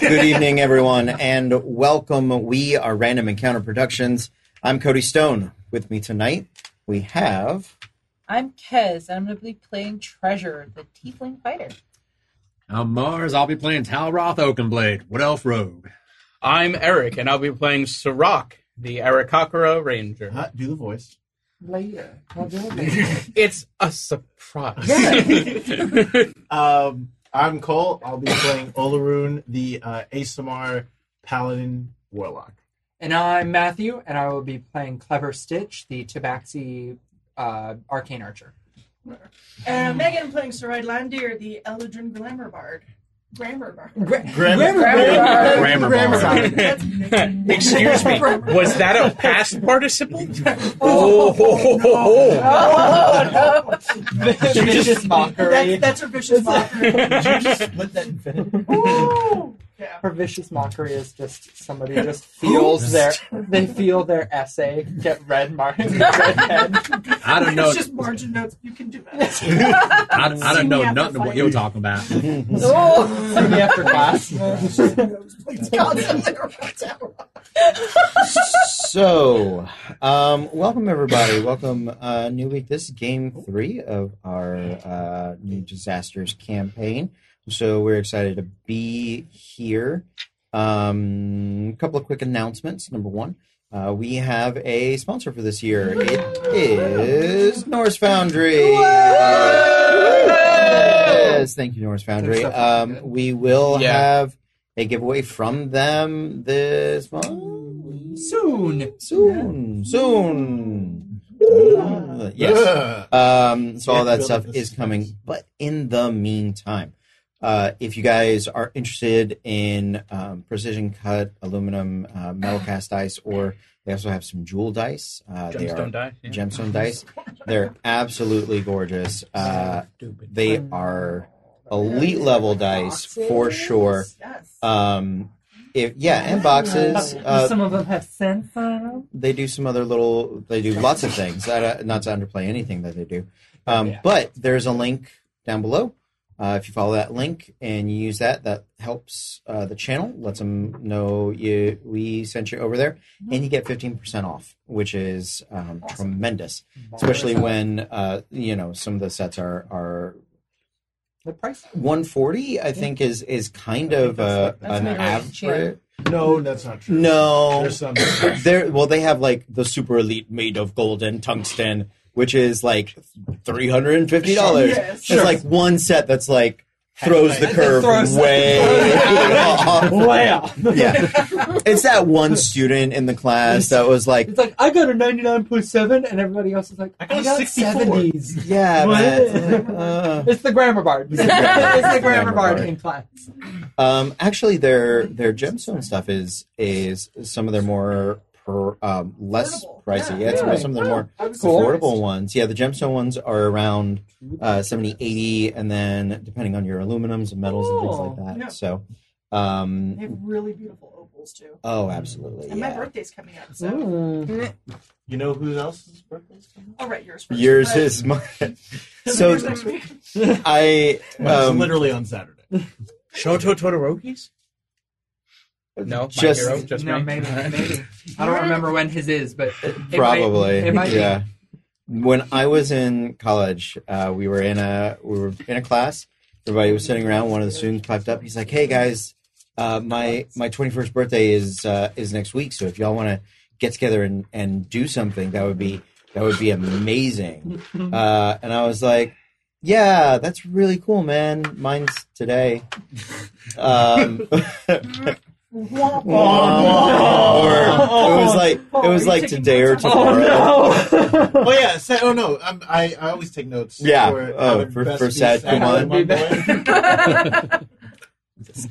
Good evening, everyone, and welcome. We are Random Encounter Productions. I'm Cody Stone. With me tonight, we have. I'm Kez, and I'm going to be playing Treasure, the Tiefling fighter. I'm Mars. I'll be playing Talroth Oakenblade, Wood Elf Rogue. I'm Eric, and I'll be playing Sirach, the Arakakara Ranger. Not do the voice. Later. It's a surprise. Um, I'm Cole. I'll be playing Olaroon, the uh, ASMR Paladin Warlock. And I'm Matthew, and I will be playing Clever Stitch, the Tabaxi uh, Arcane Archer. And Uh, Megan I'm playing Soraya Landir, the Eldrin Glamour Bard. Grammar Bard. Grammar, Grammar- Grammar Grammar- bar. That's Excuse me, was that a past participle? Oh, Oh, no. Vicious mockery. That's, that's her vicious mockery. Split that in finish. Ooh. Yeah. Her vicious mockery is just somebody just feels their they feel their essay get red marked. redhead. I don't know. It's just margin notes. You can do that. I, I don't know nothing of what you're talking about. Oh. Somebody after class. It's called something or whatever. So, um, welcome, everybody. Welcome, uh, New Week. This is game three of our uh, New Disasters campaign. So, we're excited to be here. A um, couple of quick announcements. Number one, uh, we have a sponsor for this year. It is Norse Foundry. Yes, thank you, Norse Foundry. Their stuff is Um, we will Yeah. have a giveaway from them this month. Soon. Soon, soon. Uh, yes. Yeah. Um, so all that Yeah, stuff this is is coming. nice. But in the meantime, uh, if you guys are interested in um, precision cut aluminum uh, metal cast dice, or they also have some jewel dice. Uh, they are Gemstone die. yeah. gemstone dice. They're absolutely gorgeous. Uh, Stupid. they are elite level dice for sure. Yes. Um, if yeah, and boxes. Uh, Some of them have sense on them. they do some other little. They do lots of things. I don't- not to underplay anything that they do, um, Yeah. but there's a link down below. Uh, if you follow that link and you use that, that helps uh, the channel. Lets them know you we sent you over there, and you get 15% off, which is um, tremendous, especially when uh, you know some of the sets are are the price. 140. I think is is kind of uh, that's- an that's not really cheap. average. No, that's not true. No, There's some. There, well, they have like the super elite made of gold and tungsten, which is like three hundred and fifty dollars. Yes. It's like one set that's like throws the That curve throws the- way off. Wow. Yeah, it's that one student in the class that was like, It's like I got a ninety nine point seven, and everybody else is like I I got got, a 64. seventies. "Yeah, man." It's like, uh. It's the grammar bard. It's the grammar- grammar, grammar bard bard. in class. Um, actually, their their gemstone stuff is is some of their more per, um, less Affordable. pricey. Yeah. it's Really? some of their more I was affordable ones. Yeah, the gemstone ones are around uh, 70, 80, and then depending on your aluminums and metals and things like that. Yeah. So, They um, have really beautiful opals, too. oh, absolutely. And my Yeah. birthday's coming up, so. Ooh. You know who else's birthday's coming? I'll write yours first. Yours but- is mine. So, So yours next week. Um, I Well, it's um, literally on Saturday. Shoto Todoroki's? No, my Just- hero, just no, me. maybe, maybe. I don't remember when his is, but it, it probably Might, it might yeah when i was in college uh, we were in a we were in a class everybody was sitting around one of the students piped up he's like hey guys uh, my my 21st birthday is uh, is next week so if y'all want to get together and and do something that would be that would be amazing uh, and i was like yeah that's really cool man mine's today um, Oh, or it was like it was like today or tomorrow Oh, no! Oh yeah. Sa- oh no. I'm, I I always take notes. Yeah, For, oh, how to for- best for use sad Saturday, Kumon.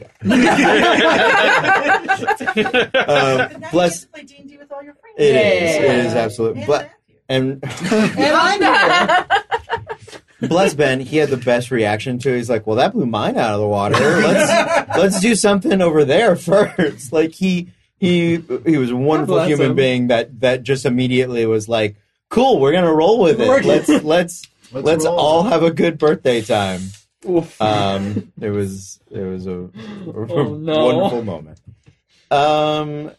Monday. um, But now bless you get to play D&D with all your friends. it is. It Yeah. is absolute. And But Matthew. and I'm bless Ben, he had the best reaction to. it. He's like, "Well, that blew mine out of the water. Let's let's do something over there first. Like he he he was a wonderful bless human him. being that that just immediately was like, "Cool, we're gonna roll with it. We're- Let's let's let's roll. all have a good birthday time." Oof. Um, it was it was a, Oh, no. wonderful moment. Um,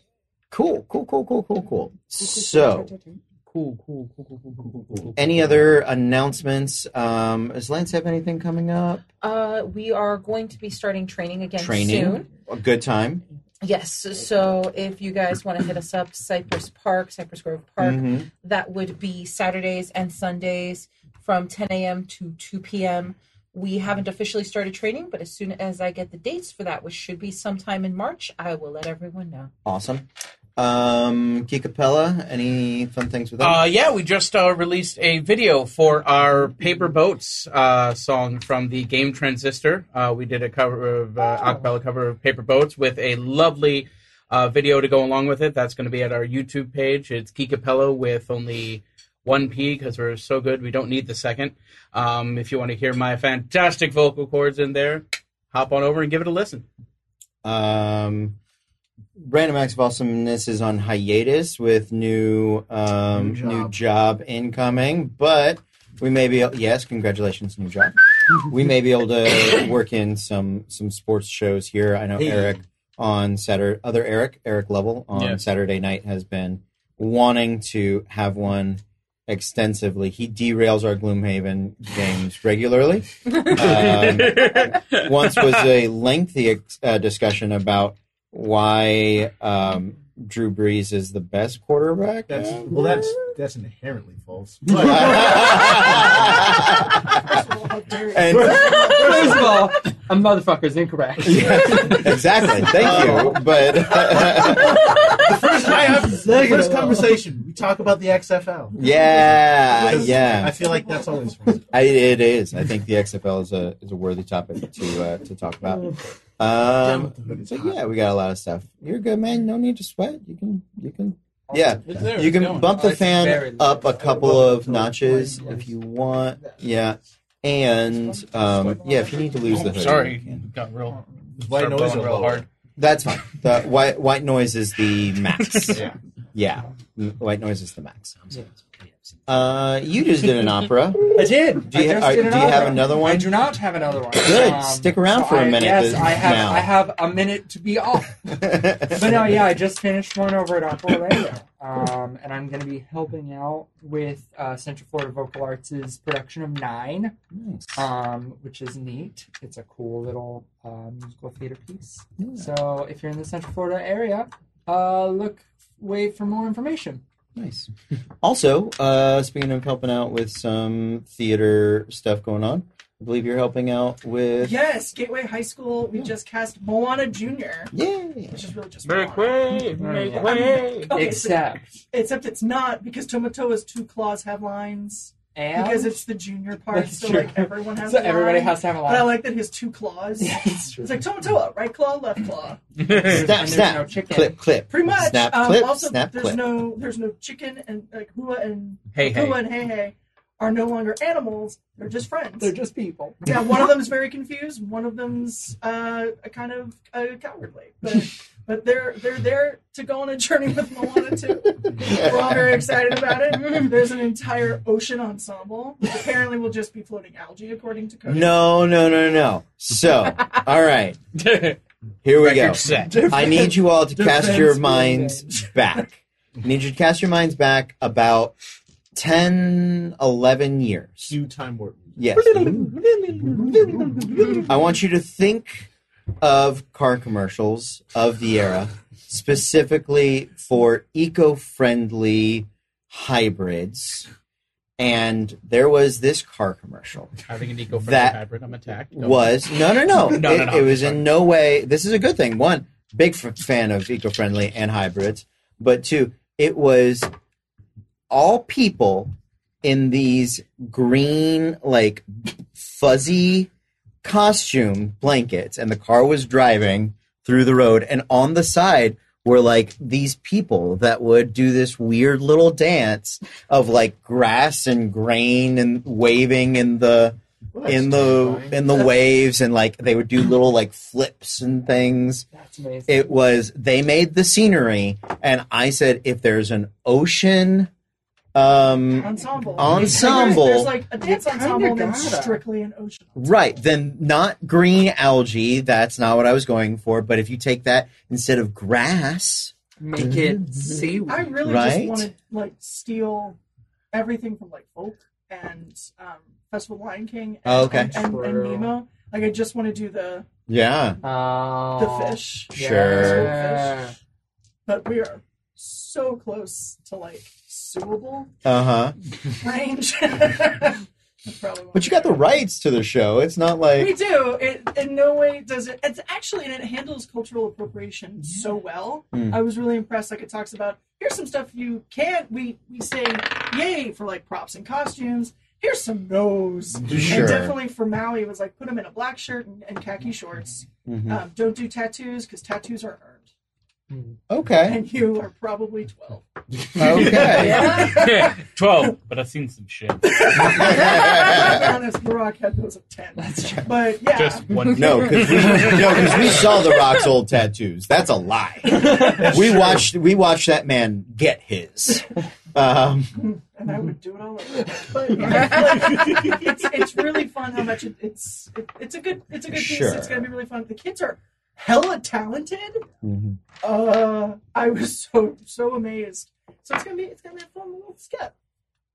cool, cool, cool, cool, cool, cool. So, cool, cool, cool, cool, cool, cool, cool, cool. any other announcements? Um, does Lance have anything coming up? Uh, we are going to be starting training again Training. soon. A good time. Yes. So if you guys want to hit us up, Cypress Park, Cypress Grove Park, Mhm. that would be Saturdays and Sundays from 10 a.m. to 2 p.m. We haven't officially started training, but as soon as I get the dates for that, which should be sometime in March, I will let everyone know. Awesome. Um, Kikapella, any fun things with that? Uh, yeah, we just uh, released a video for our Paper Boats uh, song from the game Transistor. Uh, we did a cover of uh, acapella cover of Paper Boats with a lovely uh, video to go along with it. That's going to be at our YouTube page. It's Geekapella with only one P because we're so good we don't need the second. Um, if you want to hear my fantastic vocal cords in there, hop on over and give it a listen. um, Random Acts of Awesomeness is on hiatus with new um, New job. new job incoming, but we may be yes, congratulations, new job. we may be able to work in some some sports shows here. I know Hey. Eric on Saturday, other Eric, Eric Lovell on Yeah. Saturday night has been wanting to have one extensively. He derails our Gloomhaven games regularly. Um, once was a lengthy ex- uh, discussion about why um, Drew Brees is the best quarterback. That's ever. well. That's that's inherently false. First of all, how dare you. and First of all, a motherfucker's incorrect. yeah, exactly. Thank you. But first, I have, the first conversation. We talk about the XFL. yeah, Because I Uh, yeah, feel like that's always wrong. I, it is. I think the XFL is a is a worthy topic to uh, to talk about. Um, so yeah, we got a lot of stuff. You're good, man. No need to sweat. You can you can yeah. You can bump the It's very fan low. up a couple Well, of notches if you want. Yeah. And um, yeah, if you need to lose the hood, you Sorry, can. got real. White start noise blowing or real lower? hard. that's fine. The white white noise is the max. Yeah. yeah, M- white noise is the max. Uh, you just did an opera. I did. Do you, I just are- did an do you have opera. another I one? do not have another one. Good. Stick around for a a minute Yes, then- I have. now. I have a minute to be off. but no, yeah, I just finished one over at Aqua Radio, um, and I'm going to be helping out with uh, Central Florida Vocal Arts' production of Nine, Nice. um, which is neat. It's a cool little uh, musical theater piece. So if you're in the Central Florida area, uh, look wait for more information. Nice. Also, uh, speaking of helping out with some theater stuff going on, I believe you're helping out with Yes, Gateway High School. We Yeah. just cast Moana Junior, yeah. which is really just Make Moana. way, make make way. way. Okay, so- Except except it's not because Tomatoa's two claws have lines and because it's the junior part, That's so true. like everyone has. so a everybody line. has to have a But I line. like that his two claws. Yeah, it's true. It's like Tomatoa, right claw, left claw. There's- Snap, and there's snap, no chicken. clip, clip. Pretty much. Snap, um, clip, also, snap, there's clip. no there's no chicken and like Hua and Hey, hey. Hua and Hey Hey are no longer animals. They're just friends. They're just people. yeah, one of them's very confused. One of them's uh, a kind of uh, cowardly, but but they're they're there to go on a journey with Moana too. We're all very excited about it. There's an entire ocean ensemble. which Apparently, will just be floating algae, according to Cody. No, no, no, no. So, all right, here we go. Record set. I need you all to Defense cast your moving. minds back. I need you to cast your minds back about 10, 11 years. Cue time warp. Yes. I want you to think of car commercials of the era, specifically for eco friendly hybrids. And there was this car commercial. Having an eco-friendly That hybrid, I'm attacked. Don't- was no, no, no. No, it, no, no. it was in no way. This is a good thing. One, big f- fan of eco-friendly and hybrids, but two, it was all people in these green, like fuzzy costume blankets, and the car was driving through the road, and on the side were like these people that would do this weird little dance of like grass and grain and waving in the Well, that's in the terrifying. in the waves and like they would do little like flips and things That's amazing. it was they made the scenery and i said if there's an ocean Um, ensemble. Ensemble. There's, there's like a dance You kinda ensemble and then gotta. strictly an ocean. right, then not green algae. That's not what I was going for. But if you take that instead of grass, Make it I seaweed. really just Right? want to like steal everything from like Folk and um, Festival of Lion King and, Oh, okay. and, and, and True. Nemo. Like I just want to do the yeah, Uh, the fish, sure. Yeah. but we are so close to like suable Uh huh. range. That's probably why. But you got the rights to the show. It's not We like do. It in no way does it. It's actually and it handles cultural appropriation so well. Mm. I was really impressed. Like it talks about here's some stuff you can't. We we say yay for like props and costumes. Here's some no's. Sure. And definitely for Maui, it was like put him in a black shirt and, and khaki shorts. Mhm. Um, don't do tattoos because tattoos are earned, okay, and you are probably twelve. okay. Twelve, but I've seen some shit. to be honest, The Rock had those at ten. That's true. But yeah, Just one. No, because we, no, 'cause we saw The Rock's old tattoos. That's a lie. We watched we watched that man get his. Um, and I would do it all over. But yeah, like, it's, it's really fun how much it, it's it, it's a good it's a good Sure. piece. It's gonna be really fun. The kids are hella talented. Uh, I was so so amazed. So it's gonna be it's gonna be a fun little skit.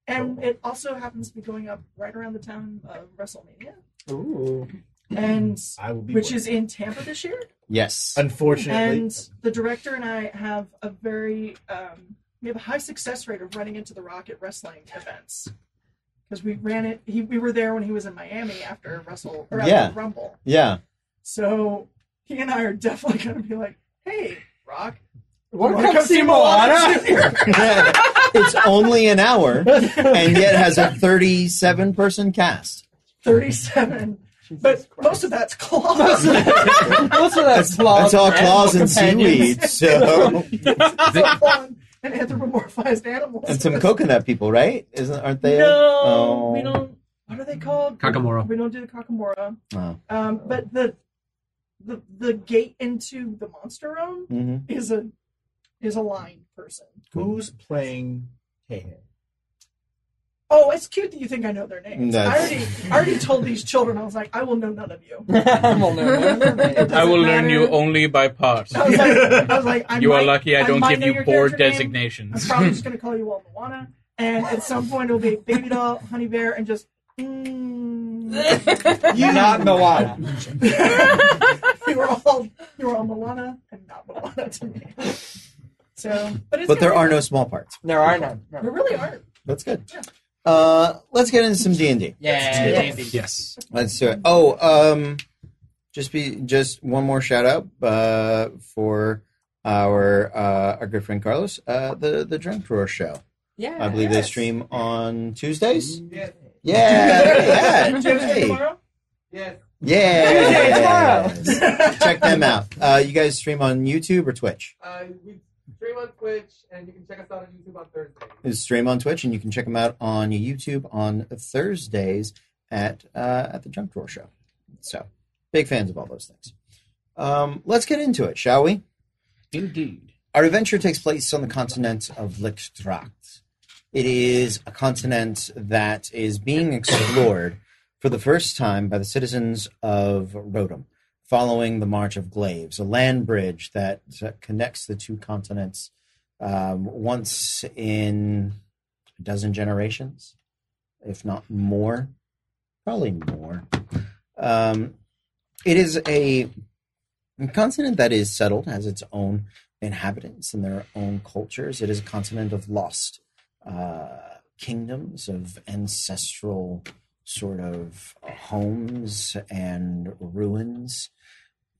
And it also happens to be going up right around the time of WrestleMania, Ooh. and I will be. which one. is in Tampa this year. Yes. unfortunately. And the director and I have a very um, we have a high success rate of running into the Rocket wrestling events because we ran it. He, we were there when he was in Miami after Wrestle or after Yeah. Rumble. Yeah. So he and I are definitely going to be like, "Hey, Rock, What wanna comes to Moana? it's only an hour and yet has a 37 person cast. thirty-seven. But most of that's Most claws. of that's claws. That's all claws and companions. seaweed. So, and anthropomorphized animals. and some coconut people, right? Isn't aren't they? No, Oh. we don't. What are they called? Kakamora. We don't do the Kakamora. Oh. Um, but the, the the gate into the monster realm Mhm. is a is a line person. Who's playing Hey Oh, it's cute that you think I know their names. I That's- already I already told these children I was like, I will know none of you. Well, no, no, no, no. I will Doesn't learn you matter. only by part. Oh, I was like, I was like I You might, are lucky I don't might give know you your board character name. I'm designations. probably just gonna call you all Moana, and at some point it'll be Baby Doll, Honey Bear, and just. Mm, You not Moana. you were all you were all Moana and not Moana to me. So, but it's But there gonna are be- no small parts. There are none. There No. really aren't. That's good. Uh, let's get into some D and D. Yeah, Yes. Andy. Yes. Let's do it. Oh, um, just be just one more shout out uh, for our uh, our good friend Carlos, uh, the the Drunk Drawer Show. Yeah. I believe they yes. Mm-hmm. stream on Tuesdays. Yeah, yeah, Do you have it Hey. tomorrow? Tuesday, yeah. tomorrow. Check them out. Uh, you guys stream on YouTube or Twitch? Uh, we stream on Twitch, and you can check us out on YouTube on Thursday. It's stream on Twitch, and you can check them out on YouTube on Thursdays at uh, at the Junk Drawer Show. So, big fans of all those things. Um, let's get into it, shall we? Indeed. Our adventure takes place on the continent of Lichtstracht. It is a continent that is being explored for the first time by the citizens of Rotom, following the March of Glaives, a land bridge that uh, connects the two continents um, once in a dozen generations, if not more, probably more. Um, it is a continent that is settled, has its own inhabitants and their own cultures. It is a continent of lost uh, kingdoms, of ancestral sort of homes and ruins.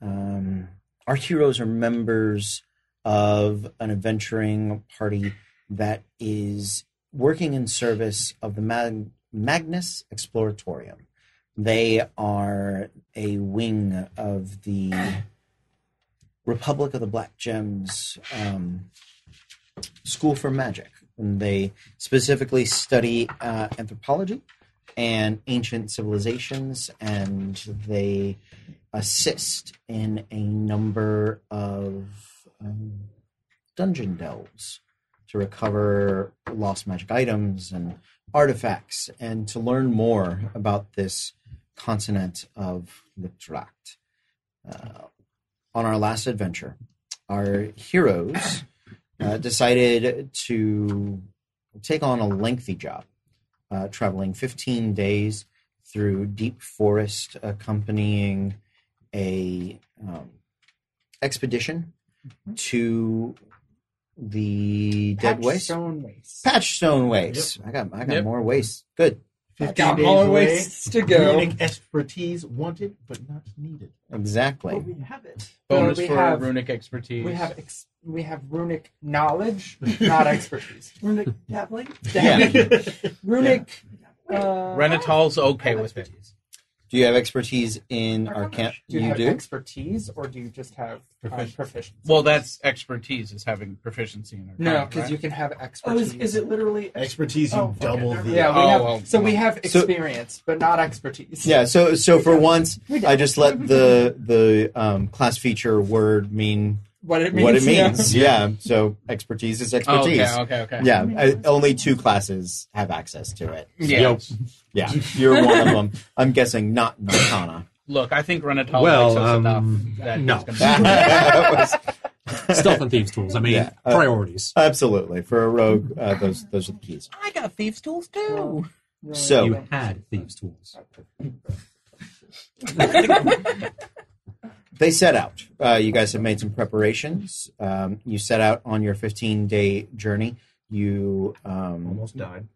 Um, our heroes are members of an adventuring party that is working in service of the Mag- Magnus Exploratorium. They are a wing of the Republic of the Black Gems um, School for Magic. And they specifically study uh, anthropology and ancient civilizations, and they assist in a number of um, dungeon delves to recover lost magic items and artifacts and to learn more about this continent of Litract. Uh, on our last adventure, our heroes uh, decided to take on a lengthy job, uh, traveling 15 days through deep forest, accompanying a um, expedition to the Dead Waste. Stone waste. Patchstone Waste. I got I got Yep. more waste. Good. Got more wastes to go. Runic expertise wanted but not needed. Exactly. But we have it. Bonus we for have- runic expertise. We have ex- we have runic knowledge, not expertise. Runic dabbling. Yeah. Runic. Wait, Uh, Renatal's okay with it. Do you have expertise in arcana? Do you, You have do. expertise, or do you just have um, Proficiency. proficiency? Well, that's expertise is having proficiency in arcana. no, because right? you can have Oh, expertise. is, is it literally Expertise, you Oh, okay, double never the. mind. Yeah, we Oh, have, well, so we have So- experience, but not expertise. Yeah. So so for once, I just let the the um, class feature word mean What it means. what it yeah. means. Yeah. So expertise is Oh, expertise. okay, okay, okay. Yeah. I- only two classes have access to it. Yeah. Yeah. You're one of them. I'm guessing not in arcana. Look, I think Renatal Well, likes us um, enough. That no. he's gonna- That was- Stealth and thieves tools. I mean, Yeah. Uh, priorities. Absolutely. For a rogue, uh, those those are the keys. I got thieves tools Oh, too. Really So- good. You had thieves tools. they set out. Uh, you guys have made some preparations. Um, you set out on your 15 day journey. You um, Almost died.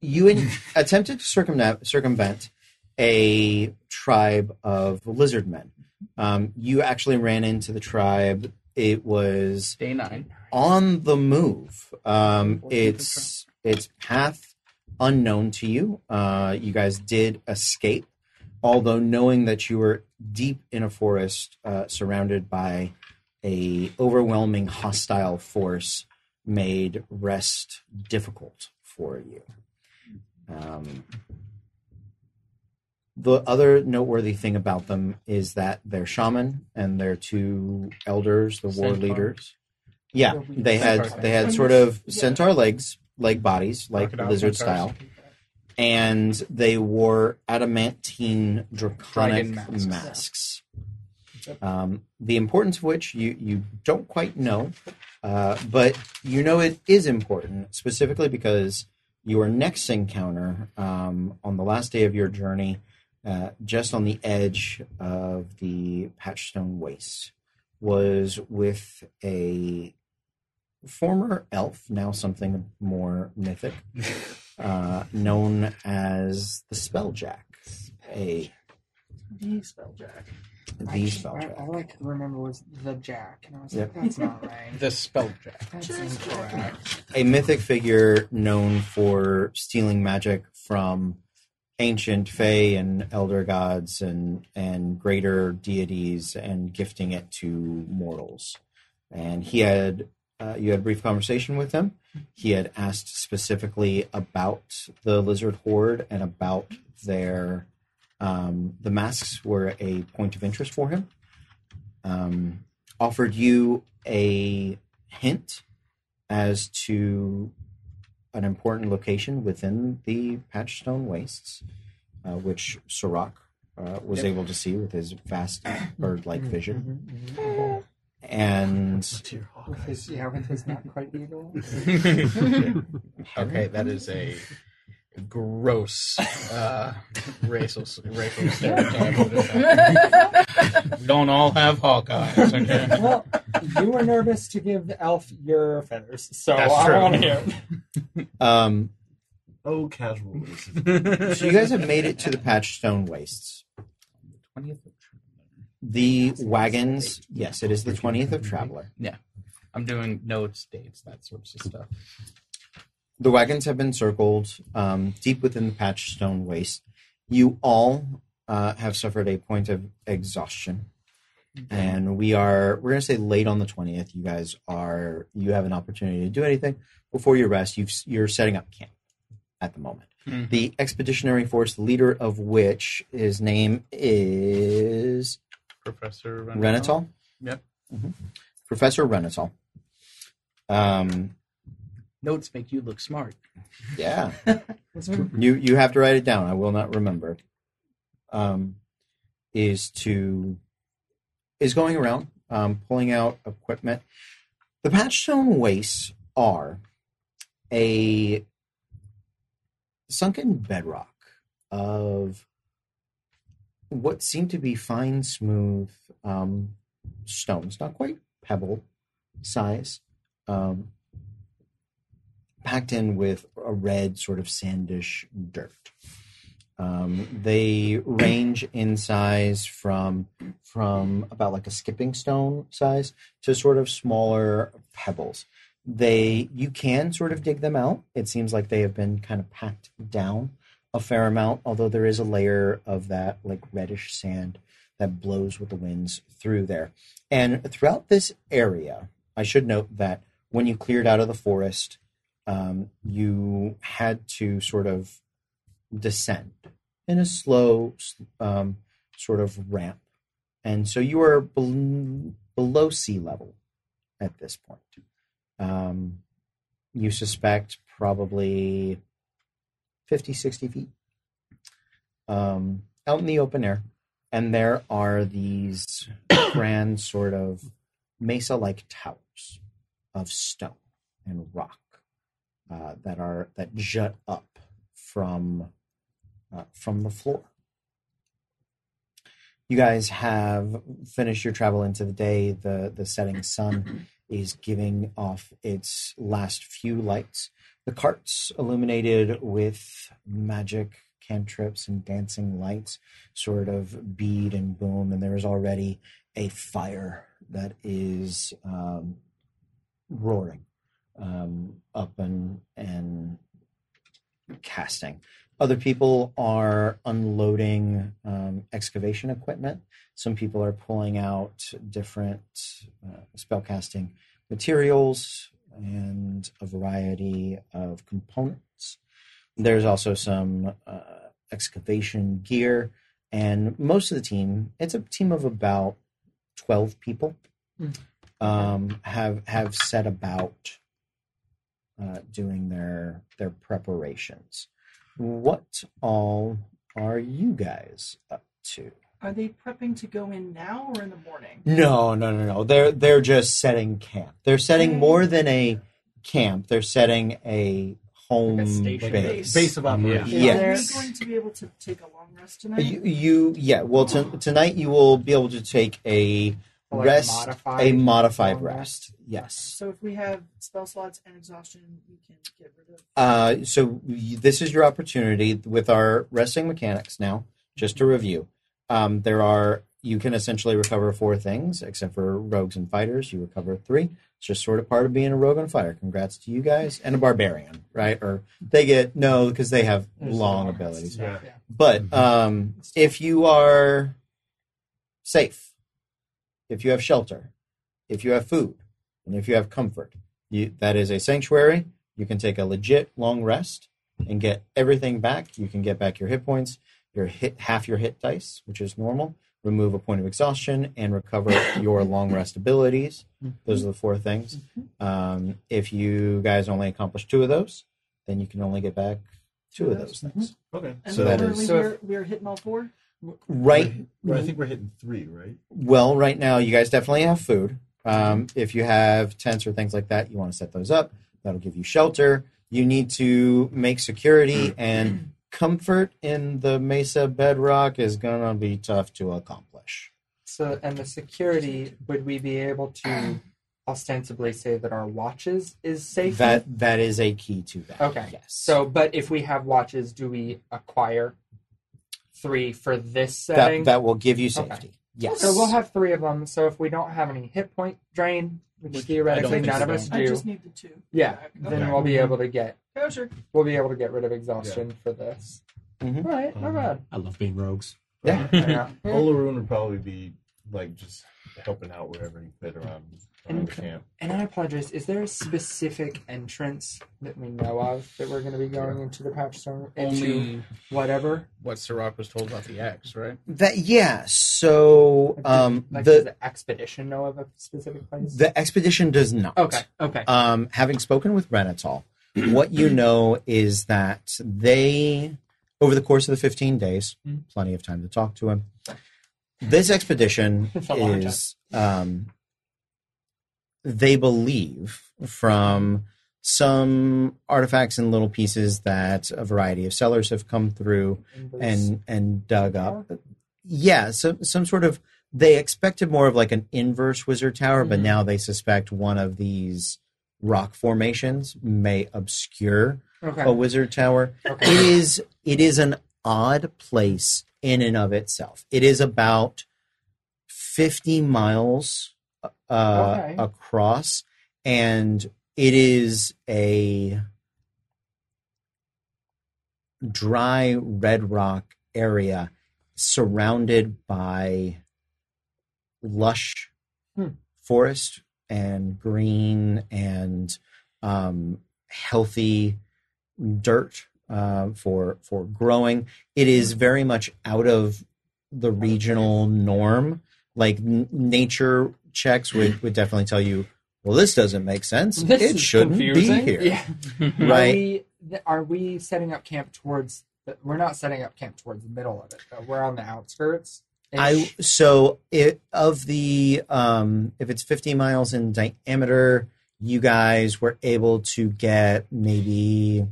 you in- attempted to circumna- circumvent a tribe of lizard men. Um, you actually ran into the tribe. It was Day nine. on the move. Um, it's it's path unknown to you. Uh, you guys did escape, although knowing that you were deep in a forest, uh, surrounded by a overwhelming hostile force, made rest difficult for you. Um, the other noteworthy thing about them is that their shaman and their two elders, the war Centaur. leaders, yeah, Or we- they had Centaur they had thing. sort of Yeah. centaur legs, leg bodies, like Crocodile lizard centaurs. style, and they wore adamantine draconic Dragon masks. masks. Um, the importance of which you you don't quite know, uh, but you know it is important specifically because your next encounter um, on the last day of your journey, uh, just on the edge of the Patchstone Waste, was with a former elf, now something more mythic, uh, known as the Spelljack. A the spelljack? the Actually, I, all I Spelljack. could remember was the Jack, and I was Yep. like, that's not right. The spell check. That's Just incorrect. A mythic figure known for stealing magic from ancient fae and elder gods and and greater deities and gifting it to mortals. And he had uh, you had a brief conversation with him. He had asked specifically about the lizard horde and about their um, the masks were a point of interest for him. Um, offered you a hint as to an important location within the Patchstone Wastes, uh, which Sirach uh, was able to see with his vast Mm-hmm. bird-like vision, and Tear hawk With his, eyes. yeah, with his not quite eagle. okay, that is a gross uh, racial racial stereotype. of this happening. We don't all have Hawkeyes. Okay. well, you were nervous to give Elf your feathers, so That's I true. want to hear. um, Oh, casual racism. so you guys have made it to the Patchstone Wastes. The wagons, yes, it is the twentieth of Traveler. I'm doing notes, dates, that sort of stuff. The wagons have been circled um, deep within the Patchstone Waste. You all uh, have suffered a point of exhaustion, and we are we're going to say late on the twentieth. You guys are you have an opportunity to do anything before your rest. You've, you're setting up camp at the moment. Mhm. The expeditionary force leader of which his name is Mm-hmm. Professor Renatol. Yep. Mhm. Professor Renatol. Um, Notes make you look smart. Yeah. you you have to write it down. I will not remember. Um, is to is going around um, pulling out equipment. The patchstone wastes are a sunken bedrock of what seem to be fine, smooth um, stones, not quite pebble size, um, packed in with a red sort of sandish dirt. Um, they range in size from from about like a skipping stone size to sort of smaller pebbles. They you can sort of dig them out. It seems like they have been kind of packed down a fair amount, although there is a layer of that like reddish sand that blows with the winds through there. And throughout this area, I should note that when you cleared out of the forest, um, you had to sort of descend in a slow um, sort of ramp. And so you are bel- below sea level at this point. Um, you suspect probably 50, 60 feet um, out in the open air. And there are these grand sort of mesa like towers of stone and rock uh, that are that jut up from uh, from the floor. You guys have finished your travel into the day. The the setting sun is giving off its last few lights. The carts illuminated with magic cantrips and dancing lights sort of bead and boom, and there is already a fire that is um, roaring um, up and and casting. Other people are unloading um, excavation equipment. Some people are pulling out different uh, spellcasting materials and a variety of components. There's also some uh, excavation gear, and most of the team, it's a team of about 12 people, um, have, have set about uh, doing their, their preparations. What all are you guys up to? Are they prepping to go in now or in the morning? No, no, no, no. They're they're just setting camp. They're Mm. setting more than a camp. They're setting a home Like a station. base. Base of operations. Yeah. Yes. Are we going to be able to take a long rest tonight? You, you yeah. Well, to, tonight you will be able to take a Or rest, modified a modified long rest. Yes. So if we have spell slots and exhaustion, we can get rid of. Uh, so y- this is your opportunity with our resting mechanics now. Just to review, um, there are you can essentially recover four things except for rogues and fighters. You recover three. It's just sort of part of being a rogue and fighter. Congrats to you guys and a barbarian, right? Or they get no because they have There's long some abilities. Yeah. But um, if you are safe, if you have shelter, if you have food, and if you have comfort, you, that is a sanctuary. You can take a legit long rest and get everything back. You can get back your hit points, your hit half your hit dice, which is normal. Remove a point of exhaustion and recover your long rest abilities. Those are the four things. Um, if you guys only accomplish two of those, then you can only get back two of those mm-hmm. things. Okay. And So so that is- so we're, if- we're hitting all four. Right Well, I think we're hitting three, right? Well, right now you guys definitely have food. Um, if you have tents or things like that, you want to set those up. That'll give you shelter. You need to make Mm. security and comfort in the mesa bedrock is gonna be tough to accomplish. So, and the security, would we be able to ostensibly say that our watches is safe? That that is a key to that. Okay. Yes. So, but if we have watches, do we acquire three for this that setting? that will give you Okay. safety. Yes. So we'll have three of them. So if we don't have any hit point drain, which, Which I theoretically don't think none so. of us I do, just need the two. yeah, Okay. then we'll be able to get Oh, sure. we'll be able to get rid of exhaustion for this. Mhm. All right, not Um, bad. I love being rogues. Yeah. Yeah. Olaroon Uh, would probably be like just helping out wherever he could around, around the camp. And I apologize. Is there a specific entrance that we know of that we're going to be going into the patch stone into Only whatever? what Sirach was told about the axe, right? that yeah. So um like, does the the expedition know of a specific place? the expedition does not. okay, okay. Um having spoken with Renatal, what you know is that they, over the course of the 15 days, Mhm. plenty of time to talk to him. This expedition It's a long is, um, they believe from some artifacts and little pieces that a variety of sellers have come through and and dug up. Yeah, some some sort of they expected more of like an inverse wizard tower, but Mhm. now they suspect one of these rock formations may obscure okay. a wizard tower. okay. It is it is an odd place in and of itself. It is about fifty miles uh, Okay. across, and it is a dry red rock area surrounded by lush Hmm. forest and green and um, healthy dirt uh, for for growing. It is very much out of the regional norm. Like n- nature checks would, would definitely tell you, well, this doesn't make sense. This it is shouldn't confusing. be here. Yeah. Are Right. we, th- are we setting up camp towards? The, we're not setting up camp towards the middle of it. Though. We're on the outskirts. I so it, of the um, if it's 50 miles in diameter, you guys were able to get maybe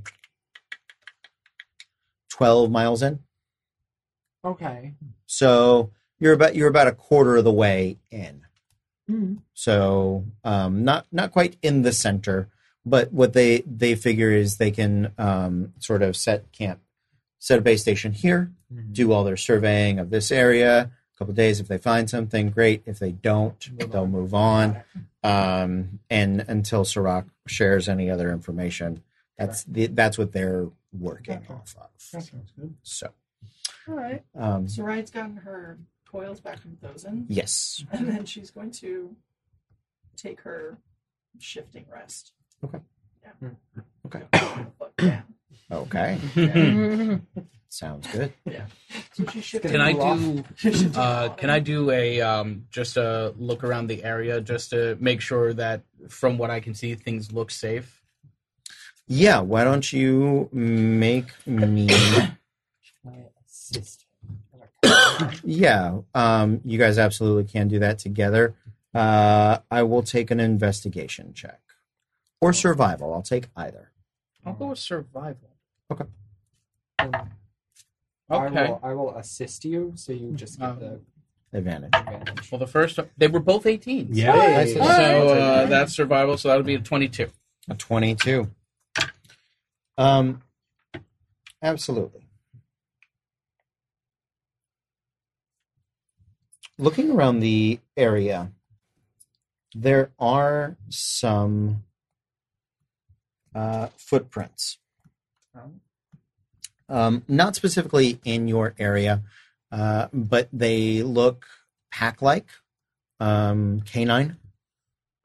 12 miles in. okay. So you're about you're about a quarter of the way in. Mhm. So um, not not quite in the center, but what they they figure is they can um, sort of set camp, set a base station here, do all their surveying of this area. A couple days, if they find something, great. If they don't, Move they'll on. move on. Um, and until Sirac shares any other information, that's the, that's what they're working Okay. off of. That sounds good. So All right. um, So Ride's gotten her coils back from Thozen, yes. and then she's going to take her shifting rest. Okay. Yeah. Hmm. Okay. Fuck yeah. Okay. Can Mm-hmm. Sounds good. So she's shifting. I Can I do? Uh, can I do a um, just a look around the area just to make sure that from what I can see things look safe? Yeah, why don't you make me? My assist. Yeah, um, you guys absolutely can do that together. Uh, I will take an investigation check or survival. I'll take either. I'll go with survival. I Okay. will. I will assist you, so you just get the Advantage. advantage. Well, the first they were both 18s. Hey. So uh, that's survival. So that'll be a 22. A twenty-two. Um, absolutely. Looking around the area, there are some uh, footprints. Um, not specifically in your area, uh, but they look pack-like, um, canine,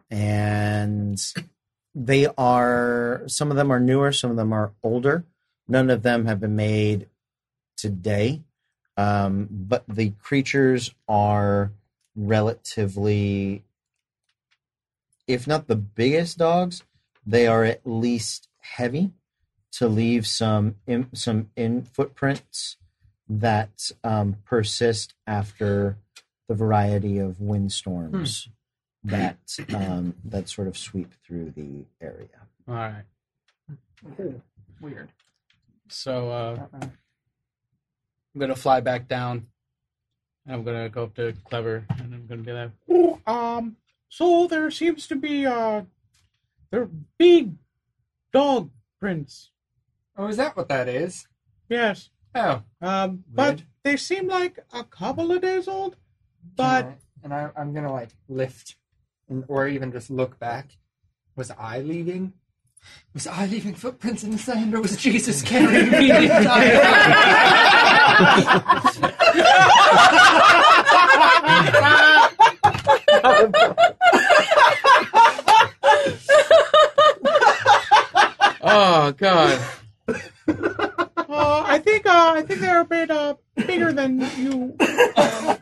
and they are some of them are newer some of them are older none of them have been made today um, but the creatures are relatively if not the biggest dogs they are at least heavy to leave some in, some in footprints that um, persist after the variety of windstorms that um, that sort of sweep through the area. All right. Weird. So uh, I'm gonna fly back down, and I'm gonna go up to Clever, and I'm gonna be like, "Oh, um, so there seems to be uh, there are big dog prints. Oh, is that what that is? Yes, Oh, um, but Weird. they seem like a couple of days old. But Alright, and I, I'm gonna like lift, and, or even just look back. Was I leaving? Was I leaving footprints in the sand, or was Jesus carrying me? the entire time? oh god, Uh, I think uh, I think they're a bit uh, bigger than you. I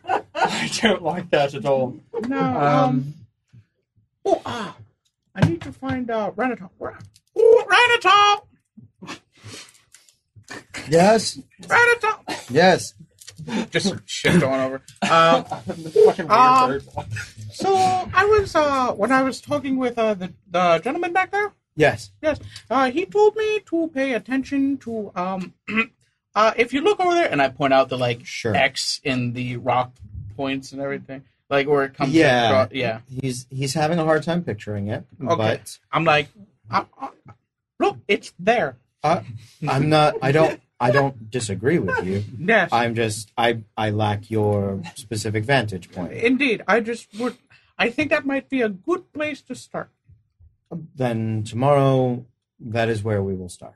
don't like that at all. No. Um, Um, oh, ah, I need to find uh, Renato. Where? Oh, Ranatol! Yes. Ranatol! Yes. Just shift on over. Um, Uh, fucking weird Um, bird. So I was uh, when I was talking with uh, the, the gentleman back there. Yes. Yes, uh, he told me to pay attention to um, uh, if you look over there, and I point out the like Sure. X in the rock points and everything, like where it comes. Yeah. across- yeah. He's he's having a hard time picturing it, Okay. but I'm like, uh, I, I, look, it's there. I'm not. I don't. I don't disagree with you. yes, I'm just. I I lack your specific vantage point. indeed. I just would. I think that might be a good place to start. Then tomorrow, that is where we will start.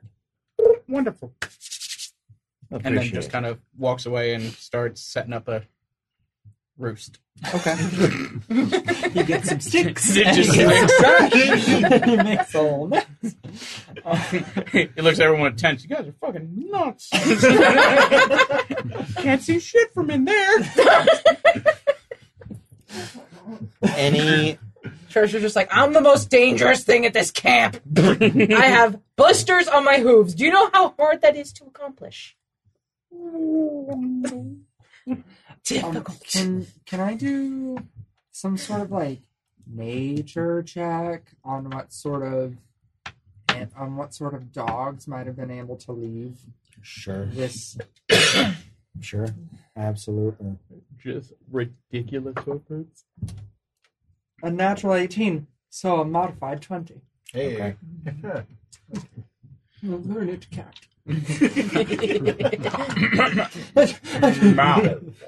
Wonderful. and Appreciate then just kind of walks away and starts setting up a roost. He gets some sticks. It just- he, makes trash. he makes a whole mess. he looks at everyone tense. You guys are fucking nuts. Can't see shit from in there. it. any Treasure's just like, I'm the most dangerous thing at this camp. I have blisters on my hooves. Do you know how hard that is to accomplish? Um, Difficult. can can I do some sort of like nature check on what sort of on what sort of dogs might have been able to leave sure this? sure absolutely just ridiculous efforts. A natural eighteen, so a modified twenty. Hey. Well, learn it, cat.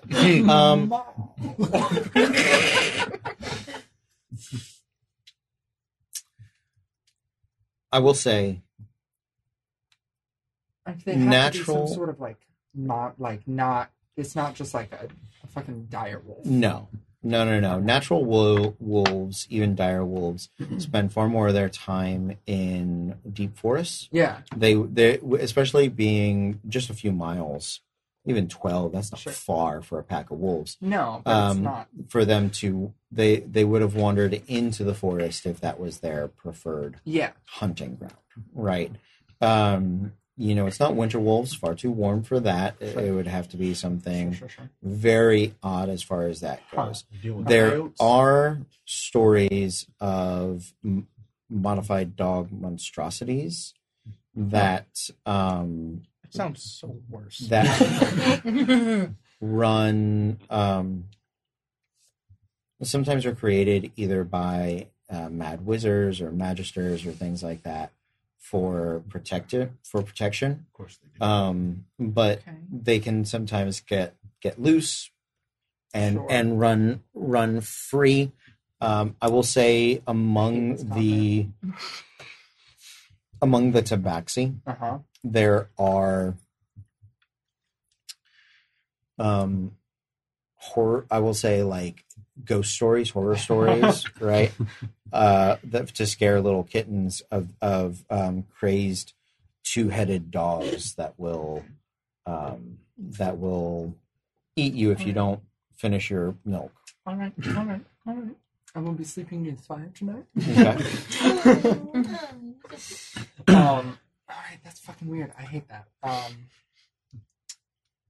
um I will say Like they have to be Natural- some sort of like not like not. It's not just like a, a fucking dire wolf. no no no no natural wo- wolves even dire wolves Mm-hmm. spend far more of their time in deep forests Yeah, they they especially being just a few miles even 12 that's not Sure. far for a pack of wolves no, but it's um, not. for them to they they would have wandered into the forest if that was their preferred Yeah, hunting ground, Mm-hmm. right? Um, you know, it's not winter wolves; far too warm for that. It, it would have to be something sure, sure. very odd as far as that goes. Deal with There coyotes. are stories of m- modified dog monstrosities that um, It sounds so worse. that run um, sometimes are created either by uh, mad wizards or magisters or things like that for protective for protection Of course they do. um, but they can sometimes get get loose and Sure. and run run free um, i will say among the among the tabaxi Uh huh. there are um horror i will say like ghost stories horror stories right uh that to scare little kittens of of um crazed two-headed dogs that will um that will eat you if you don't finish your milk All right, all right, all right. I won't be sleeping near the fire tonight. okay? um, all right, that's fucking weird. I hate that. Um,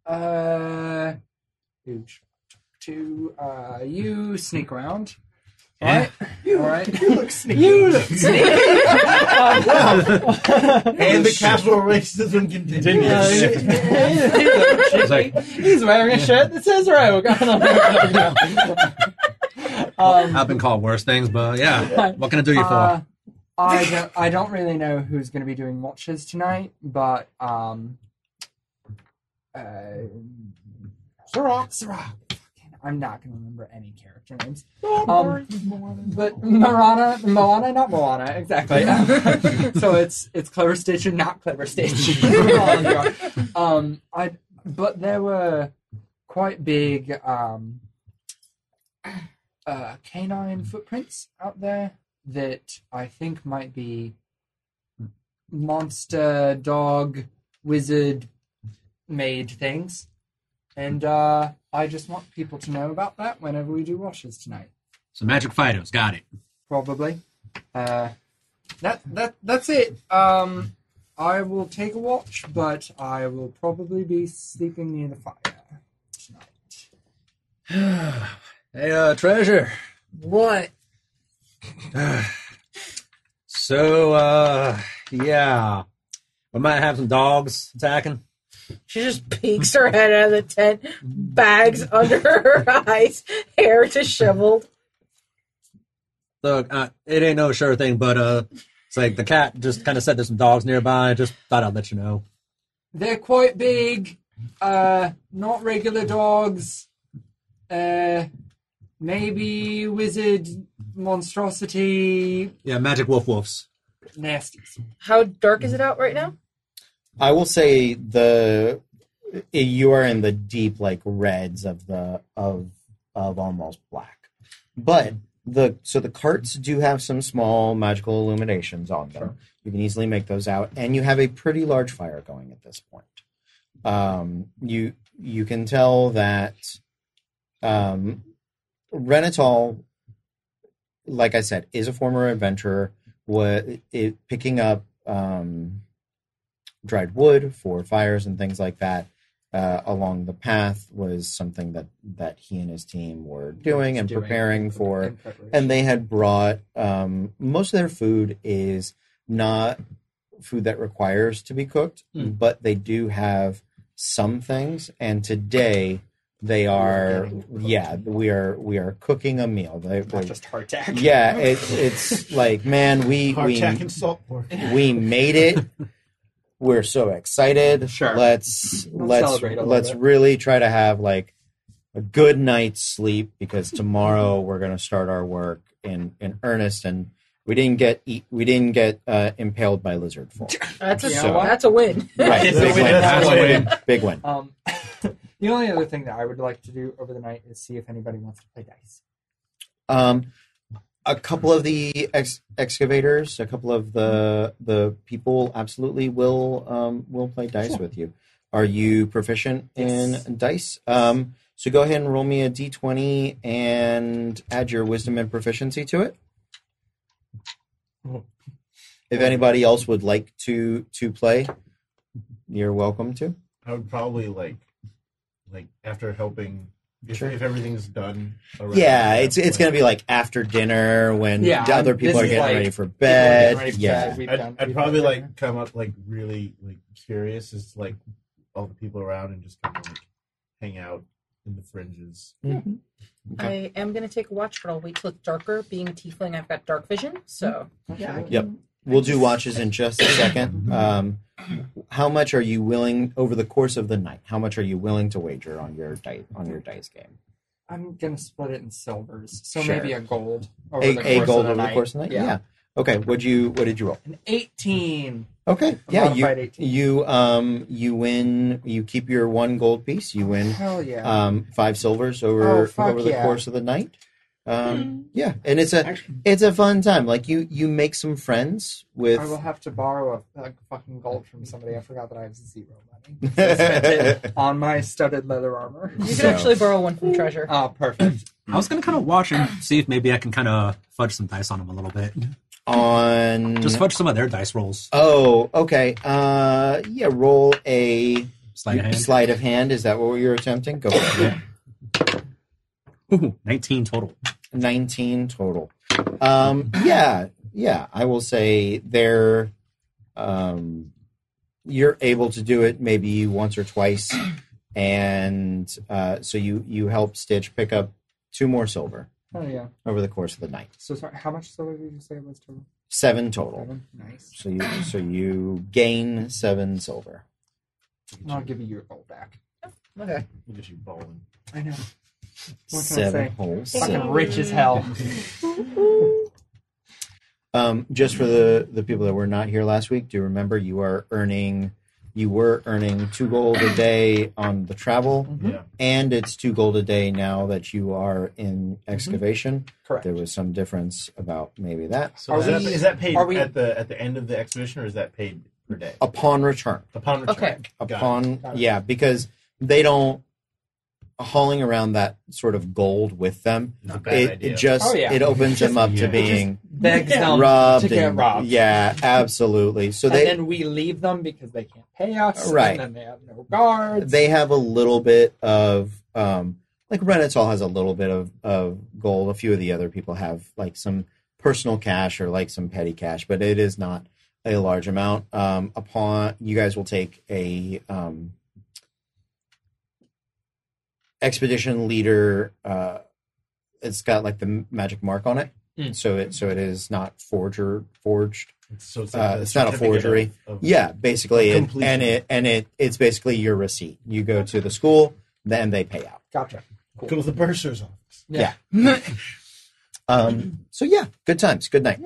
uh, ooch. To uh, you sneak around. All right, all right. You look sneaky. You look sneaky. Um, and the casual racism uh, continues. he look It's like, He's wearing a shirt that says Rogue. um, I've been called worse things, but yeah. What can I do you uh, for? I don't. I don't really know who's going to be doing watches tonight, but um, uh, Sorok. Syrah. Fucking- I'm not going to remember any character names. Don't Um, worry, Moana. But Moana, Moana, not Moana, exactly. so it's it's clever stitch and not clever stitch. um, I but there were quite big um, uh, canine footprints out there that I think might be monster dog wizard made things, and uh, I just want people to know about that whenever we do washes tonight So Magic Fido's got it. probably. Uh, That that that's it. Um, I will take a watch, but I will probably be sleeping near the fire. hey, uh, treasure. What? so, uh, yeah, we might have some dogs attacking. She just peeks her head out of the tent, bags under her eyes, hair disheveled. Look, uh, it ain't no sure thing, but uh, it's like the cat just kind of said there's some dogs nearby. Just thought I'd let you know. They're quite big. Uh, not regular dogs. Uh, maybe wizard monstrosity Yeah, magic wolf wolves. nasties. How dark is it out right now? I will say the you are in the deep like reds of the of of almost black, but the so the carts do have some small magical illuminations on them. You can easily make those out, and you have a pretty large fire going at this point. Um, you you can tell that um, Renatol, like I said, is a former adventurer. What it picking up. Um, dried wood for fires and things like that uh, along the path was something that that he and his team were doing and Doing preparing for in preparation. and they had brought um, most of their food is not food that requires to be cooked Mm. but they do have some things and today they are getting cooked. yeah we are we are cooking a meal they, not they- just hardtack. yeah it, it's like man we we Hardtack and salt pork. we made it. We're so excited. Sure. Let's let's celebrate a little let's bit. really try to have like a good night's sleep because tomorrow we're going to start our work in in earnest and we didn't get eat, we didn't get uh, impaled by lizard folk. That's a Yeah, what? that's a win. Right. Yes, big we win. did. That's Big a win. Big win. Um, the only other thing that I would like to do over the night is see if anybody wants to play dice. Um, a couple of the ex- excavators, a couple of the the people, absolutely will um, will play dice with you. Are you proficient Yes. in dice? Um, so go ahead and roll me a d twenty and add your wisdom and proficiency to it. Mm. If anybody else would like to to play, you're welcome to. I would probably like, like after helping, if, Sure. if everything's done. Around Yeah, it's it's gonna be like after dinner when Yeah, the other people this are is getting like- ready for Everybody bed. ready for yeah, bed, we've I'd, done- I'd we've probably done like dinner. come up like really like curious as like all the people around and just kind of like hang out in the fringes. I am gonna take a watch, but I'll wait till it's darker. Being a tiefling, I've got dark vision, so Yeah. Yep. We'll do watches in just a second. Um, how much are you willing over the course of the night? How much are you willing to wager on your dice on your dice game? I'm gonna split it in silvers, so Sure. maybe a gold. Over the A, a course gold of the over the night. course of the night. Yeah. Yeah. Okay. What you What did you roll? An eighteen. Okay. Yeah. modified You 18. you um you win. You keep your one gold piece. You win Hell yeah. um five silvers over Oh, fuck over the yeah. course of the night. Hmm. Um, yeah, and it's a it's a fun time. Like you you make some friends with. I will have to borrow a, a fucking gold from somebody. I forgot that I have zero money So I spent it on my studded leather armor. you Mm-hmm. So- can actually borrow one from treasure. Ah, perfect. I was gonna kind of watch and see if maybe I can kind of fudge some dice on them a little bit. on Just fudge some of their dice rolls. Oh, okay. Uh, yeah, roll a Sleight of hand. sleight of hand. Is that what you're attempting? Go for it. Ooh, 19 total. 19 total. Um, yeah, yeah. I will say they're, um, you're able to do it maybe once or twice. And uh, so you, you help Stitch pick up two more silver Oh yeah. over the course of the night. So sorry. How much silver did you say it was total? Seven total. Seven. Nice. So you, so you gain seven silver. And I'll give you your gold back. Okay. Look at you bowling. I know. What can I Seven say? whole Fucking silver. rich as hell. Um, just for the the people that were not here last week, do remember you are earning you were earning two gold a day on the travel, Mhm. Mm-hmm. Yeah. and it's two gold a day now that you are in excavation. Mm-hmm. Correct. There was some difference about maybe that So Are is, that, we- is that paid are we- at the at the end of the expedition, or is that paid per day Oh, upon return. upon return? Okay. Got it. Upon Got it. yeah, because they don't hauling around that sort of gold with them, Not a bad it, idea. it just Oh, yeah. it opens them up to Yeah. being Begs Yeah. them robbed. to get and- robbed. Yeah, absolutely. So and they then we leave them because they can't pay us. Right. And then they have no guards. they have a little bit of um like Renatal has a little bit of, of gold. A few of the other people have like some personal cash or like some petty cash, but it is not a large amount. Um upon you guys will take a um expedition leader uh it's got like the magic mark on it. Mm. So it so it is not forger forged So it's, Uh, a it's not a certificate forgery. Of, of yeah, basically, and, Completion. and it and it it's basically your receipt. You go to the school, then they pay out. Gotcha. Go to the bursar's office. Um, so yeah, good times, good night.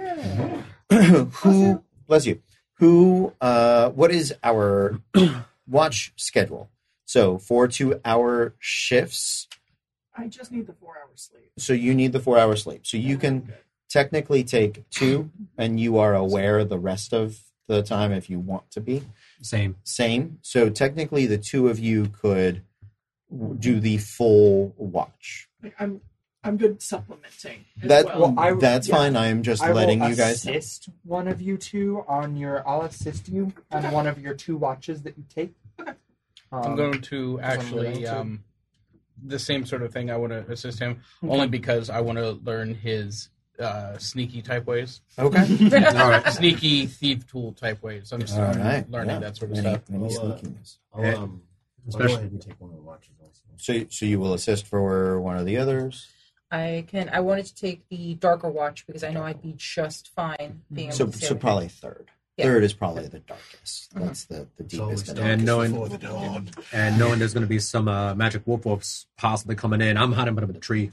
Who bless you? Who? Uh, what is our watch schedule? So four two-hour shifts. I just need the four hours sleep. So you need the four-hour sleep. So you can technically take two, and you are aware the rest of the time if you want to be. Same. same. So technically, the two of you could w- do the full watch. Like, I'm I'm good supplementing. As That well. Well, I- that's yeah. fine. I am just I letting will you guys. know. assist one of you two on your. I'll assist you on one of your two watches that you take. Um, I'm going to actually related. um, the same sort of thing. I want to assist him only because I want to learn his uh, sneaky type ways, Okay. All right. sneaky thief tool type ways. I'm just All right. learning Yeah. that sort of Any- stuff. any I'll, uh, sneakiness. I'll, um, I'll go Especially- ahead and take one of the watches also. So, so you will assist for one of the others. I can. I wanted to take the darker watch because I know I'd be just fine being So, able to see so everything. probably third. Yeah. Third is probably the darkest. Mhm. That's the, the It's always deepest. darkest and And knowing- before the dawn. And knowing there's going to be some uh, magic wolf wolves possibly coming in, I'm hiding under the tree.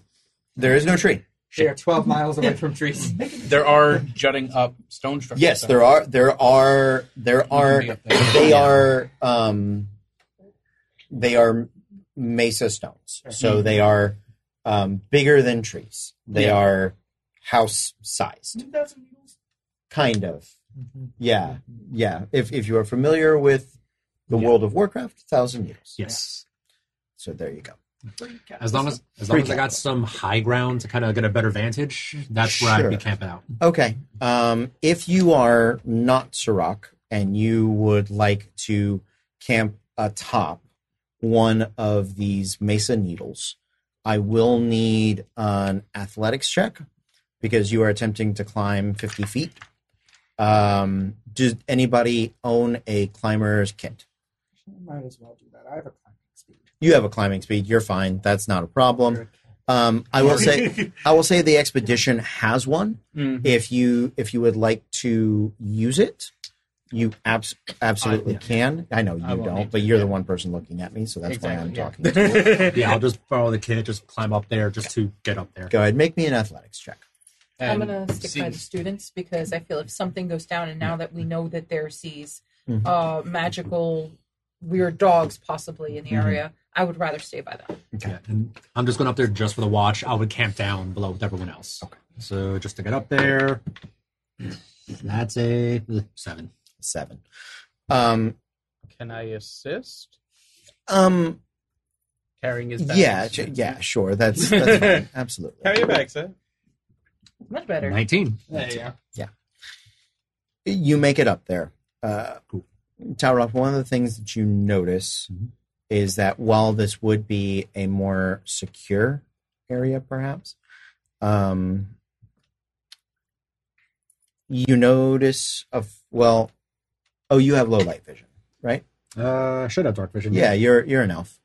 There is no tree. They are twelve miles away from trees. There are jutting up stone structures. Yes, there are. There are. There are. be up there. They Yeah. are. Um, they are mesa stones, so they are um, bigger than trees. They Yeah. are house sized, Two thousand needles. kind of. Mm-hmm. Yeah, yeah. If if you are familiar with the Yeah. World of Warcraft, Thousand Years. Yes. So there you go. Free cat. As long as as long as I Pre-capital. got some high ground to kind of get a better vantage, that's where I'd be Sure. camping out. Okay. Um, if you are not Sirach and you would like to camp atop one of these Mesa Needles, I will need an athletics check because you are attempting to climb 50 feet. Um, does anybody own a climber's kit? Might as well do that. I have a climbing speed. You have a climbing speed. You're fine. That's not a problem. Um, I will say, I will say the expedition has one. Mm. if you if you would like to use it you abs- absolutely I- can i know you I won't don't need but to, you're yeah. the one person looking at me so that's why i'm Exactly, yeah. talking to you Yeah, I'll just follow the kid, just climb up there, just to get up there. go ahead make me an athletics check I'm And gonna stick by the seas. students because I feel if something goes down, and now that we know that there are seas, Mhm. uh, magical, weird dogs possibly in the area, I would rather stay by them. Yeah, and I'm just going up there just for the watch. I would camp down below with everyone else. Okay. So just to get up there, that's a seven. seven um Can I assist? um Carrying his bags. yeah j- yeah sure that's that's fine absolutely Carry your bags, eh? Much better. Nineteen. There you go. you make it up there. Uh, Cool. Taurop, one of the things that you notice Mhm. is that while this would be a more secure area, perhaps, um, you notice of well, oh, you have low light vision, right? Uh, I should have dark vision. Yeah, you're you're an elf.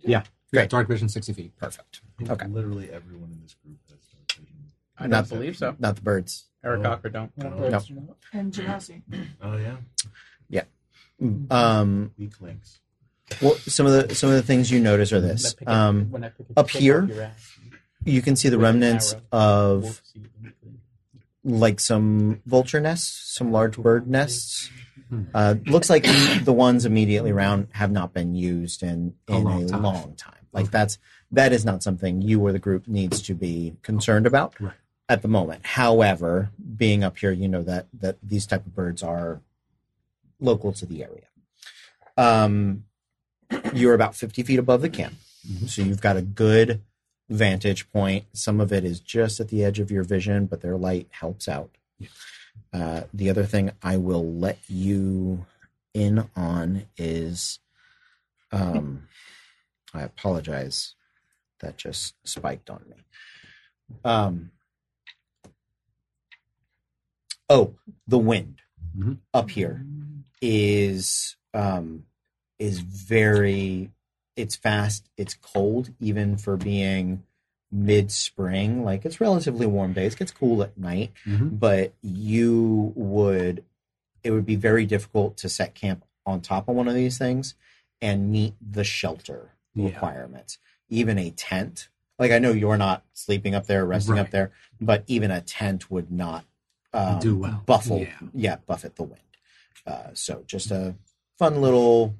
Yeah, dark vision sixty feet. Perfect. I think Okay. Literally everyone in this group has dark vision. I Not don't believe so. Not the birds. Eric No. Cocker don't. and Genasi. Oh yeah, Um, weak links. well, some of the some of the things you notice are this. Um, up here, you can see the With an remnants arrow. of like some vulture nests, some large bird nests. Hmm. Uh, looks like the ones immediately around have not been used in, in a, A long, long time. time. Like Okay. that's that is not something you or the group needs to be concerned about Right. at the moment. However, being up here, you know that that these type of birds are local to the area. Um, you're about fifty feet above the camp. Mm-hmm. So you've got a good vantage point. Some of it is just at the edge of your vision, but their light helps out. Uh, the other thing I will let you in on is um, I apologize. That just spiked on me. Um, oh, the wind Mhm. up here is um, is very it's fast it's cold even for being mid spring like it's relatively warm days gets cool at night Mhm. but you would it would be very difficult to set camp on top of one of these things and meet the shelter Yeah. requirements even a tent like i know you're not sleeping up there resting up Right. there but even a tent would not um, Do well. buffle Yeah. yeah, buffet the wind. Uh, so just a fun little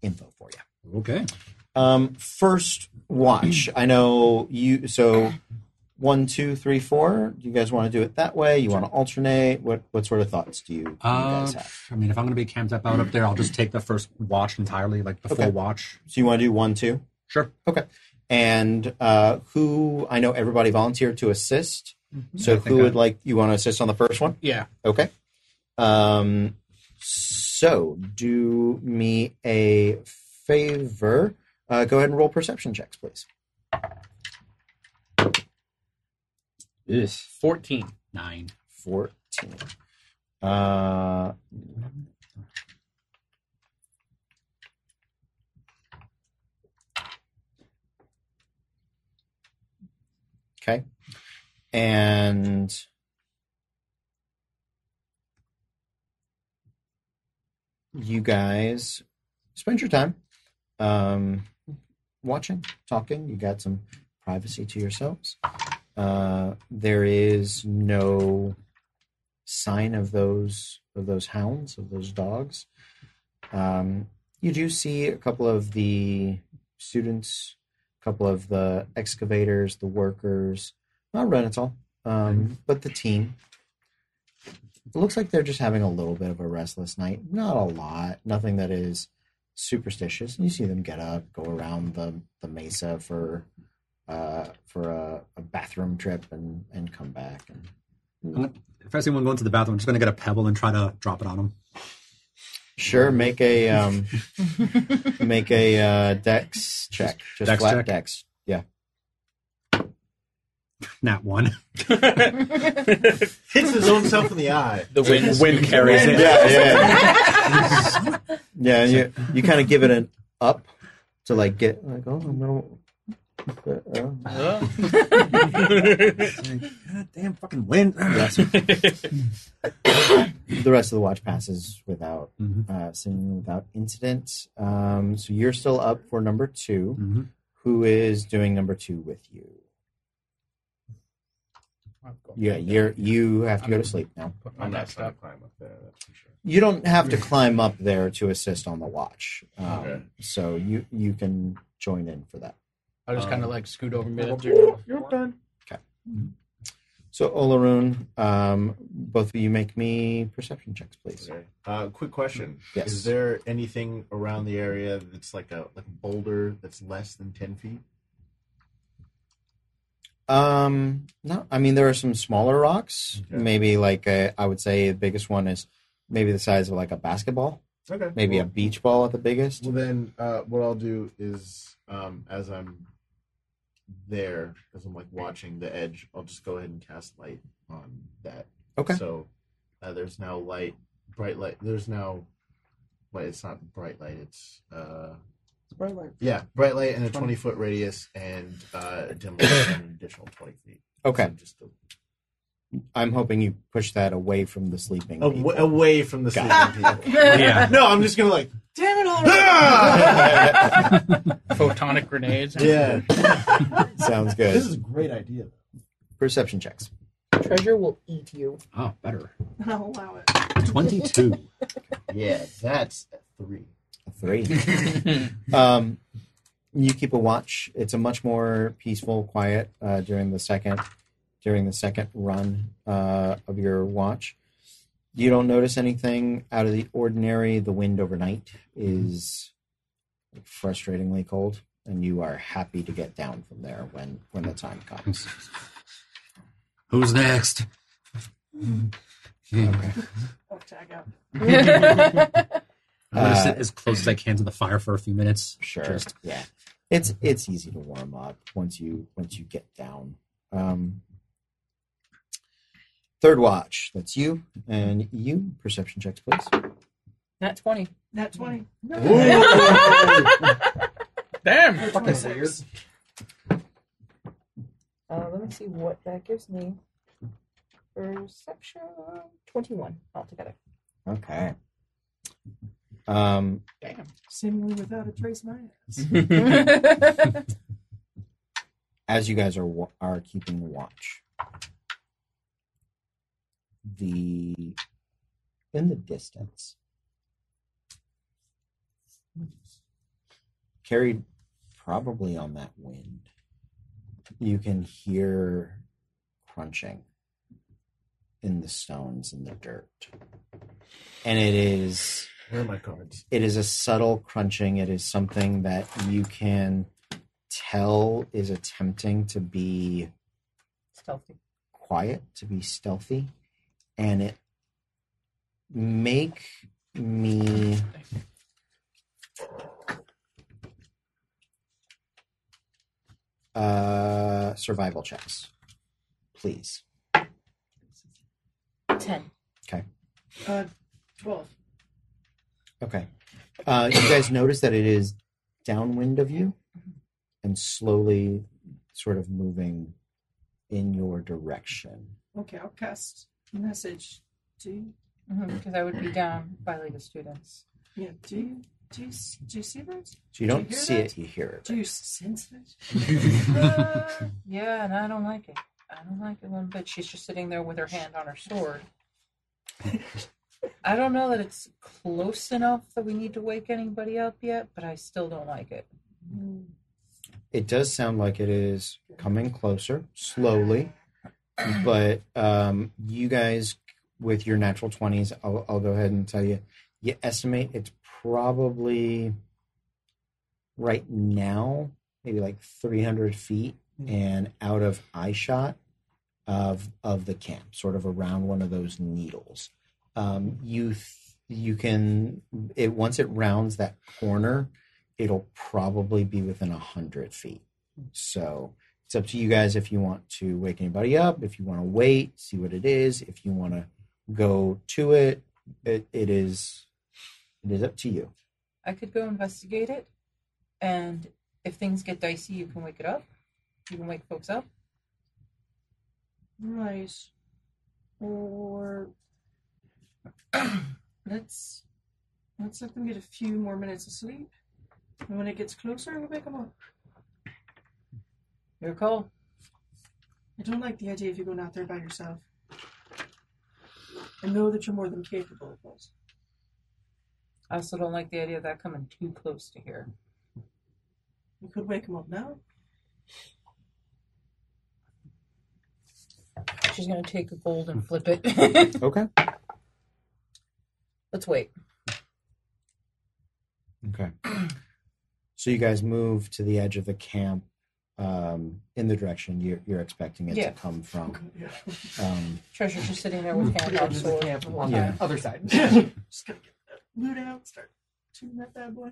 info for you. Okay. Um, first watch. I know you. So one, two, three, four. Do you guys want to do it that way? You want to alternate? What what sort of thoughts do you, you Uh, guys have? I mean, if I'm going to be camped up out up there, I'll just take the first watch entirely, like the Okay. full watch. So you want to do one, two, Sure. and uh, who? I know everybody volunteered to assist. So Mm-hmm. I think who would I- like you want to assist on the first one? Yeah. Okay. Um, so do me a favor. Uh, go ahead and roll perception checks, please. 14. Nine. 14. Uh, okay. And you guys spend your time um, watching, talking. You got some privacy to yourselves. Uh, there is no sign of those of those hounds of those dogs. Um, you do see a couple of the students, a couple of the excavators, the workers, not Renatal, um, but the team. It looks like they're just having a little bit of a restless night. Not a lot, nothing that is superstitious. You see them get up, go around the, the mesa for uh, for a, a bathroom trip and, and come back. And If I see one going to the bathroom, I'm just going to get a pebble and try to drop it on him. sure, make a um, make a uh, dex check. Just Dex flat check? dex. Yeah. Nat one. Hits his own self in the eye. The wind, wind carries it. yeah, yeah. yeah, and you you kind of give it an up to like get like oh I'm gonna. uh, uh, God damn fucking wind. Yes. the rest of the watch passes without Mhm. uh, seemingly without incident. Um, so you're still up for number 2 Mhm. Who is doing number two with you? Yeah, you're you have to go to sleep now. Put my I'm not desk trying to up. climb up there. That's for sure. You don't have to climb up there to assist on the watch, um, Okay. so you you can join in for that. I'll just Um, kind of like scoot over mid. You're done. So Olaroon, um, both of you make me perception checks, please. Okay. Uh, quick question. Yes. Is there anything around the area that's like a like a boulder that's less than ten feet? Um, no, I mean there are some smaller rocks. Okay. Maybe like uh, I would say the biggest one is maybe the size of like a basketball, Okay. maybe a well, beach ball at the biggest. Well then, uh, what I'll do is, um, as I'm there, as I'm like watching the edge, I'll just go ahead and cast light on that. Okay. So uh, there's now light, bright light. There's now, wait, it's not bright light. It's uh, Bright light. yeah, bright light and a 20 foot radius and uh, dim light and an additional 20 feet. Okay, So just a- I'm hoping you push that away from the sleeping. awa- people. away from the sleeping Got Oh, people. Yeah. No, I'm just gonna like Damn it, all Photonic grenades. yeah. Sounds good. This is a great idea. Perception checks. Treasure will eat you. Oh, better. I'll allow it. 22. Yeah, that's a three. A Three. um, you keep a watch. It's a much more peaceful, quiet uh, during the second during the second run uh, of your watch. You don't notice anything out of the ordinary. The wind overnight is frustratingly cold. and you are happy to get down from there when when the time comes. Who's next? Okay. Oh, tag out. I'm gonna Uh, sit as close as I can to the fire for a few minutes. Sure. Just- yeah. It's it's easy to warm up once you once you get down. Um, third watch. That's you and you. Perception checks, please. Not 20. Nat 20. Damn. Fucking weird. Uh, let me see what that gives me. Perception 21 altogether. Okay. Um, Seemingly without a trace of my ass. as you guys are wa- are keeping watch, the in the distance, carried probably on that wind, you can hear crunching in the stones and the dirt, and it is Where are my cards? it is a subtle crunching. It is something that you can tell is attempting to be Stealthy. quiet, to be stealthy, and it make me uh survival checks, please. 10. Uh, 12. Okay. Uh, you guys notice that it is downwind of you and slowly sort of moving in your direction. Okay, I'll cast message. Do you, Because Mm-hmm, I would be down by League of Students. yeah, do you, do you, s- do you see that? So you Do you don't hear see that? it, you hear Do it. you sense that? Uh, yeah, and I don't like it. I don't like it one bit. She's just sitting there with her hand on her sword. I don't know that it's close enough that we need to wake anybody up yet, but I still don't like it. It does sound like it is coming closer, slowly, but um, you guys, with your natural 20s, I'll, I'll go ahead and tell you, you estimate it's probably right now, maybe like 300 feet and out of eye shot of of the camp, sort of around one of those needles. Um, you th- you can it once it rounds that corner, it'll probably be within a hundred feet. So it's up to you guys if you want to wake anybody up, if you want to wait, see what it is, if you want to go to it. It it is it is up to you. I could go investigate it, and if things get dicey, you can wake it up. You can wake folks up. Right. Or let's let's let them get a few more minutes of sleep. And when it gets closer, we'll wake them up. Your call. I don't like the idea of you going out there by yourself. I know that you're more than capable of it. I also don't like the idea of that coming too close to here. You could wake them up now. She's gonna take a gold and flip it. Okay. Let's wait. Okay. So you guys move to the edge of the camp um, in the direction you're, you're expecting it to Yeah. come from. Um, Treasure's just sitting there with hand Yeah, on just the sword. camp on Yeah. the other side. Just gotta get that loot out, start shooting that bad boy.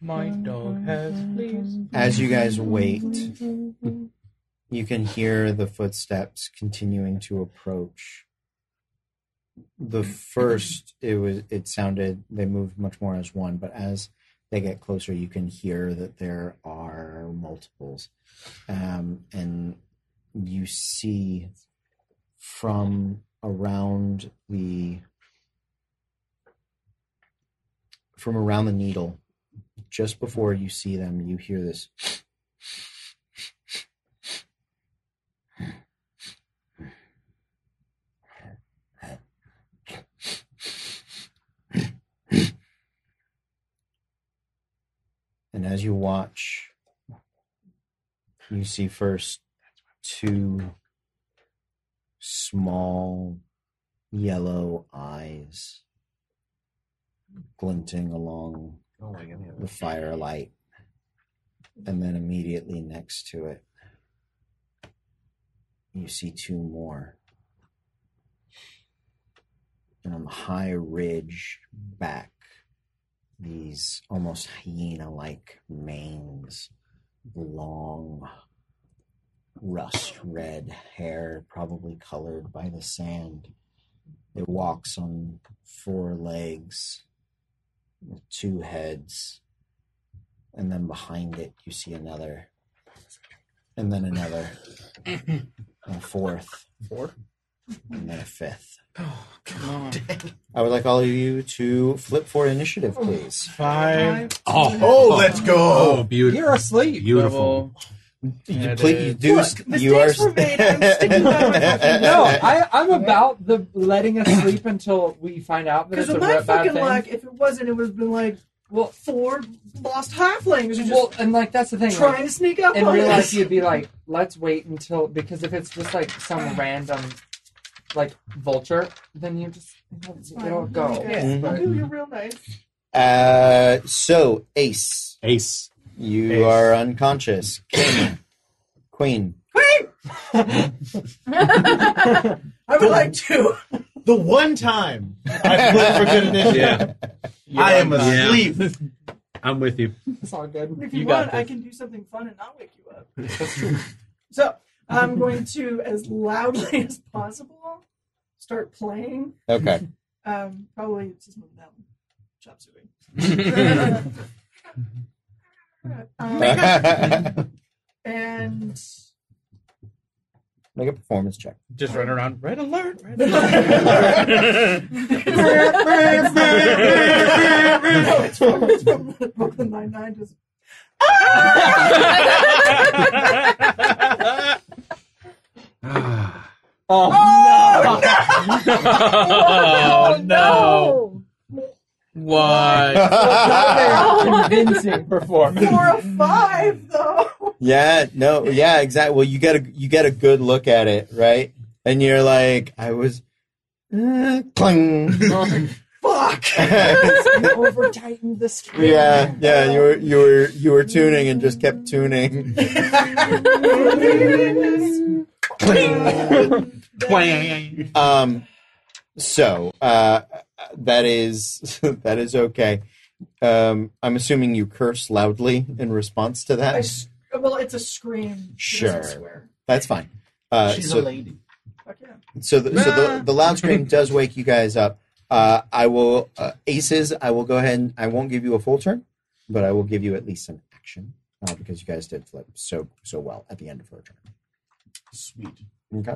My dog has fleas. as you guys wait, you can hear the footsteps continuing to approach. The first, it was it sounded they moved much more as one, but as they get closer, you can hear that there are multiples, um, and you see from around the from around the needle just before you see them, you hear this. And as you watch, you see first two small yellow eyes glinting along I don't like any of the this. firelight and then immediately next to it, you see two more. And on the Um, high ridge back, these almost hyena like manes, long, rust red hair, probably colored by the sand. It walks on four legs, with two heads, and then behind it you see another, and then another, and a fourth, Four? and then a fifth. Oh, come on. I would like all of you to flip for initiative, please. Five. Oh, Oh, let's go. Oh, beautiful. You're asleep. Beautiful. Yeah, Please, you dude. do. Look, you are. Uh, mistakes were made. I'm sticking by my fucking- No, I, I'm about the letting us sleep until we find out that Because it's a of my re- bad fucking thing. luck, if it wasn't, it would have been like well, four lost halflings who just well, and like that's the thing. like, trying to sneak up in on real life us. you'd be like let's wait until because if it's just like some random like vulture then you just it'll, it'll go Yeah. Mhm. Ooh, you're real nice. Uh, so, Ace, Ace. you Ace. are unconscious. King, Queen. Queen! Oh, I would like to. The one time I flipped for good initiative, Yeah. I am Yeah. asleep. I'm with you. it's all good If you, You got want, I this. can do something fun and not wake you up. So I'm going to, as loudly as possible, start playing. Okay. Um, probably it's just moving out. Chop suey. um, Make and a performance check. Just run around. Red alert. Red alert. no, it's from, it's from Brooklyn Nine Nine. Just Ah. oh, oh, no. What? no. convincing performance four or five though. yeah. No. Yeah. Exactly. Well, you get a you get a good look at it, right? And you're like, I was. Uh, cling. Fuck. over tightened the screen Yeah, yeah, you were you were you were tuning and just kept tuning. Quang. Um, so uh, that is that is okay. Um, I'm assuming you curse loudly in response to I that. s- well, it's a scream. She Sure. doesn't swear. That's fine. Uh, so, lady. Fuck yeah. so the, so the, the loud scream does wake you guys up. Uh, I will uh, aces. I will go ahead and I won't give you a full turn, but I will give you at least some action uh, because you guys did flip so so well at the end of her turn. Sweet. Okay,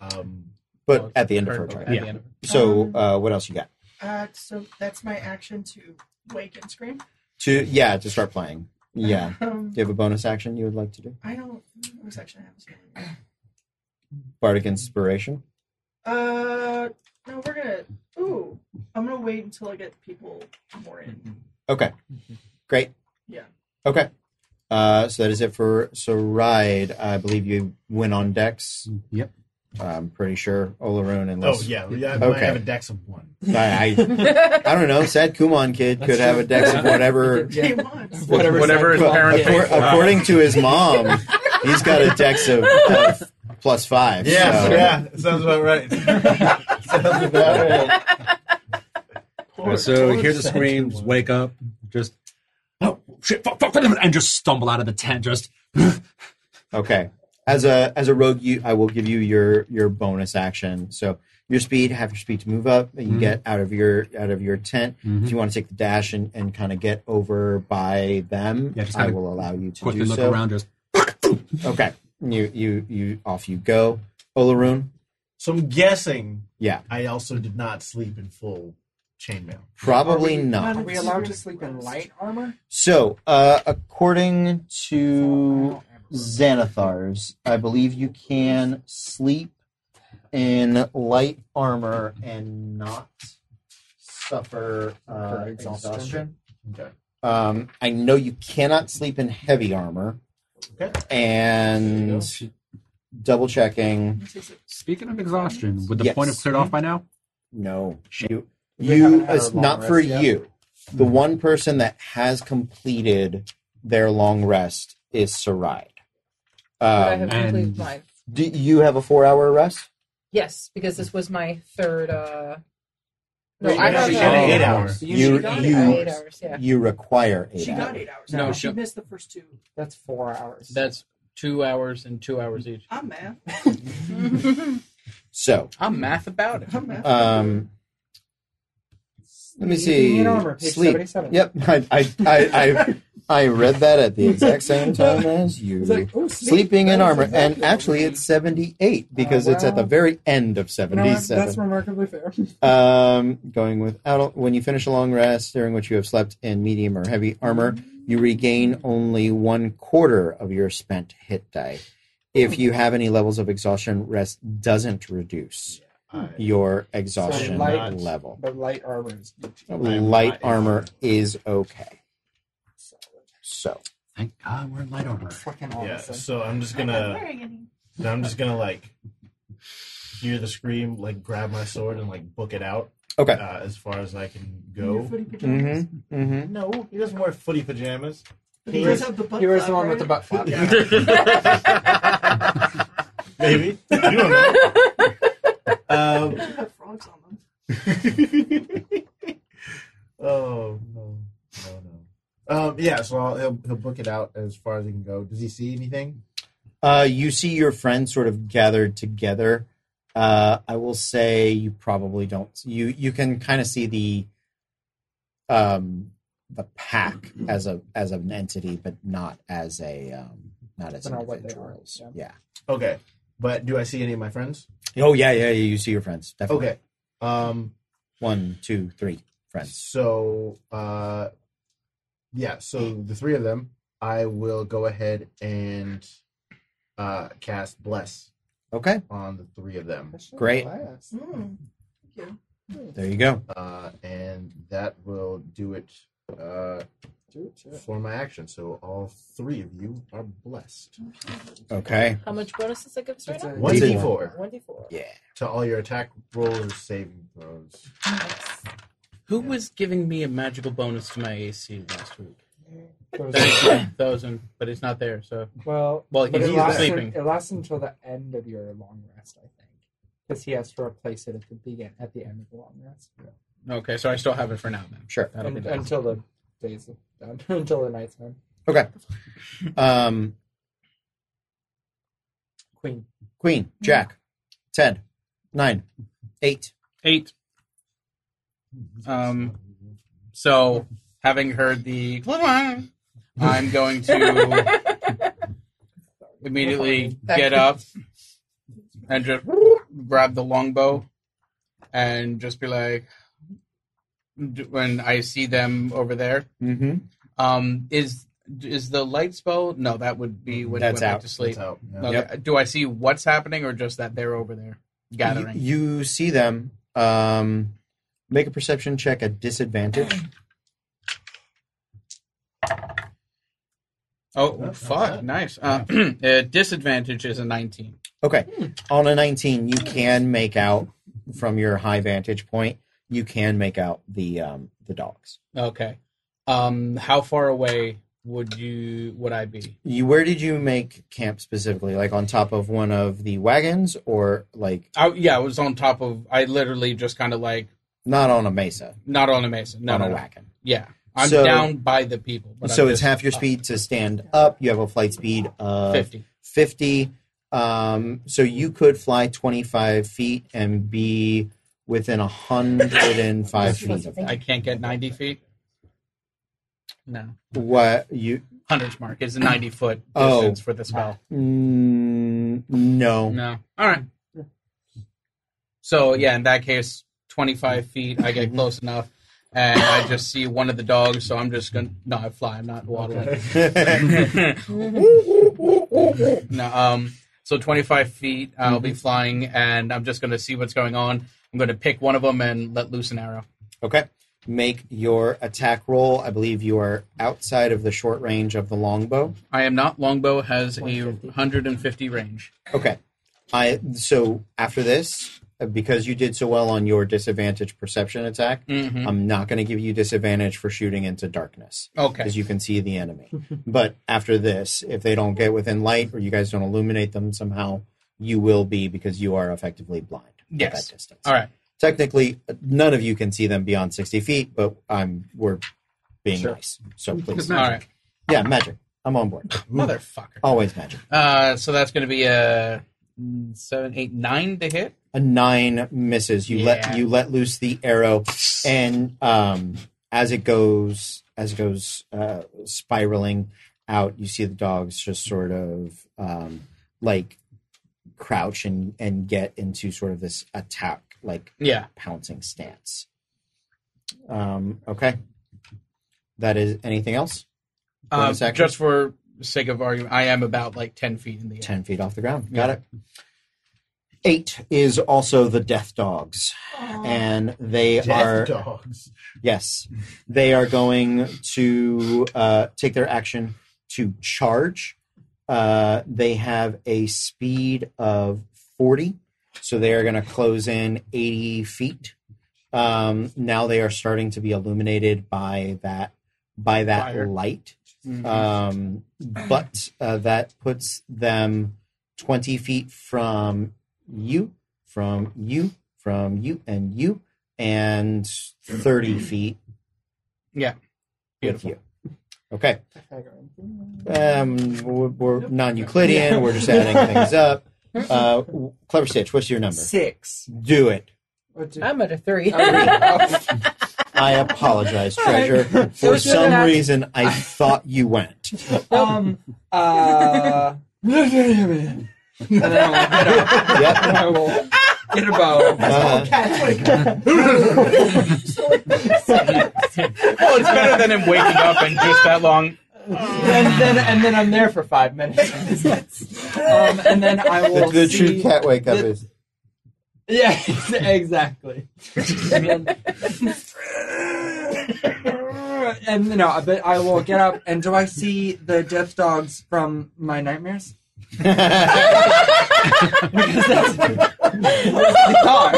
Um, but at the end of her turn. Yeah. So uh, what else you got? Uh, so that's my action to wake and scream. To yeah, to start playing. Yeah. Um, Do you have a bonus action you would like to do? I don't. Which action I have? Is really- Bardic Inspiration. Uh, no, we're gonna. Ooh, I'm gonna wait until I get people more in. Okay, great. Yeah. Okay. Uh, so that is it for so ride. I believe you went on decks. Yep. I'm pretty sure Olaroon oh, unless yeah. We I Okay. might have a dex of one. I, I, I don't know. Sad Kumon kid could have a dex of whatever. Yeah. He wants. Whatever, whatever his Well, parents accor- paid for. according to his mom, he's got a dex of, of plus five. Yeah, so- yeah. Sounds about right. sounds about right. Alright, so hear the screams, wake up, just oh shit, fuck, fuck, fuck, and just stumble out of the tent. Just Okay. As a as a rogue, you I will give you your your bonus action. So your speed, half your speed to move up. and You Mhm. get out of your out of your tent. Mhm. If you want to take the dash and, and kind of get over by them, Yeah, just I kinda will allow you to quickly do look so. around, just Okay. You you you off you go, Olaroon. So I'm guessing Yeah, I also did not sleep in full chainmail. probably Are we- not. are we allowed to sleep in light armor So, uh, according to Xanathar's, I believe you can sleep in light armor and not suffer uh, For exhaustion. exhaustion. Okay. Um, I know you cannot sleep in heavy armor. Okay. And double checking, speaking of exhaustion, would the Yes. point have cleared off by now? no. You, They haven't you had a it's long Hmm. not for rest yet. you. The one person that has completed their long rest is Saride. I have Um, completed and- mine. do you have a four hour rest? Yes, because this was my third. uh No, Wait, I no, have she uh, had eight hours. You You- you, got I had hours. eight hours. Yeah. you require eight She hours. got eight hours. No, No, she- she missed the first two. That's four hours. That's two hours and two hours each. I'm mad. So I'm math about it. I'm mad. um, let me see. In armor, page Sleep. 77. Yep, I I, I I I read that at the exact same time as you. It's like, oh, sleep. Sleeping in That is armor, exactly and what actually we Oh, it's seventy eight because it's at the wow. very end of need. No, seventy that's, seven. that's remarkably fair. Um, going without when you finish a long rest during which you have slept in medium or heavy armor, you regain only one quarter of your spent hit die. If you have any levels of exhaustion, rest doesn't reduce I, your exhaustion light- level. But light armor is usually I'm Light not in armor armor. is okay. solid. So Thank God we're in light armor. Fucking yeah. awesome. So I'm just gonna. I'm just gonna like hear the scream, like grab my sword and like book it out. Okay. Uh, as far as I can Your go. footy pajamas. mm-hmm, mm-hmm. No, he doesn't wear footy pajamas. He does have the butt He was flap, the one with the right? butt flap. Maybe. You don't know. Um, They have frogs on them. oh no, no, no. Um, yeah, so I'll, he'll he'll book it out as far as he can go. Does he see anything? Uh, you see your friends sort of gathered together. Uh, I will say you probably don't. You you can kind of see the um the pack as a as an entity, but not as a um not as But not what they are, individuals. yeah. Okay, but do I see any of my friends? Oh yeah, yeah. yeah, You see your friends. Definitely. Okay. Um, One, two, three friends. so uh, yeah, so the three of them, I will go ahead and uh cast bless Okay. on the three of them. Great. Glass. Mm. There you go. Uh, and that will do it uh Do it, do it. for my action. So all three of you are blessed. Okay. How much bonus does that give us right It's now? a- One Did D you- four One d four. Yeah. to all your attack rolls, saving throws. Who was giving me a magical bonus to my AC last week? Goes- That's my thousand, but it's not there. So Well, Well, but he's it lasts, sleeping. it lasts until the end of your long rest, I think, because he has to replace it at the begin at the end of the long rest. okay, so I still have it for now. Then Sure. that'll be Un- done. until the days are done, until the night's done. Okay. Um, Queen, Queen, Jack, Ted, nine, eight. Eight. Um. So having heard the, I'm going to immediately get up and just grab the longbow and just be like, when I see them over there, Mm-hmm. um, is is the light spell? No, that would be when That's I went out. back to sleep. That's out. Yeah. uh, Okay. Do I see what's happening or just that they're over there gathering? You, you see them. Um, make a perception check at disadvantage. oh, Not fuck. bad. Nice. Uh, uh, disadvantage is a 19. Okay. On a 19, you can make out from your high vantage point. You can make out the um, the dogs. Okay. Um, how far away would you would I be? You, where did you make camp specifically? Like on top of one of the wagons, or like I, yeah, I was on top of. I literally just kind of like not on a mesa, not on a mason. No, on no, a no. wagon? Yeah, I'm So- down by the people. but So I'm it's just half your up speed to stand up. You have a flight speed of Fifty. 50. Um, so you could fly 25 feet and be within 105 feet of I that. can't get ninety feet. No, What you? hunter's mark is a ninety foot Oh. distance for the spell. Mm, no. No. All right. So yeah, in that case, twenty-five feet. I get close enough, and I just see one of the dogs. So I'm just gonna no, I fly. I'm not waddling. no. Um. So twenty-five feet. I'll be flying, and I'm just gonna see what's going on. I'm gonna pick one of them and let loose an arrow. okay. Make your attack roll. I believe you are outside of the short range of the longbow. I am not. Longbow has a 150. hundred and fifty range. Okay. I so after this, uh, because you did so well on your disadvantage perception attack. Mhm. I'm not going to give you disadvantage for shooting into darkness Okay. Mm-hmm. because you can see the enemy. but after this, if they don't get within light or you guys don't illuminate them somehow, you will be because you are effectively blind at Yes. that distance. All right. Technically, none of you can see them beyond 60 feet, but I'm we're being Sure. nice. So please. All right. Yeah, magic. I'm on board. Motherfucker. Always magic. Uh, so that's going to be a mm, seven, eight, nine to hit. a nine misses. You let Yeah. you let loose the arrow, and um, as it goes as it goes uh, spiraling out, you see the dogs just sort of um, like crouch and and get into sort of this attack like Yeah. pouncing stance. Um, okay, that is anything else? Um, Bonus action? just for sake of argument, I am about like ten feet in the air. 10 feet off the ground. Got it. Eight is also the death dogs. And they are, Death dogs. yes, they are going to uh, take their action to charge. Uh, they have a speed of 40, so they are going to close in 80 feet. Um, now they are starting to be illuminated by that by that Fire. light. Mhm. Um, but uh, that puts them 20 feet from you, from you, from you, and you, and 30 feet. Yeah. Beautiful. Okay. Um, we're, we're non Euclidean. We're just adding things up. Uh, Clever Stitch, what's your number? Six. Do it. Or do- I'm at a three. Oh, really? Oh. I apologize, Treasure. For was some gonna- reason, I thought you went. um, uh, and then I'll get up. And Yep. I will get a bow. Uh, Oh, it's better than him waking up and just that long. and then and then I'm there for five minutes. um, and then I the will the see. true cat wake up is. Yeah, exactly. and, and you know, but I will get up. And do I see the death dogs from my nightmares? Because that's, that's the dog.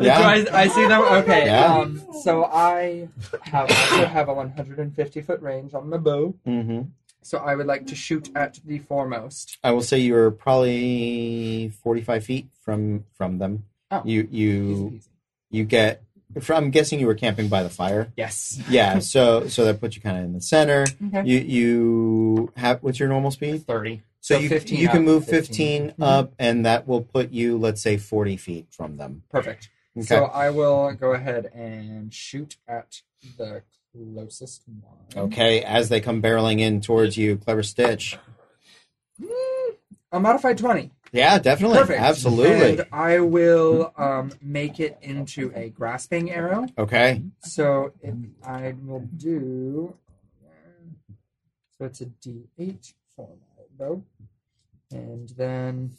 yeah. Do I, I see them? Okay. Yeah. Um, so I have also have a 150 foot range on my bow. hmm So I would like to shoot at the foremost. I will say you were probably 45 feet from from them. Oh. You Easy, you easy. you get. From guessing you were camping by the fire. Yes. Yeah. So so that puts you kind of in the center. Okay. You you have what's your normal speed? 30. So, So you 15 you up, Mm-hmm. can move 15, 15. up, and that will put you, let's say, 40 feet from them. Perfect. Okay. So I will go ahead and shoot at the closest one. okay. As they come barreling in towards you, clever stitch. Mm, A modified 20. Yeah, definitely. Perfect. Absolutely. And I will um, make it into a grasping arrow. okay. So if I will do. So it's a d8 for my bow. And then.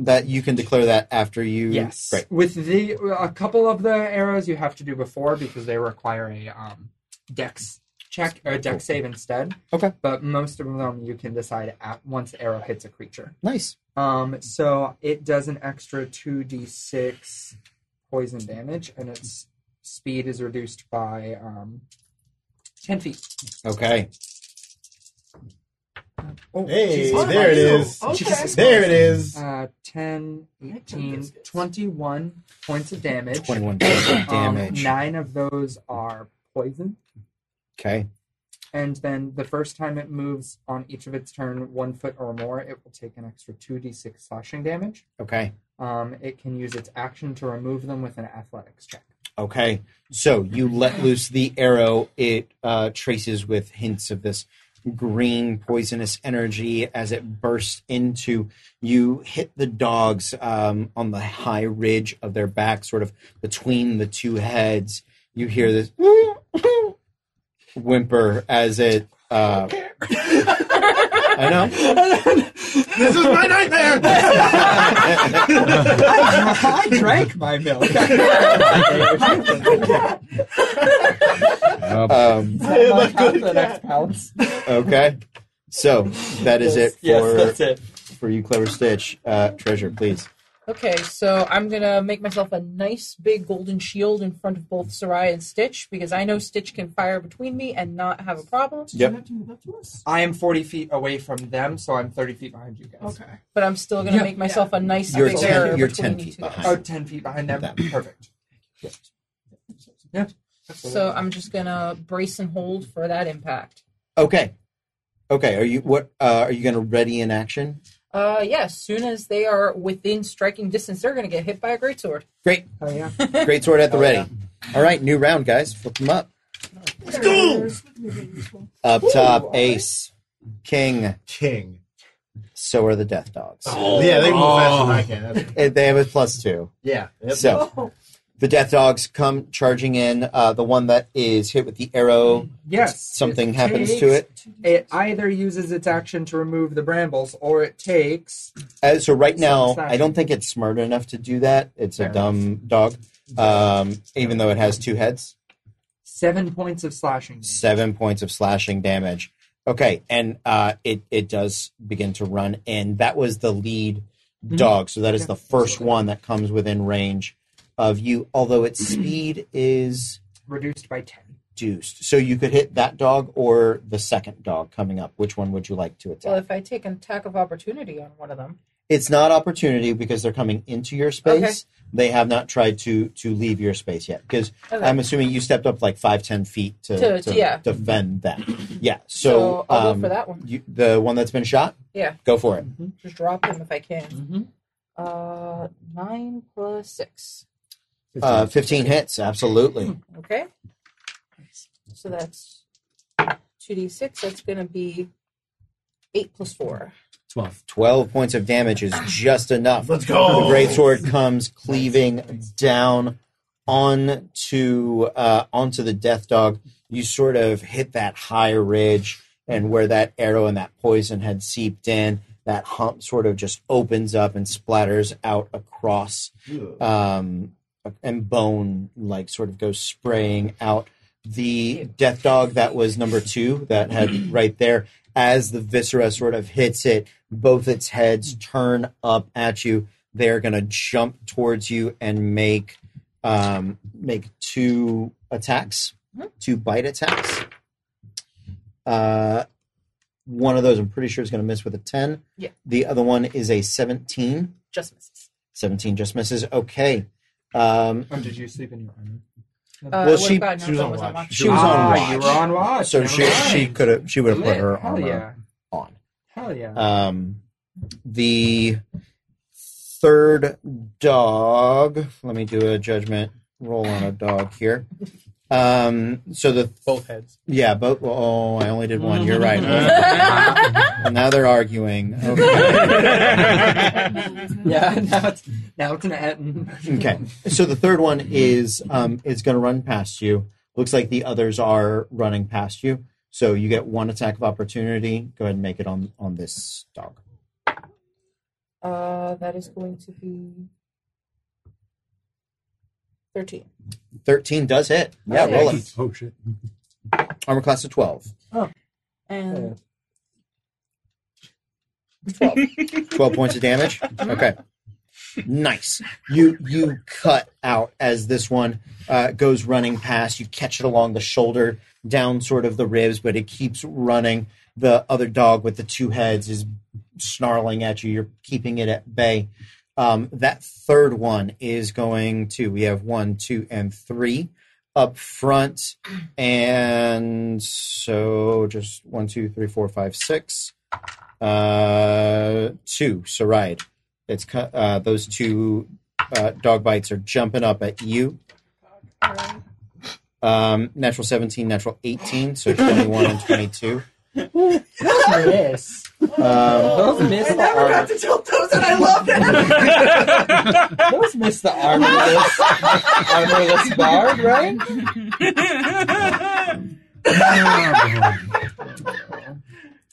That you can declare that after you. Yes. Great. With the a couple of the arrows you have to do before because they require a um, dex check or a dex save instead. Okay. But most of them you can decide at once the arrow hits a creature. Nice. Um, so it does an extra two d six poison damage, and its speed is reduced by um, ten feet. Okay. Oh, Hey, Jesus there it Christ. is. Okay. There it is. Uh, 10, 18, 21 points of damage. 21 points of Um, damage. nine of those are poison, okay. and then the first time it moves on each of its turn one foot or more, it will take an extra two d6 slashing damage. Okay. Um, it can use its action to remove them with an athletics check. Okay. So you let loose the arrow. It uh, traces with hints of this green poisonous energy as it bursts into you hit the dogs um, on the high ridge of their back sort of between the two heads you hear this whimper as it uh, i know This is my nightmare. I drank my milk. um, okay so that is it for yes, that's it. for you clever stitch uh, treasure please Okay, so I'm gonna make myself a nice big golden shield in front of both Sarai and Stitch because I know Stitch can fire between me and not have a problem. Did Yep. you have to move up to us? I am 40 feet away from them, so I'm 30 feet behind you guys. Okay. But I'm still gonna Yeah. make myself a nice You're big ten- barrier you're between 10 you feet two guys. behind. Oh, 10 feet behind them. Them. Perfect. Yeah. So um, I'm just gonna brace and hold for that impact. Okay. Okay. Are you what? Uh, are you going to ready in action? Uh, yeah, as soon as they are within striking distance, they're gonna get hit by a greatsword. Great. Oh, yeah. Great sword at the Oh, ready. All right. New round, guys. Flip them up. Let's go! Up Ooh, top, all right. ace, king. King. So are the death dogs. yeah, they move Oh. faster than I can. That's- Eh, They have a plus two. yeah. that's- So Oh, the death dogs come charging in. Uh, the one that is hit with the arrow, Yes. something it happens to takes- it. It either uses its action to remove the brambles, or it takes. Uh, so right So now, it's not- I don't think it's smart enough to do that. It's a Fair dumb dog, um, even though it has two heads. Seven points of slashing. Seven points of slashing damage. Okay, and uh, it it does begin to run in. That was the lead Mm-hmm. Mhm. dog, so that is Yeah. the first one that comes within range of you. Although its speed is reduced by 10. reduced, so you could hit that dog or the second dog coming up. Which one would you like to attack? Well, if I take an attack of opportunity on one of them, it's not opportunity because they're coming into your space. They have not tried to to leave your space yet because Okay. I'm assuming you stepped up like five ten feet to, To- to yeah. defend them. Yeah, so, so, I'll um, go for that one. You, the one that's been shot. Yeah. go for it. Just drop him if I can. Mm-hmm. Uh, nine plus six. Uh, Fifteen hits, absolutely. Okay. So that's two d six. That's gonna be eight plus four. 12. Twelve points of damage is just enough. Let's go. The greatsword comes cleaving down onto uh, onto the death dog. You sort of hit that high ridge, and where that arrow and that poison had seeped in, that hump sort of just opens up and splatters out across, Ugh. um, and bone like sort of goes spraying out. The death dog that was number two that had right there, as the viscera sort of hits it, both its heads turn up at you they're going to jump towards you and make um, make two attacks, two bite attacks. Uh, one of those I'm pretty sure is going to miss with a 10. Yeah. The other one is a 17. Just misses. 17 just misses. Okay. Um, Oh, did you sleep in your armor? Uh, Well, what she- about- no, she was that on wasn't watch. She was on ah, watch. You were on watch. so never she mind. she could have she would have put Lit. her Hell armor yeah. on. Hell yeah. Um, the third dog. Let me do a judgment roll on a dog here. Um, so the Both heads. yeah, but oh, I only did one. You're right. Well, now they're arguing. Okay. yeah, now it's, now it's an Etten. okay. So the third one is um, is going to run past you. Looks like the others are running past you. So you get one attack of opportunity. Go ahead and make it on on this dog. Uh, that is going to be thirteen. Thirteen does hit. Yeah, roll it. Oh, shit. Armor class of twelve. And Oh. 12 points of damage. Okay. Nice. You you cut out as this one uh, goes running past. You catch it along the shoulder, down sort of the ribs, but it keeps running. The other dog with the two heads is snarling at you. You're keeping it at bay. Um, that third one is going to. We have one, two, and three up front, and so just one, two, three, four, five, six. Uh, two, Saride. It's cu- uh, those two uh, dog bites are jumping up at you. Um, natural 17, natural 18, so 21 and 22. yes. Um, Those I missed the never got armor. to tilt those, and I love Oh, it. Those missed the armorless, armorless bard, right?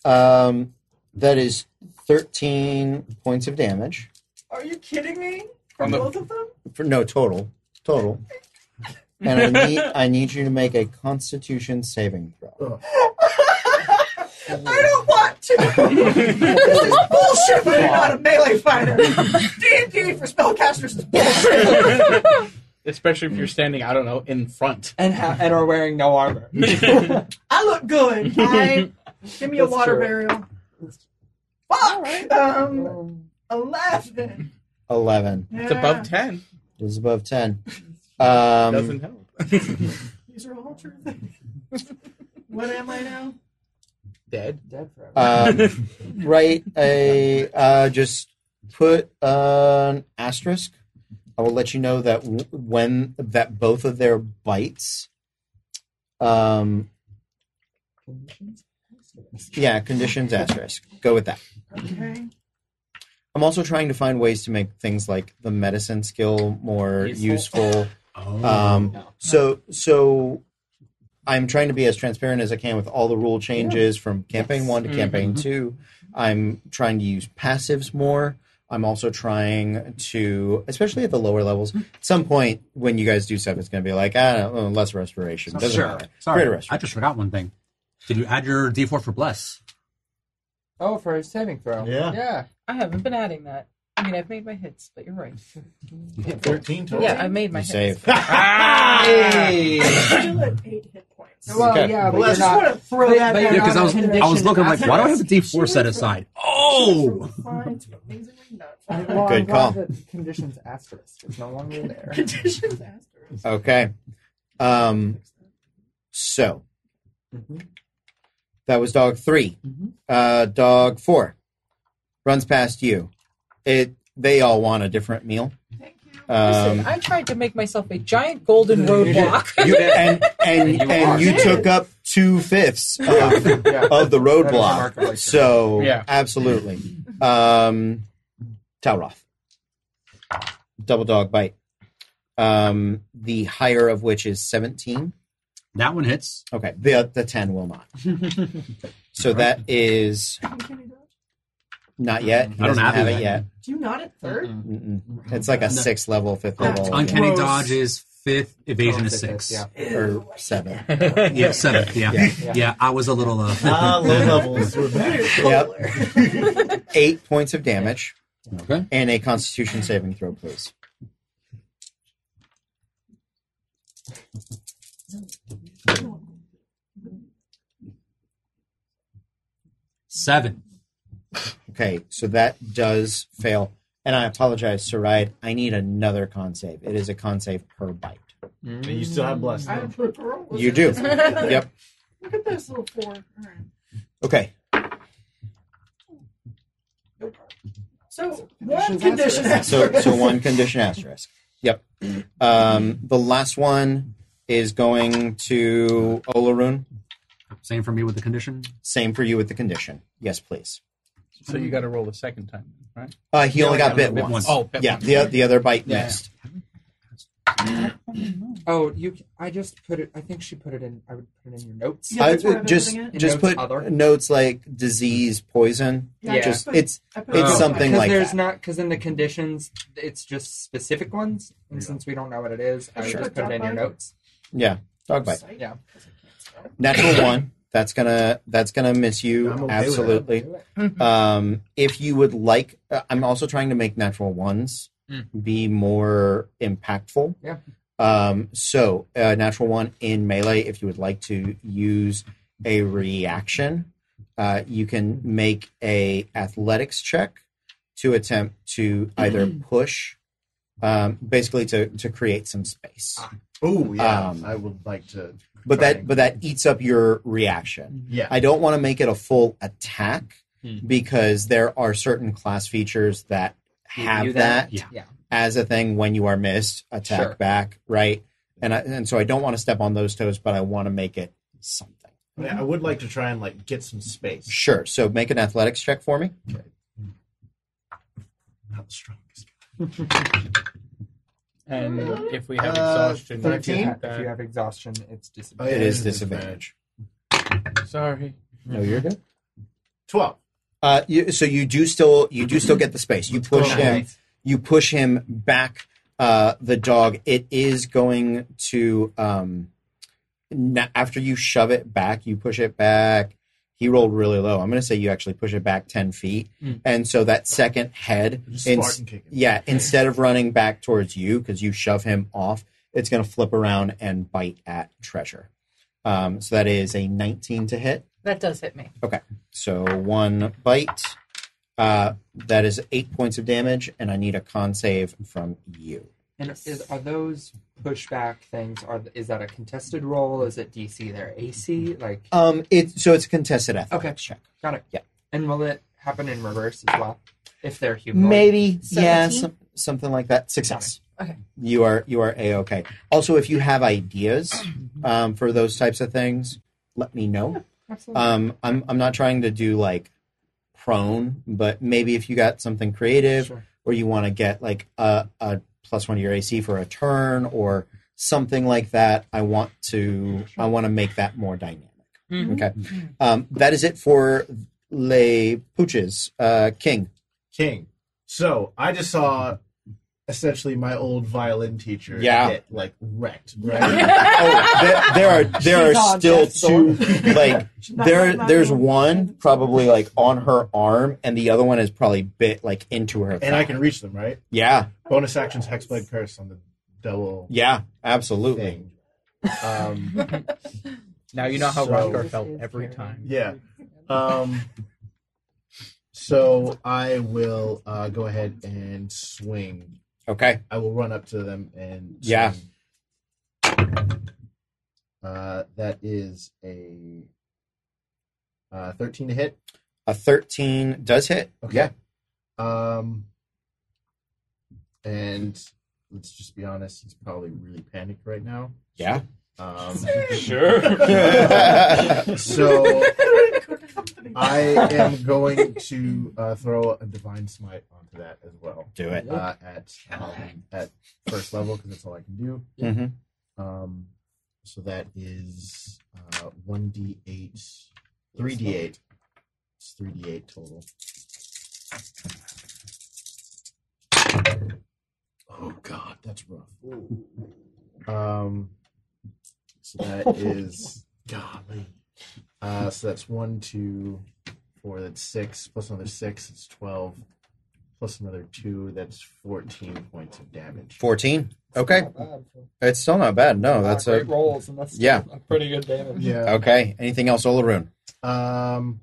um, that is 13 points of damage. Are you kidding me? From the- both of them? For, no, total. Total. And I need, I need you to make a constitution saving throw. I don't want to. this is bullshit when you're not a melee fighter. D&D for spellcasters is bullshit. Especially if you're standing, I don't know, in front. and ha- and are wearing no armor. I look good. I, give me a That's water true. burial. Fuck. Um, 11. Eleven. It's above 10. It was above ten. Um, Doesn't help. These are all true things. what am I now? Dead. Dead forever. um, write a uh, just put an asterisk. I will let you know that w- when that both of their bites, um, yeah, conditions asterisk. Go with that. Okay. I'm also trying to find ways to make things like the medicine skill more Useful. useful. Oh. Um, So so I'm trying to be as transparent as I can with all the rule changes from campaign one to campaign Mm-hmm. two. I'm trying to use passives more. I'm also trying to, especially at the lower levels. At some point, when you guys do stuff, it's going to be like, I don't know, less restoration. Doesn't sure. matter. Greater Sorry, I restoration. just forgot one thing. Did you add your D4 for bless? Oh, for his saving throw. Yeah. Yeah. I haven't been adding that. I mean, I've made my hits, but you're right. Hit 13 total. Yeah, I made my You hits. save. Still at eight hit points. Well, Okay. yeah, but Well, I you're just not. want to throw but- that but- back Yeah, Yeah, because not out I was in a I was condition looking like, why do I have a D4 set after- aside? Oh, From fine to amazingly not fine. Well, Good I'm call. glad that conditions asterisk is no longer there. Conditions asterisk. Okay. Um, so that was dog 3 Mhm. Uh, dog four runs past you. It. They all want a different meal. Thank you. Um, Listen, I tried to make myself a giant golden road walk. you, and and you, and you are. took up two fifths of, Yeah. of the That is roadblock. remarkably true. So Yeah. absolutely, um, Talroth, double dog bite. Um, the higher of which is seventeen. that one hits. Okay, the the ten will not. So that is Can you do it? not yet. He I don't doesn't have have it it yet. Do you not at third? Mm-mm. It's like a sixth level, fifth level, Uncanny Gross. dodge is fifth, evasion is Six, Oh, six. Yeah. or seven. Yeah, seventh. Yeah. Yeah. I was a little. Uh, Ah, low levels. We're back. Yep. Eight points of damage okay. and a Constitution saving throw, please. Seven. Okay, so that does fail. And I apologize, Saride. I need another con save. It is a con save per bite. And you still have blessed. I have a girl. You do. yep. Look at this little four. All right. Okay. So one condition So asterisk. so one condition asterisk. Yep. Um, the last one is going to Olarun. Same for me with the condition. Same for you with the condition. Yes, please. So you got to roll the second time, right? Uh, he only got bit bit once. once. Oh, bit yeah. one. The the other bite Yeah. missed. Oh, you. c- I just put it. I think she put it in. I would put it in your notes. Yeah, I, that's where I've been just putting it. just Notes put other. notes like disease, poison. Yeah, I Yeah. Just put- it's I put it's it- something because like there's that. not because in the conditions it's just specific ones, and since we don't know what it is, I would Sure. just put it in your notes. yeah. Dog bite. Yeah. Natural one. That's gonna that's gonna miss you I'm okay with that. absolutely. Do it. Um, if you would like, uh, I'm also trying to make natural ones Mm. be more impactful. Yeah. Um, so uh, natural one in melee. If you would like to use a reaction, uh, you can make a athletics check to attempt to either Mm-hmm. push, um, basically to to create some space. Ah, Oh, yeah. Um, I would like to. But try that and- but that eats up your reaction. Yeah. I don't want to make it a full attack Hmm. because there are certain class features that You- have you then- that Yeah. Yeah. as a thing when you are missed, attack Sure. back, right? And I, and so I don't want to step on those toes, but I want to make it something. Yeah, I would like to try and like get some space. Sure. So make an athletics check for me. Not the strongest. And if we have Uh, exhaustion, If you, 13? have, if you have exhaustion, it's Oh, yeah, It disadvantage. is disadvantage. Sorry. No, you're good. Twelve. Uh, you, so you do still you do still get the space. You push him. You push him back. Uh, the dog. It is going to. Um, na- after you shove it back, you push it back. He rolled really low. I'm going to say you actually push it back ten feet, Mm. and so that second head, Hmm. Just in- Spartan kick him. yeah, instead of running back towards you because you shove him off, it's going to flip around and bite at treasure. Um, so that is a 19 to hit. That does hit me. So one bite. Uh, that is eight points of damage, and I need a con save from you. And is, are those pushback things? Are th- is that a contested roll? Is it DC their AC? Like Um, it so it's a contested athletics Okay. check. got it? Yeah. And will it happen in reverse as well? If they're humanoid, Maybe yeah, 17? some, something like that. Success. Okay. You are you are a okay. Also, if you have ideas um, for those types of things, let me know. Absolutely. Um, I'm I'm not trying to do like prone, but maybe if you got something creative Sure. or you want to get like a, a plus one to your AC for a turn or something like that, I want to I want to make that more dynamic. Mhm. Okay, um, that is it for Le Pooches uh, King. King. So I just saw essentially my old violin teacher Yeah. get like wrecked. Right? oh, there, there are there She's are on still death's two. Like She's not- there, not- there's not- one probably like on her arm, and the other one is probably bit like into her. and I thigh. can reach them, right? Yeah, Bonus actions, hexblade curse on the double yeah, absolutely. thing. Um, Now you know how So- Rothgar felt every time. yeah. Um, so I will uh, go ahead and swing. Okay, I will run up to them and Yeah. swing. Uh, that is a uh, thirteen to hit. a thirteen does hit. Okay. Um, and let's just be honest, he's probably really panicked right now. Yeah, Um, Sure. yeah. so Good company. Uh, I am going to uh, throw a divine smite onto that as well. Do it. uh, at um, at first level because that's all I can do. hmm Um, so that is uh, one d eight, three d eight. It's three d eight total. Oh god, that's rough. Um, so that is golly. Uh, so that's one, two, four. That's six plus another six. It's twelve. Plus another two. That's fourteen points of damage. Fourteen. Okay, it's still not bad. No, that's great a rolls, and that's yeah. a pretty good damage. Yeah. Okay. Anything else, Olaroon? Um,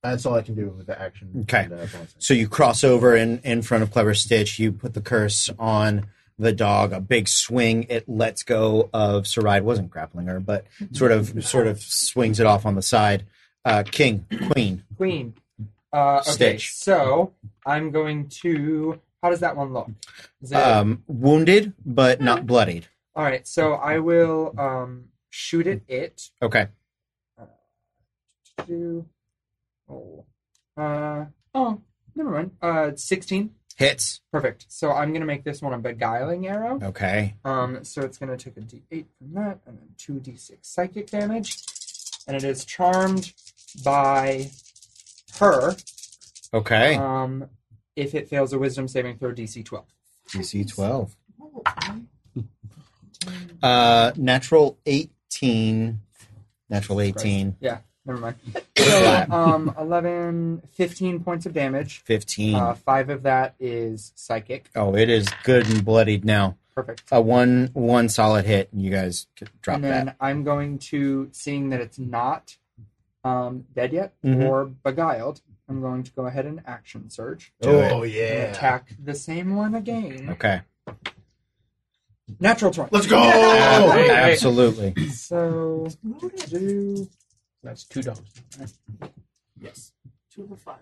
that's all I can do with the action. Okay. And, uh, bonus action. So you cross over in, in front of Clever Stitch. You put the curse on the dog. A big swing. It lets go of Saride. Wasn't grappling her, but sort of sort of swings it off on the side. Uh, King, Queen. Queen. Uh, okay, Stitch. so I'm going to. How does that one look? Is it, Um, wounded but not bloodied. all right, so I will um, shoot at it. Okay. Do- Oh, uh, oh, never mind. Uh, sixteen. Hits. Perfect. So I'm gonna make this one a beguiling arrow. Okay. Um, so it's gonna take a D8 from that, and then two D6 psychic damage, and it is charmed by her. Okay. Um, if it fails a Wisdom saving throw, DC 12. DC twelve. Uh, natural eighteen. Natural eighteen. Never mind. So, um, 11, 15 points of damage. Fifteen. Uh, five of that is psychic. oh, it is good and bloodied now. Perfect. A one one solid hit, and you guys could drop and then that. I'm going to, seeing that it's not um, dead yet Mhm. or beguiled, I'm going to go ahead and action surge Do it. oh yeah. and attack the same one again. Okay. Natural 20. Let's go. Ab- wait, wait. Oh, absolutely. So, do That's two dogs. Two to five.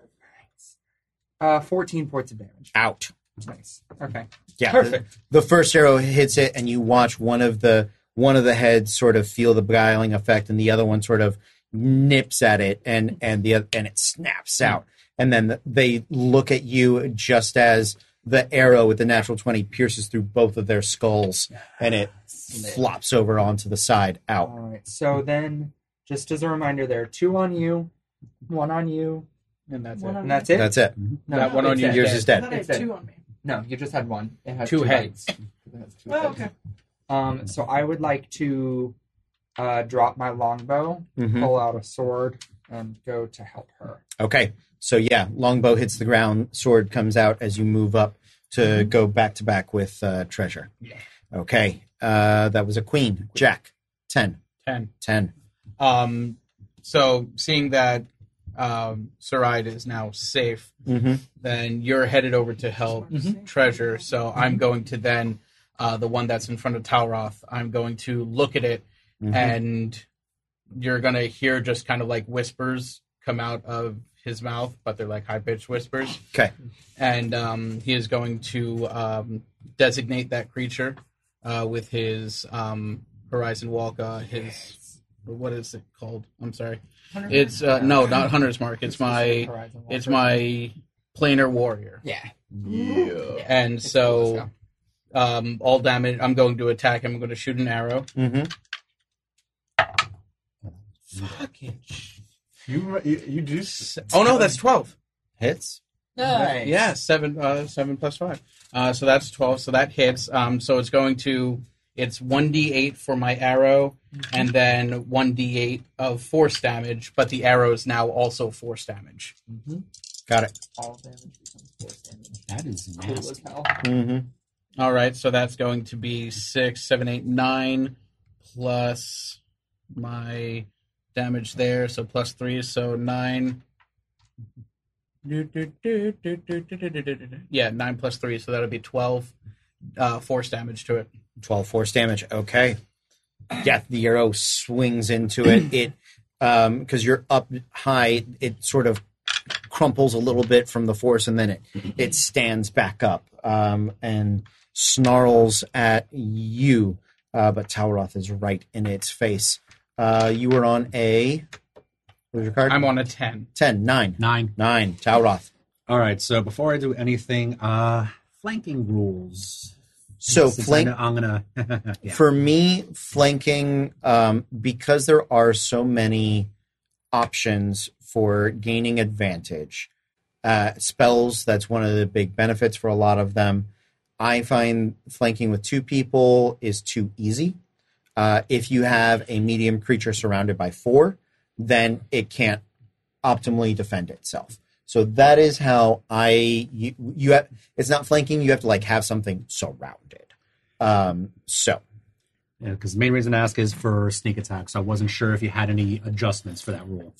uh, 14 points of damage. Out. Nice. Okay. Yeah. Perfect. The first arrow hits it, and you watch one of the one of the heads sort of feel the beguiling effect, and the other one sort of nips at it, and and the oth- and it snaps out, and then they look at you just as the arrow with the natural twenty pierces through both of their skulls, and it flops over onto the side out. All right. So then, just as a reminder, there are two on you, one on you, And that's One it. on and that's it. That's it. no, that one it's on you. dead. Yours is I dead. thought I had It's dead. two on me. No, you just had one. It had Two heads. heads. It has two Oh, heads. okay. Um. So I would like to uh, drop my longbow, Mhm. pull out a sword, and go to help her. Okay. So yeah, longbow hits the ground, sword comes out as you move up to go back to back with uh, treasure. Yeah. Okay. Uh, that was a queen. Jack. Ten. Ten. Ten. Um, so seeing that um, Saride is now safe, Mm-hmm. then you're headed over to Mm-hmm. help Treasure. So I'm going to then uh, the one that's in front of Talroth. I'm going to look at it, and you're gonna hear just kind of like whispers come out of his mouth, but they're like high pitched whispers. Okay. And um, he is going to um, designate that creature uh, with his um, Horizon Walk. Uh, his what is it called? I'm sorry. It's uh, no, not Hunter's Mark. It's my Horizon it's Walker. my planar warrior. yeah. Yeah. And It's so cool, um, all damage I'm going to attack him. I'm going to shoot an arrow. Mm-hmm. You, you you do s- Oh no, that's 12. Hits. Nice. Yeah, 7 uh, 7 plus 5. Uh, so that's 12. So that hits. Um, so it's going to it's 1d8 for my arrow and then 1d8 of force damage, but the arrow is now also force damage. Got it. All damage becomes force damage. That is Cool nasty. as hell. Mm-hmm. All right, so that's going to be six, seven, eight, nine, plus my damage there, so plus three, so nine. Do, do, do, do, do, do, do, do, do, do. Yeah, nine plus three, so that'll be twelve uh, force damage to it. Twelve force damage. Okay. Yeah, the arrow swings into it. It because you're up high, it sort of crumples a little bit from the force, and then it it stands back up um, and snarls at you. Uh, but Tauroth is right in its face. Uh, you were on a. What was your card? I'm on a ten. 10, 9, Nine. 9, Tauroth. All right. So before I do anything, uh, flanking rules. So Since I flank. know- I'm gonna. yeah. For me, flanking, um, because there are so many options for gaining advantage, uh, spells, that's one of the big benefits for a lot of them. I find flanking with two people is too easy. Uh, if you have a medium creature surrounded by four, then it can't optimally defend itself. So that is how I you, you have, it's not flanking. You have to like have something surrounded. Um, so Because the main reason I ask is for sneak attack. So I wasn't sure if you had any adjustments for that rule.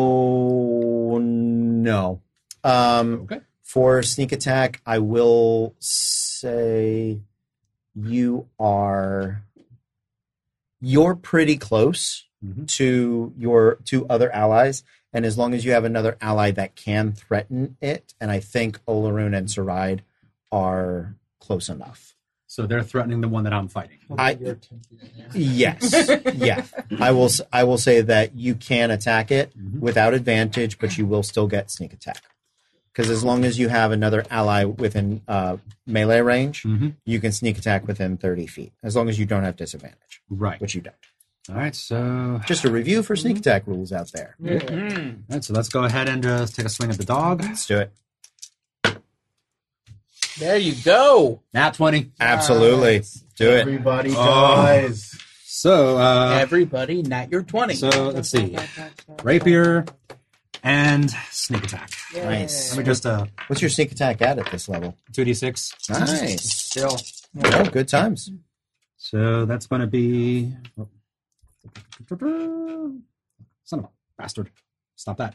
So no. Um, Okay. For sneak attack, I will say you are you're pretty close Mhm. to your to other allies, and as long as you have another ally that can threaten it, and I think Olarun and Saride are close enough. So they're threatening the one that I'm fighting. I- Your turn to be there. Yes. yeah. I will s- I will say that you can attack it Mhm. without advantage, but you will still get sneak attack. Because as long as you have another ally within uh, melee range, Mhm. you can sneak attack within 30 feet, as long as you don't have disadvantage, Right. which you don't. All right. So Just a review for sneak attack rules out there. Mm-hmm. Hmm, all right, so let's go ahead and just take a swing at the dog. Let's do it. There you go. Nat twenty. Absolutely. Do it. everybody Oh. dies. So uh, Everybody, not your twenty. so let's see. Rapier and sneak attack. Nice. Let me just uh What's your sneak attack at at this level? two d six. Nice. Still. Oh, good times. So that's going to be. oh. Son of a bastard. Stop that.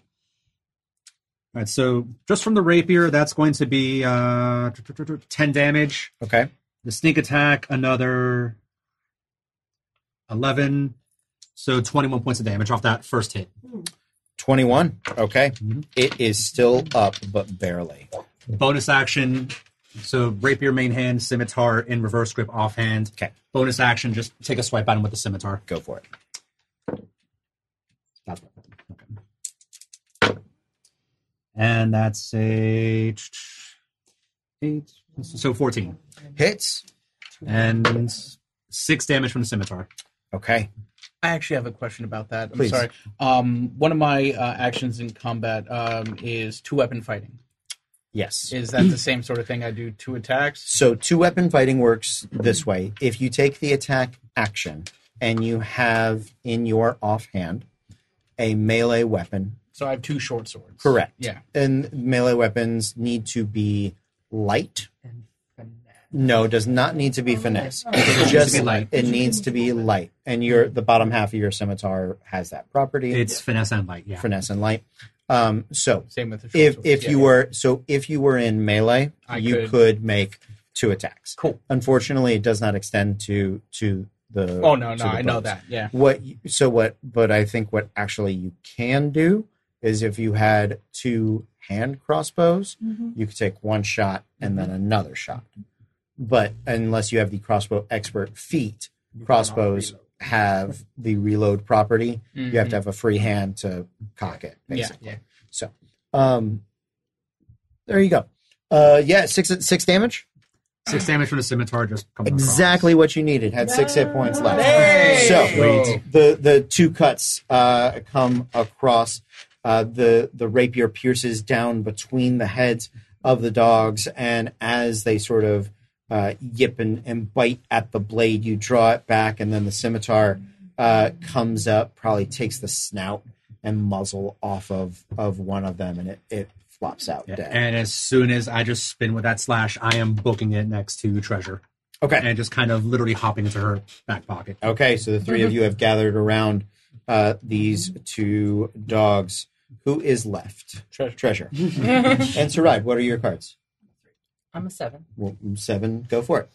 All right, so just from the rapier, that's going to be uh, 10 damage. Okay. The sneak attack, another 11. So 21 points of damage off that first hit. 21. Okay. Mhm. It is still up, but barely. Bonus action. So rapier, main hand, scimitar in reverse grip, offhand. Okay. Bonus action, just take a swipe at him with the scimitar. Go for it. That's what. Okay. And that's a eight, so fourteen, Hits. and six damage from the scimitar. Okay. I actually have a question about that. I'm Please. sorry. Um, one of my uh, actions in combat um, is two weapon fighting. Yes. Is that the same sort of thing I do? Two attacks. So two weapon fighting works this way. If you take the attack action and you have in your offhand a melee weapon. So I have two short swords. Correct. Yeah. And melee weapons need to be light. And finesse. No, does not need to be finesse. Oh, It Just should be light. It needs to be light, and your the bottom half of your scimitar has that property. It's finesse and light. Yeah. finesse and light. Um, so Same with the short if swords. if Yeah. you were so if you were in melee, I you could. could- make two attacks. Cool. Unfortunately, it does not extend to to the. Oh no, to no, the I know bows. that. Yeah. What you- so what? But I think what actually you can do is if you had two hand crossbows, you could take one shot and then another shot. But unless you have the crossbow expert feat, crossbows have the reload property. You have to have a free hand to cock it, Mm-hmm. Yeah, basically. yeah. Um, there you go. Uh, yeah, six six damage. Six damage from the scimitar just comes across. Exactly what you needed. Had six hit points left. Hey! So Sweet. the the two cuts uh, come across. Uh, the the rapier pierces down between the heads of the dogs, and as they sort of uh, yip and, and bite at the blade, you draw it back, and then the scimitar uh, comes up, probably takes the snout and muzzle off of, of one of them, and it, it flops out Yeah. dead. And as soon as I just spin with that slash, I am booking it next to treasure okay, and just kind of literally hopping into her back pocket. Okay, so the three of you have gathered around uh, these two dogs. Who is left? Treasure. Treasure. and Saride, what are your cards? I'm a seven. Well, seven, go for it.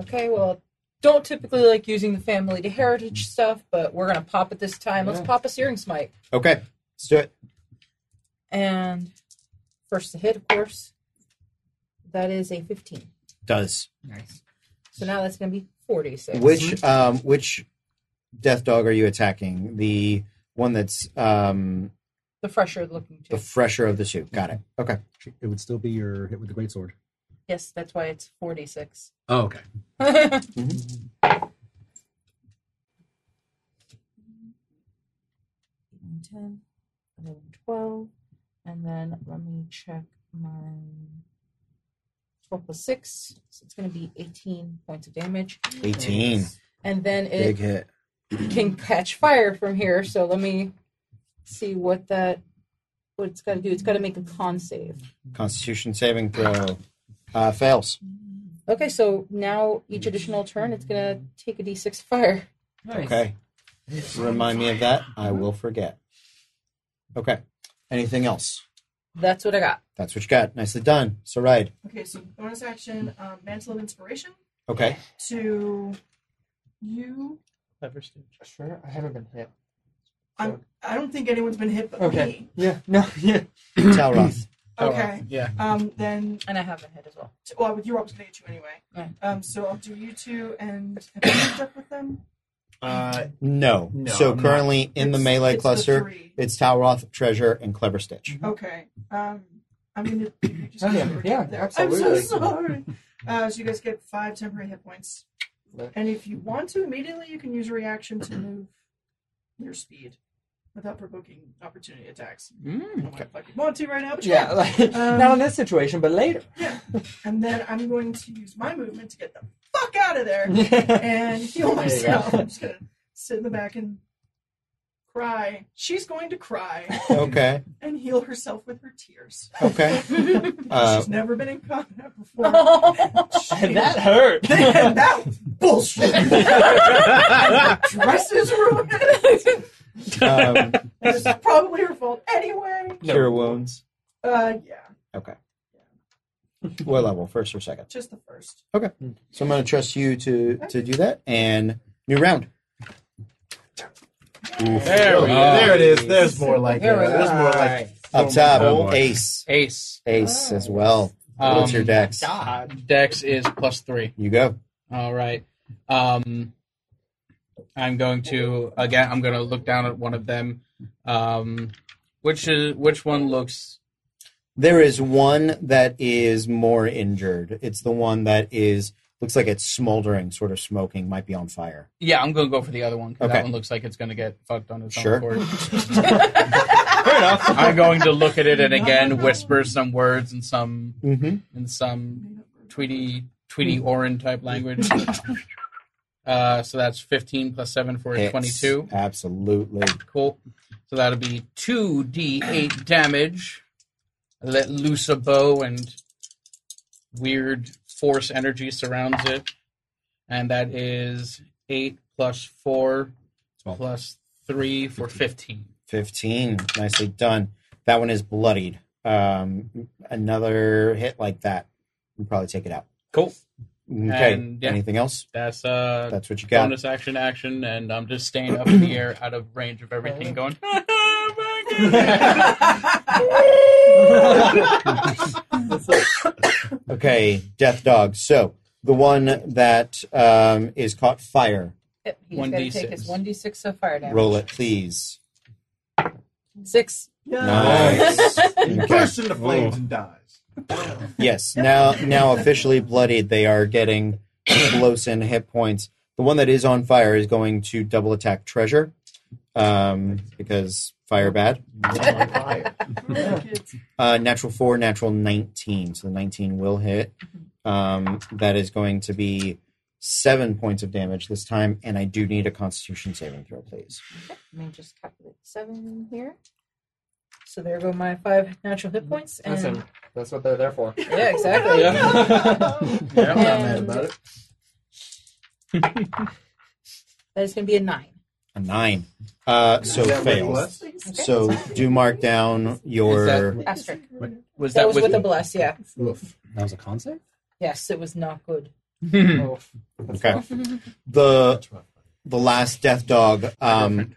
Okay, well, don't typically like using the family to heritage stuff, but we're gonna pop it this time. Let's pop a searing smite. Okay, let's do it. And first to hit, of course. That is a 15. Does. Nice. So now that's gonna be 46. Which um, which death dog are you attacking? The one that's um, the fresher looking the too. fresher of the two. Got it. Okay. It would still be your hit with the greatsword. Yes, that's why it's Mm-hmm. 46. Oh, okay. Nine, 10, 11, 12. And then let me check my 12 plus 6. So it's going to be 18 points of damage. 18. And then Big it hit. can catch fire from here. So let me see what that. What it's got to do? It's got to make a con save. Constitution saving throw. Uh, fails. Okay, so now each additional turn, it's gonna take a d6 fire. Okay. Remind me of that. I will forget. Okay. Anything else? That's what I got. That's what you got. Nicely done. So ride. Okay, so bonus action, um, mantle of inspiration Okay. to you. Clever stitch. Sure, I haven't been hit. I'm, I don't think anyone's been hit but Okay. me. Yeah. No. Yeah. Talroth. Oh, Okay. Yeah. Um, then, And I haven't hit as well. t- well, with you, I was going to get you anyway. Yeah. Um, so I'll do you two and have you hooked up with them? Uh, No. No, so I'm not. currently in the It's- melee it's cluster, three. it's Talroth, Treasure, and Clever Stitch. Okay. Um, I'm gonna. you just Oh, yeah. gotta Yeah, get there. absolutely. I'm so sorry. Uh, so you guys get five temporary hit points, Right. and if you want to, immediately you can use a reaction to move your speed without provoking opportunity attacks. I don't know if I could want to right now, but you Mm, Yeah. can. Like, Um, not in this situation, but later. And then I'm going to use my movement to get the fuck out of there and heal There you go. myself. I'm just gonna sit in the back and cry. She's going to cry Okay. and heal herself with her tears. Okay. Uh, She's never been in combat before. Oh. and that hurt. and that was bullshit. Dresses ruined. um, This is probably her fault anyway. cure wounds. Uh, yeah, What level? First or second? just the first. So I'm going to trust you to to do that. And new round. There we go. there it is. There's more like it. There we go. There's more like Up Oh, top, boy. Ace. Ace. Ace as well. Um, What's your dex? Uh, Dex is plus three. You go. All right. Um, I'm going to again. I'm going to look down at one of them. Um, which is which one looks? There is one that is more injured. It's the one that is looks like it's smoldering, sort of smoking, might be on fire. Yeah, I'm going to go for the other one 'cause Okay. that one looks like it's going to get fucked on its Sure. own accord. I'm going to look at it and again whisper some words and some Mm-hmm. in some Tweety Tweety Orin type language. Uh, so that's 15 plus 7 for a Hits. 22. Absolutely. Cool. So that'll be 2d8 damage. Let loose a bow and weird force energy surrounds it. And that is 8 plus 4 Twelve. plus 3 for 15. 15. Nicely done. That one is bloodied. Um, another hit like that, you probably take it out. Cool. Okay. And, yeah. Anything else? That's uh, That's what you got. bonus action action, and I'm just staying up in the air out of range of everything going. "Oh Okay. Death dog. So the one that um, is caught fire, He's going to take 1d6. his 1d6 of fire damage. roll it, please. Six. Uh, Nice. He Okay. bursts into flames and dies. Yes. Now, now officially bloodied, they are getting close in hit points. The one that is on fire is going to double attack treasure, um, because fire bad. On fire. Uh, natural four, natural nineteen. So the nineteen will hit. Um, that is going to be seven points of damage this time, and I do need a Constitution saving throw, please. Let me just calculate seven here. So there go my five natural hit points. And Listen, that's what they're there for. Yeah, exactly. Yeah, I'm not mad about it. That is going to be a nine. A nine. Uh, so Is that what it fails. was? So do mark down your. Is Asterisk. Was That was with a bless, yeah. Oof. That was a concept? Yes, it was not good. Oh, that's Okay. rough. the the last death dog um,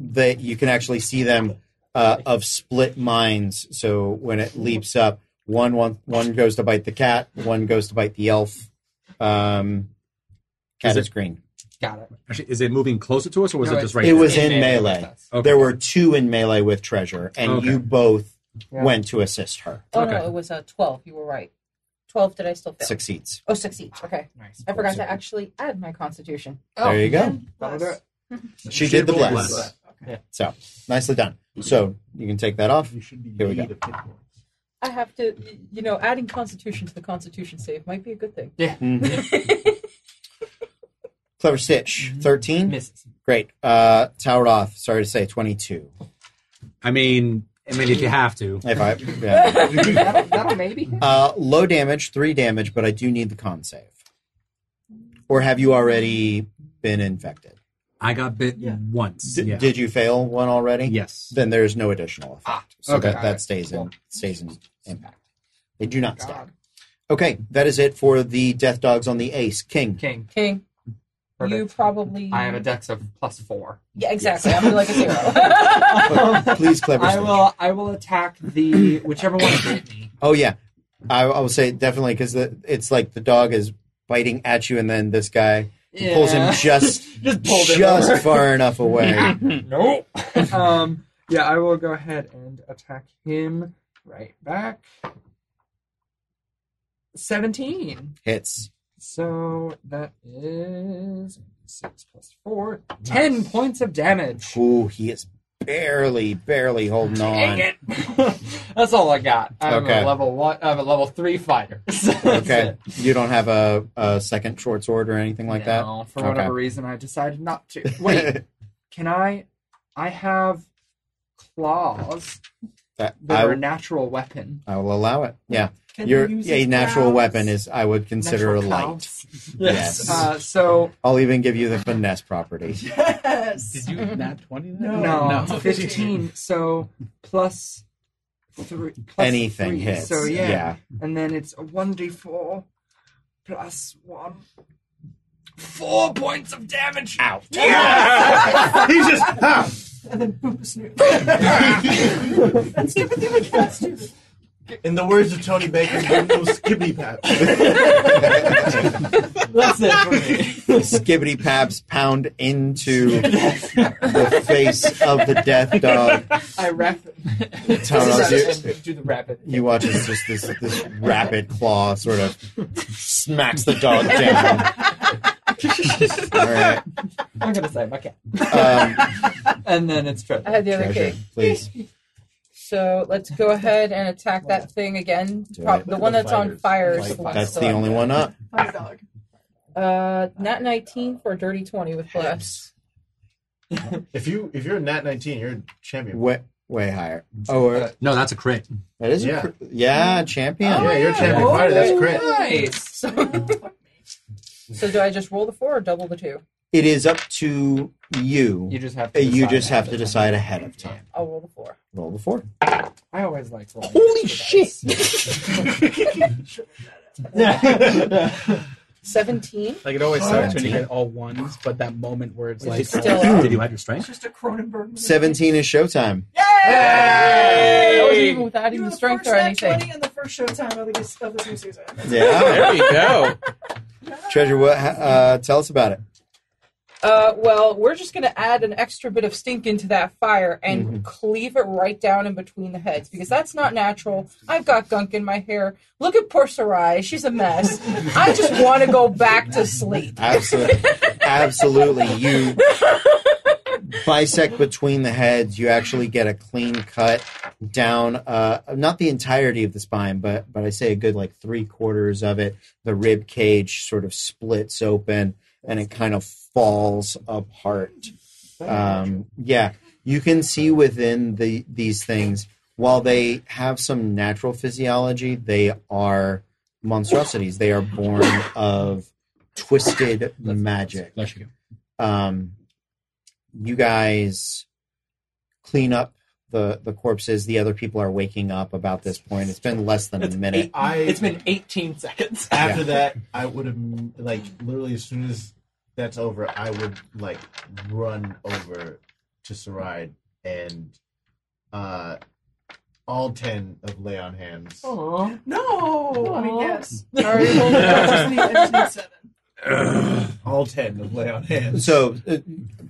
that you can actually see them uh, of split minds. So when it leaps up, one one one goes to bite the cat, one goes to bite the elf. Um, cat Is it- is green. Got it. Actually, is it moving closer to us or was No, it it- just right it there? was in melee. Okay. There were two in melee with treasure, and Okay. you both Yeah. went to assist her. Oh, no, Okay. it was a 12. You were right. 12, did I still fail? Succeeds. Oh, six each. Okay. Nice. I forgot to actually add my constitution. There you go. That'll do it. She did the rolled bless. bless. So nicely done. So you can take that off. You should be Here we go. the pit boy. I have to, you know, adding constitution to the constitution save might be a good thing. Mm-hmm. Mhm. Clever Mm-hmm. Stitch, thirteen. Misses. Great. Uh, towered off. Sorry to say, twenty-two. I mean, I mean, if you have to. If I, yeah. that'll, that'll maybe. hit. uh, low damage, three damage, but I do need the con save. Or have you already been infected? I got bit Yeah. once. D- yeah. Did you fail one already? yes. Then there's no additional effect, Ah, so okay, that, all that right. stays in Cool. stays in impact. They do not stack. God. Okay, that is it for the death dogs on the ace king. King. King, Perfect. you probably. I have a dex of plus four. Yeah, exactly. I'm like a zero. Please, clever. I Stitch. will. I will attack the whichever one hit me. Oh yeah, I, I will say definitely because it's like the dog is biting at you, and then this guy pulls him Yeah. just just pulled him over. just far enough away. Nope. um, yeah, I will go ahead and attack him right back. 17. Hits. So that is 6 plus 4. 10 points of damage. Ooh, he is barely, barely holding Dang on. it. That's all I got. I'm Okay. a level one. I'm a level three fighter. So that's Okay, it. you don't have a, a second short sword or anything like that. No, for Okay. whatever reason, I decided not to. Wait, can I? I have claws That- that I, are a will- natural weapon. I will allow it. Yeah, Can your you use a his natural brows? weapon is I would consider a Natural light. counts. Yes. Yes. Uh, so I'll even give you the finesse property. Yes. Did you not 20 then? No. no, No. fifteen. So plus three. Plus Anything three. hits. So yeah. yeah. and then it's a one d four plus one. Four points of damage. Out. Yeah! He's just ah! And then poop a snoot. That's stupid. Like, that's stupid. in the words of Tony Baker, give him skippy pat. That's it for me. Skibbity paps pound into the face of the death dog. I wrap. Tauros, do, do the rapid. You watch as just this this rapid claw sort of smacks the dog down. All right, I'm gonna say my cat. um, And then it's trip. I had the other treasure, king. please. So let's go ahead and attack that thing again. Do Prob- it. the one that's on fire is Like, the one That's still the up. only one up. Hot dog. Uh, not 19 for a dirty 20 with plus. If you if you're a nat nineteen, you're a champion. Way, way higher. Oh, uh, No, that's a crit. that is yeah. yeah, yeah champion. yeah, you're a champion Oh, fighter. That's great. Nice. so do I just roll the four or double the two? It is up to you. You just have Uh, to. You decide just ahead have to of time. decide ahead of time. I'll roll the four. Roll the four. I always like rolling. Holy Yeah. 17. Like it always sucks when you get all ones, but that moment where it's like, It's still up. Did you add your It's strength? just a Cronenberg. Seventeen is showtime. That wasn't Hey! even without You even were the strength first or nat anything. 20 and the first showtime of the of this new season. Yeah, "Oh, there you go. treasure. What? Uh, tell us about it. Uh, well, we're just going to add an extra bit of stink into that fire and Mm-hmm. cleave it right down in between the heads because that's not natural. I've got gunk in my hair. Look at poor Sarai. She's a mess. I just want to go back to sleep. Absolutely, absolutely. You bisect between the heads. You actually get a clean cut down, uh, not the entirety of the spine, but but I say a good like three quarters of it. The rib cage sort of splits open, and it kind of falls apart. Um, yeah, you can see within the these things. While they have some natural physiology, they are monstrosities. They are born of twisted magic. There you go. Um, you guys clean up the the corpses. The other people are waking up about this point. It's been less than a minute. I it's been 18 seconds. after that, I would have like literally as soon as that's over, I would like run over to Sarai and uh all ten of lay on hands. Aw. No, I mean Aw. yes. I already rolled it. I just need- I just need seven. All ten of lay on hands. So uh,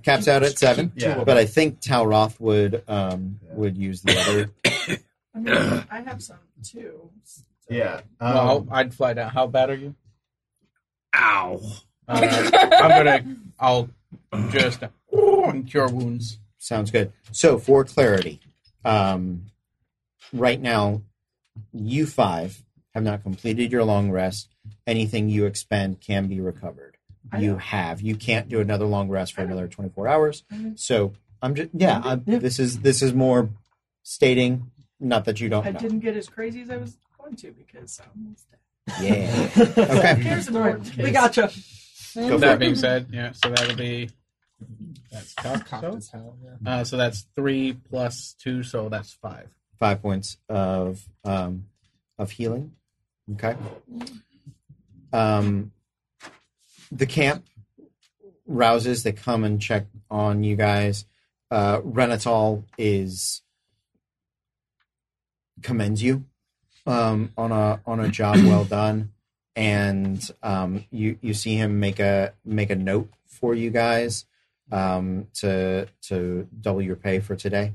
caps out at seven. Yeah. But I think Talroth would um, would use the other. I mean, I have some too. yeah. Um, Well, I'd fly down. How bad are you? Ow. Uh, I'm gonna. I'll just ooh, and cure wounds. Sounds good. So for clarity, um, right now, you five have not completed your long rest. Anything you expend can be recovered. I You know. have. You can't do another long rest for I know. another twenty four hours. Mhm. So I'm just yeah. i This is this is more stating. Not that you don't I know. didn't get as crazy as I was going to because um, I almost died. Yeah. Okay. Here's an Sorry. important we case. gotcha. Go for that it. being said, yeah. So that'll be. That's tough. So, uh, so that's three plus two, so that's five. Five points of um, of healing. Okay. Um, the camp rouses. They come and check on you guys. Uh, Renatal is commends you um, on a on a job well done, and um, you you see him make a make a note for you guys um, to to double your pay for today.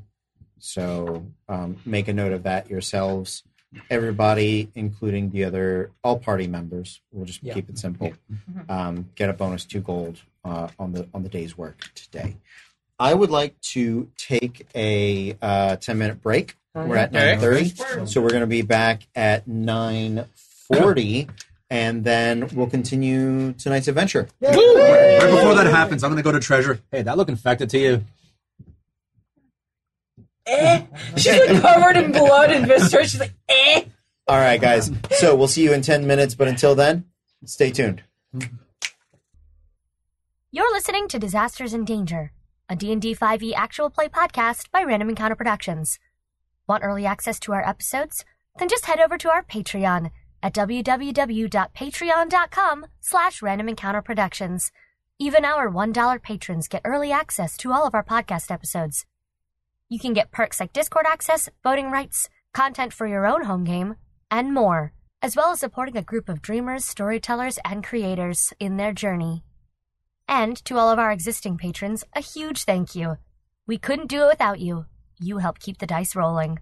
So um, make a note of that yourselves. Everybody, including the other all party members, we'll just Yeah. Mm-hmm. keep it simple. Mhm. Um, get a bonus two gold uh, on the on the day's work today. I would like to take a uh, ten minute break. We're at Okay. nine thirty. Word. So we're going to be back at 9:40 and then we'll continue tonight's adventure. Right before that happens, I'm gonna go to treasure. Hey, that look infected to you. Eh. She's like covered in blood and viscera. She's like, eh. All right guys. So we'll see you in 10 minutes, but until then, stay tuned. You're listening to Disasters in Danger, a D&D 5e E actual play podcast by Random Encounter Productions. Want early access to our episodes? Then just head over to our Patreon at www.patreon.com slash Random Encounter Productions. Even our $1 patrons get early access to all of our podcast episodes. You can get perks like Discord access, voting rights, content for your own home game, and more, as well as supporting a group of dreamers, storytellers, and creators in their journey. And to all of our existing patrons, a huge thank you. We couldn't do it without you. You help keep the dice rolling.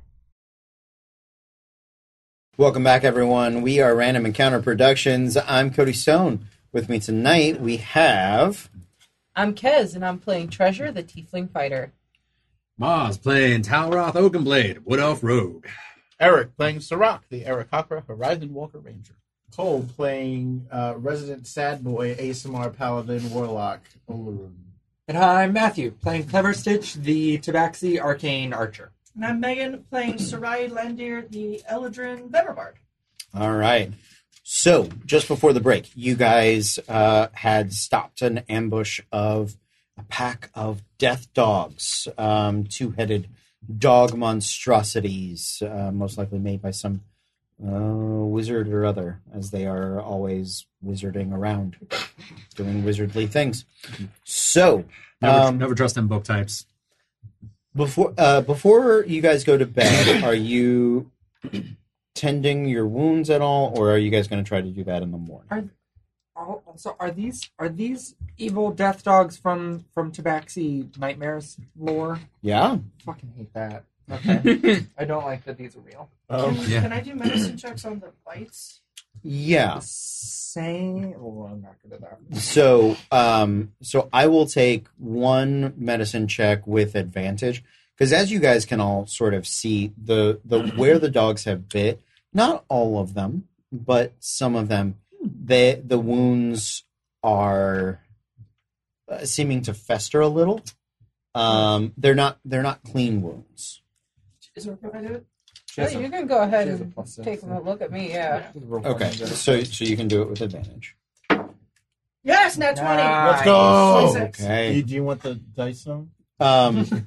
Welcome back everyone. We are Random Encounter Productions. I'm Cody Stone. With me tonight, we have I'm Kez, and I'm playing Treasure, the Tiefling Fighter. Maz playing Talroth Oakenblade, Wood Elf Rogue. Eric playing Sirach, the Arakakra Horizon Walker Ranger. Cole playing uh, resident sad boy ASMR paladin warlock Olurun. And I'm Matthew, playing Clever Stitch, the Tabaxi Arcane Archer. And I'm Megan playing Sarai Landir, the Eladrin Veterbard. All right. So just before the break, you guys uh, had stopped an ambush of a pack of death dogs, um, two-headed dog monstrosities, uh, most likely made by some uh, wizard or other, as they are always wizarding around, doing wizardly things. So Never, um, never trust them book types. before uh, before you guys go to bed, are you tending your wounds at all, or are you guys going to try to do that in the morning? Oh, so are these are these evil death dogs from from Tabaxi nightmares lore? Yeah. Fucking hate that. Okay, I don't like that these are real. Oh, Can, yeah. can I do medicine checks on the bites? Yeah. Same. Oh, I'm not good at that. So, um, so I will take one medicine check with advantage because, as you guys can all sort of see, the the where the dogs have bit, not all of them, but some of them, they the wounds are uh, seeming to fester a little. Um, they're not they're not clean wounds. Is it okay if I do it? She Yeah, has a- you can Oh, go ahead she has a and plus six, take yeah. a look at me. Yeah. She's a real Okay, fucking good- so so you can do it with advantage. Yes, nat 20. Nice. go! Twenty-six. Okay. Do, do you want the dice zone? Um,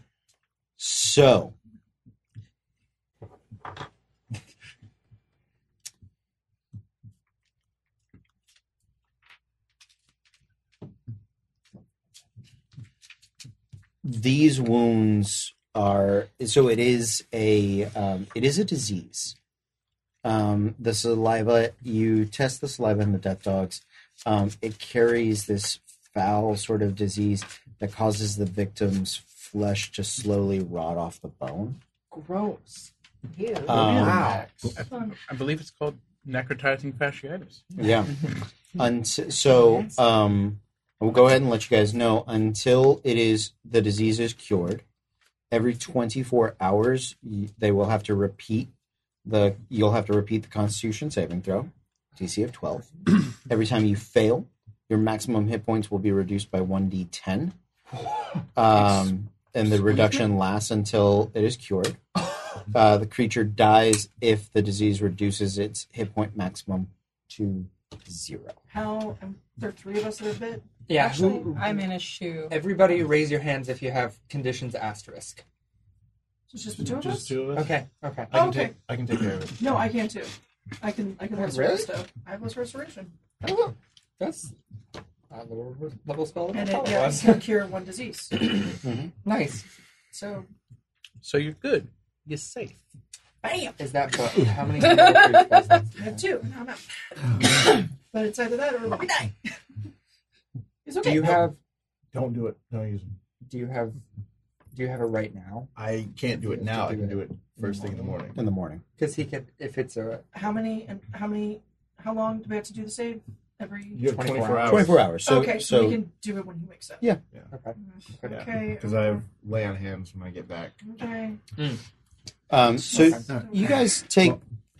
so. These wounds are so it is a um, it is a disease. Um, the saliva you test the saliva in the death dogs. Um, it carries this foul sort of disease that causes the victim's flesh to slowly rot off the bone. Gross. You. Um, Wow. I believe it's called necrotizing fasciitis. Yeah. Unt- so um, we'll go ahead and let you guys know until it is the disease is cured. Every 24 hours, y- they will have to repeat the. You'll have to repeat the Constitution saving throw, DC of 12. Every time you fail, your maximum hit points will be reduced by 1d10. Um, and the reduction lasts until it is cured. Uh, the creature dies if the disease reduces its hit point maximum to zero. How? um, There are three of us that have bit. Yeah. Actually, who- I'm in a shoe. Everybody, raise your hands if you have conditions asterisk. So it's just the two of us? Just two of us. Okay. Okay. I can Okay. take. I can take care of it. No, I can too. I can I can Oh, resurrect really? stuff. I have less restoration. Oh, that's a lower level spell. than I And it thought it yeah, was. it's gonna cure one disease. nice. So So you're good. You're safe. bam! Is that but how many? was that? I have two. and I'm out. but it's either that or we die. It's okay. Do you have? Don't do it. Don't use them. Do you have? Do you have it right now? I can't do it now. I can do it first thing in the morning. in the morning. Because he could, if it's a how many and how many how long do we have to do the save? Every You have 24 24, hours. hours. 24 hours. So, Okay, so, so we can do it when he wakes up. Yeah. okay. Yeah, Okay. Because I have lay on hands when I get back. Okay. um, so Okay. you guys take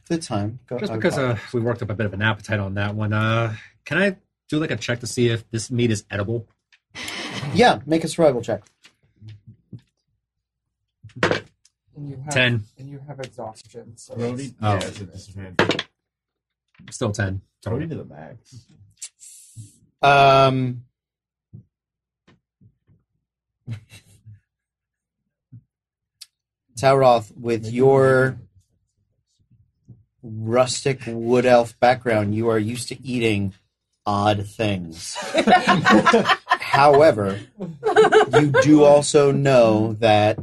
the time. Go, Just uh, because uh, we worked up a bit of an appetite on that one, uh, can I do like a check to see if this meat is edible? uh, yeah, make a survival check. And you have, Ten. And you have exhaustion. So Brody, Oh. yeah, it's a disadvantage. Still ten. Sorry. Brody to the max. Um, Tauroth, with your rustic wood elf background, you are used to eating odd things. However, you do also know that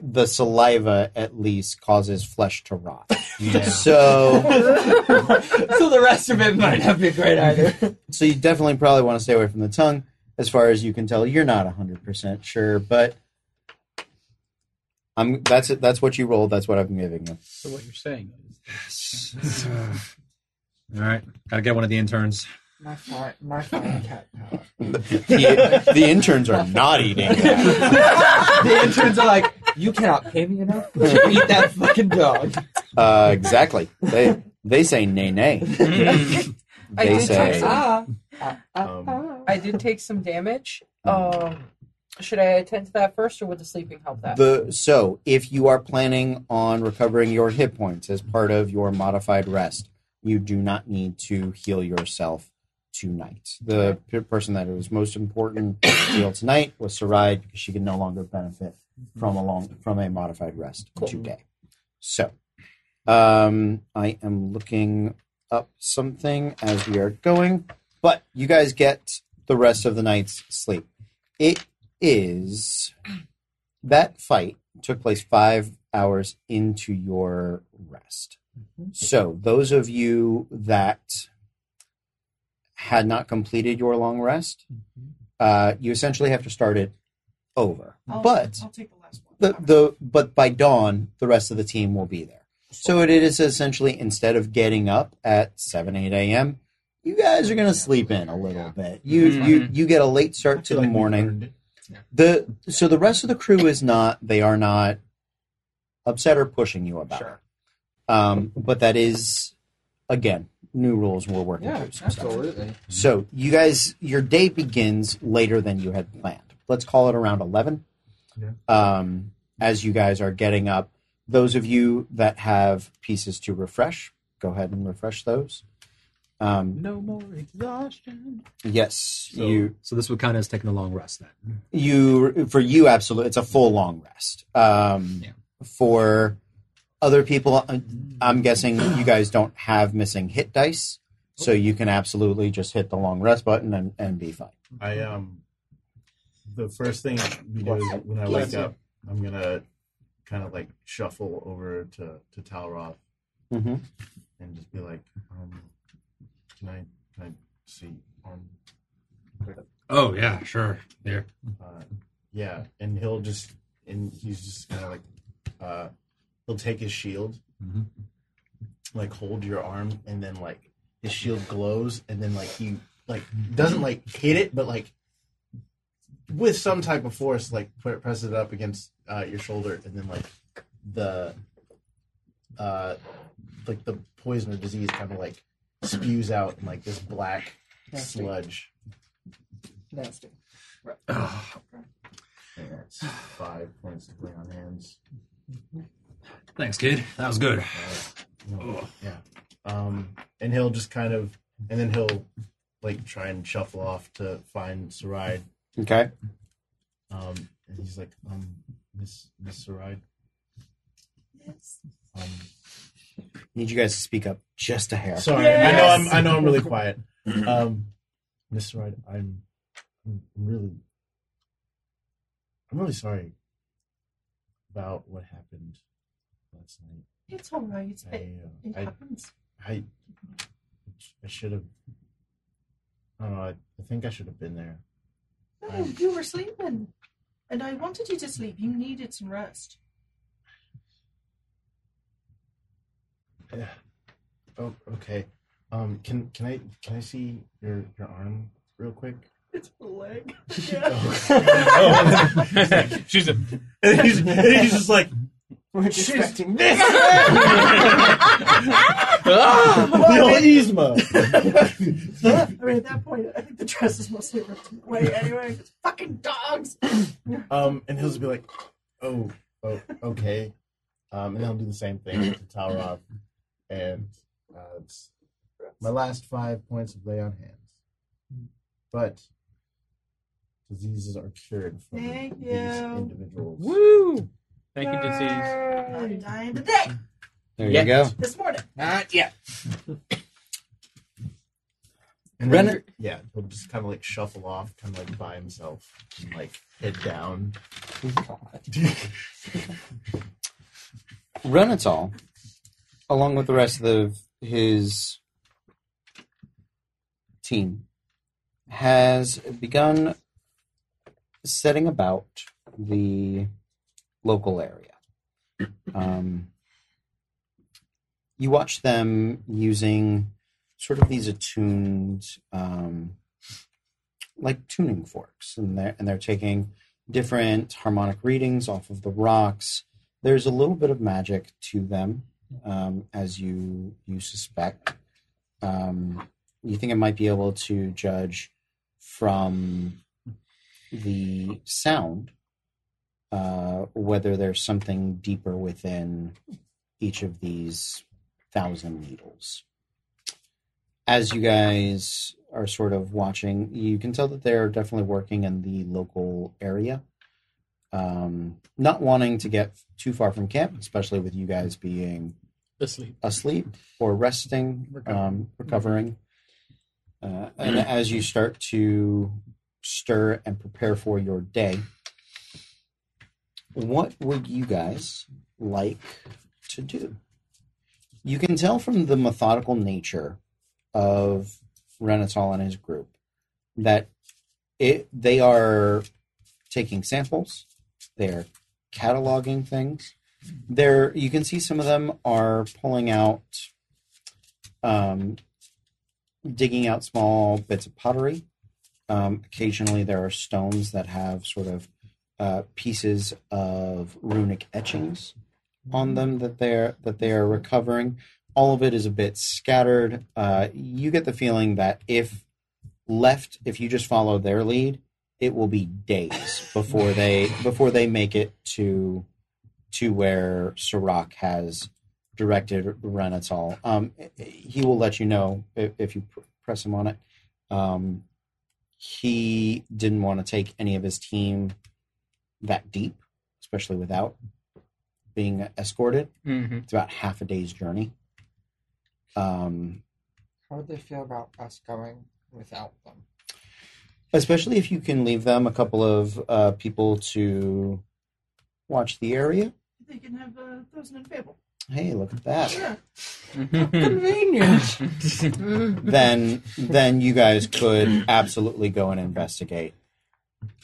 the saliva at least causes flesh to rot. So so the rest of it might not be great either. so you definitely probably want to stay away from the tongue as far as you can tell you're not 100% sure but I'm, that's it. That's what you rolled. That's what I'm giving you. So what you're saying is All right, gotta get one of the interns. My fine, my fine cat power. The, the interns are not eating. That. The interns are like, you cannot pay me enough to eat that fucking dog. Uh, exactly. They they say nay nay. I They did say- take some, Uh-huh. Uh-huh. Um, I did take some damage. Um, should I attend to that first, or would the sleeping help that? The so if you are planning on recovering your hit points as part of your modified rest, you do not need to heal yourself tonight. The p- person that it was most important to heal tonight was Sarai because she can no longer benefit from a long from a modified rest today. So um, I am looking up something as we are going, but you guys get the rest of the night's sleep. It is that fight took place five hours into your rest. So, those of you that had not completed your long rest, uh, you essentially have to start it over. I'll, but I'll take the last one. the, the but by dawn, the rest of the team will be there. So it is essentially instead of getting up at seven eight a.m., you guys are going to sleep in a little bit. You you you get a late start to the morning the so the rest of the crew is not they are not upset or pushing you about it. Um, but that is again new rules we're working yeah, through some stuff. absolutely. So you guys, your day begins later than you had planned. Let's call it around eleven. Yeah. Um, as you guys are getting up, those of you that have pieces to refresh, go ahead and refresh those. Um, No more exhaustion. yes, So, you so this would count as taking a long rest then. you for you absolutely it's a full long rest um Yeah. for other people I- i'm guessing you guys don't have missing hit dice so you can absolutely just hit the long rest button and, and be fine I um, the first thing we do is when I wake up, I'm gonna kind of like shuffle over to to Talroth mm-hmm. and just be like, um, can I can I see on Oh yeah, sure. There. uh, yeah, and he'll just and he's just kind of like uh, he'll take his shield, Mhm. like hold your arm, and then like his shield glows, and then like he like doesn't like hit it, but like with some type of force, like put, presses it up against uh, your shoulder, and then like the uh, like the poison or disease kind of like spews out in like this black Nasty. sludge. Nasty. And that's five points to play on hands. Thanks, kid. That was good. No, yeah. Um, and he'll just kind of, and then he'll like try and shuffle off to find Sarai. okay Um, and he's like, um, Miss Miss Sarai. Um, need you guys to speak up just a hair sorry, I know I'm I know I'm really quiet. Um, Miss Sarai, I'm, I'm really, I'm really sorry about what happened last night. It's all right. It, it I, uh, I happens. I I should have. I don't know. I, I think I should have been there. No, you were sleeping, and I wanted you to sleep. You needed some rest. Yeah. Oh, okay. Um, can can I can I see your your arm real quick? It's the leg. Oh. She's a, and, he's, and he's just like, We're expecting this. Ah! no, Yzma. I mean, at that point, I think the dress is mostly ripped away anyway. It's fucking dogs. um, and he'll just be like, oh, oh, okay. Um, and I'll do the same thing to Talroth. And uh, it's my last five points of lay on hands. But diseases are cured from Thank these you. individuals. Woo! Thank you, disease. I'm dying today, there Yeah. you go this morning. Not yet. And then, Renner- yeah, he'll just kind of like shuffle off, kind of like by himself, and like head down. Renatal, along with the rest of the, his team, has begun setting about the local area. Um, you watch them using sort of these attuned, um, like tuning forks, and they're, and they're taking different harmonic readings off of the rocks there's a little bit of magic to them, um, as you you suspect. Um, you think it might be able to judge from the sound uh, whether there's something deeper within each of these thousand needles. As you guys are sort of watching, you can tell that they're definitely working in the local area. Um, not wanting to get too far from camp, especially with you guys being Asleep. asleep or resting, um, recovering. Uh, and as you start to stir and prepare for your day, what would you guys like to do? You can tell from the methodical nature of Renatal and his group that it they are taking samples, they're cataloging things, there you can see some of them are pulling out um, digging out small bits of pottery um, occasionally there are stones that have sort of uh, pieces of runic etchings on them that they're that they are recovering all of it is a bit scattered uh, you get the feeling that if left if you just follow their lead it will be days before they before they make it to to where Sirach has directed Renatal. Um, he will let you know if, if you pr- press him on it. Um, he didn't want to take any of his team that deep, especially without being escorted. Mm-hmm. It's about half a day's journey. Um, How would they feel about us going without them? especially if you can leave them a couple of uh, people to watch the area. They can have a thousand and fable. Hey, look at that. Yeah. Hmm. Convenient. then then you guys could absolutely go and investigate.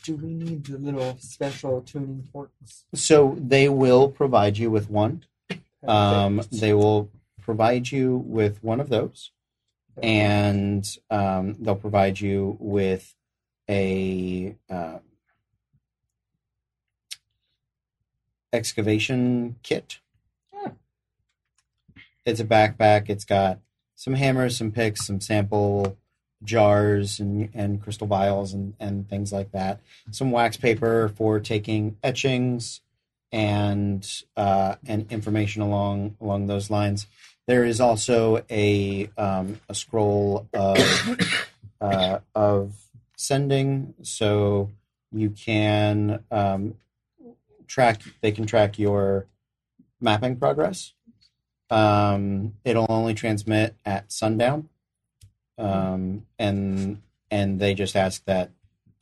Do we need the little special tuning forks? So they will provide you with one. Um, they will provide you with one of those, and um, they'll provide you with a uh, excavation kit. Hmm. It's a backpack. It's got some hammers, some picks, some sample jars, and and crystal vials, and and things like that. Some wax paper for taking etchings and uh, and information along along those lines. There is also a um, a scroll of uh, of sending, so you can um, track. They can track your mapping progress. Um, it'll only transmit at sundown, um, and and they just ask that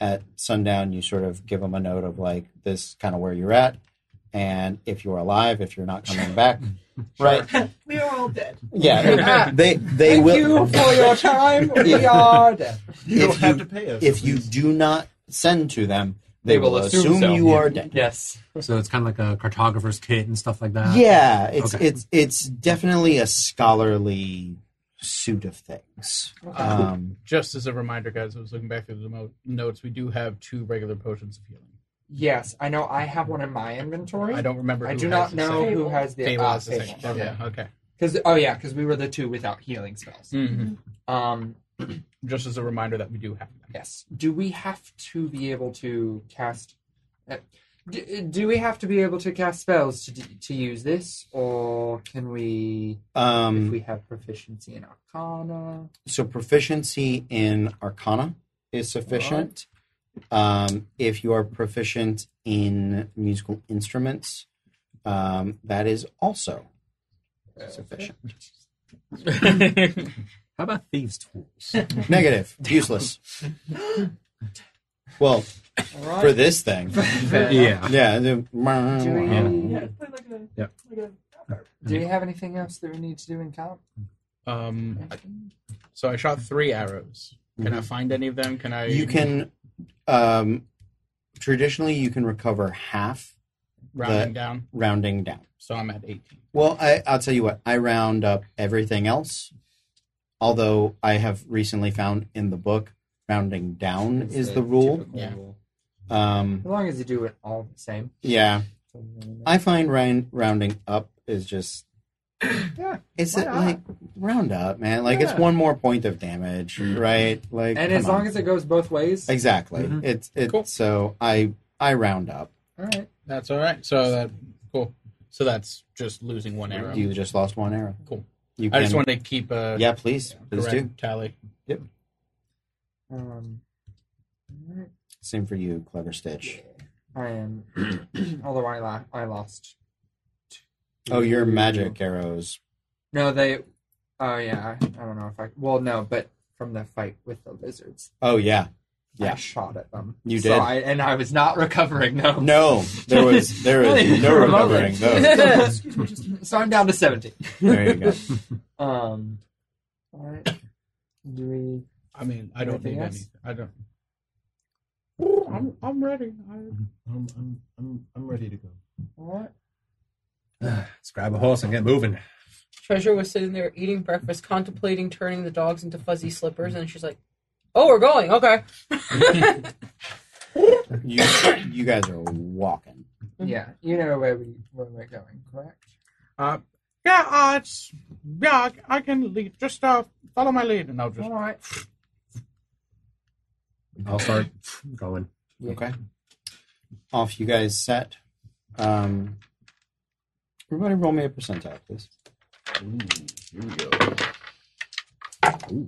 at sundown you sort of give them a note of like this kind of where you're at and if you're alive, if you're not coming back, right? We are all dead. Yeah, they they Thank will. you for your time. We Yeah. are dead. You If don't have you- to pay us. If you do not send to them, they, will, assume, so. you are dead. Yes. So it's kind of like a cartographer's kit and stuff like that. Yeah, it's Okay. it's it's definitely a scholarly suit of things. Um, Just as a reminder, guys, I was looking back through the mo- notes. We do have two regular potions of healing. Yes, I know. I have one in my inventory. I don't remember. I who do has not the know second. who has the Fable ah, has the second. Okay. Yeah. okay. Because oh yeah, because we were the two without healing spells. Mhm. Um, Just as a reminder that we do have them. yes. Do we have to be able to cast? Uh, do, do we have to be able to cast spells to d- to use this, or can we? if um, we have proficiency in Arcana, so proficiency in Arcana is sufficient. Um, if you are proficient in musical instruments, um, that is also sufficient. How about thieves' tools? Negative. Useless. well, Alright. for this thing. Fair enough. yeah. Yeah. the- Do we, Yeah, play like a Yep. like a do we have anything else that we need to do in count? Um, so I shot three arrows. Can Mm-hmm. I find any of them? Can I? You can. Um, traditionally, you can recover half rounding the- down. rounding down. So I'm at eighteen. Well, I, I'll tell you what. I round up everything else. Although I have recently found in the book, rounding down is the rule. Yeah. Um, As long as you do it all the same. yeah, I find round, rounding up is just It's Why a, not? like round up, man. Like it's Yeah. one more point of damage, Mm-hmm. right? Like and come as long on. as it goes both ways. exactly, it's it's Mm-hmm. Cool. so I I round up. All right. That's all right. So that cool. So that's just losing one arrow. You just lost one arrow. Cool. You I just can- wanted to keep a Yeah, please, please correct do. tally. Um, Same for you, clever Stitch. I am. although I, la- I lost. Oh, your two- magic arrows. No, they. Oh yeah. I don't know if I. Well, no, but from the fight with the lizards, Oh yeah, I Yeah. shot at them. You So did. I, and I was not recovering though. no, there was there was no Remotely. recovering those. Excuse me, just a minute. so I'm down to seventy. There you go. Um. All right. Do we? I mean, I don't Anything need else? any. I don't. Ooh, I'm, I'm ready. I, I'm, I'm, I'm, I'm ready to go. What? Let's grab a horse and get moving. Treasure was sitting there eating breakfast, contemplating turning the dogs into fuzzy slippers, and she's like, "Oh, we're going. Okay." You you guys are walking. Mm-hmm. Yeah. You know where we where we're going, correct? Uh, yeah, uh, it's yeah. I, I can lead. Just uh, follow my lead. and I'll just All right. I'll start going. Okay. Off you guys set. Um, everybody roll me a percentile, please. Ooh, here we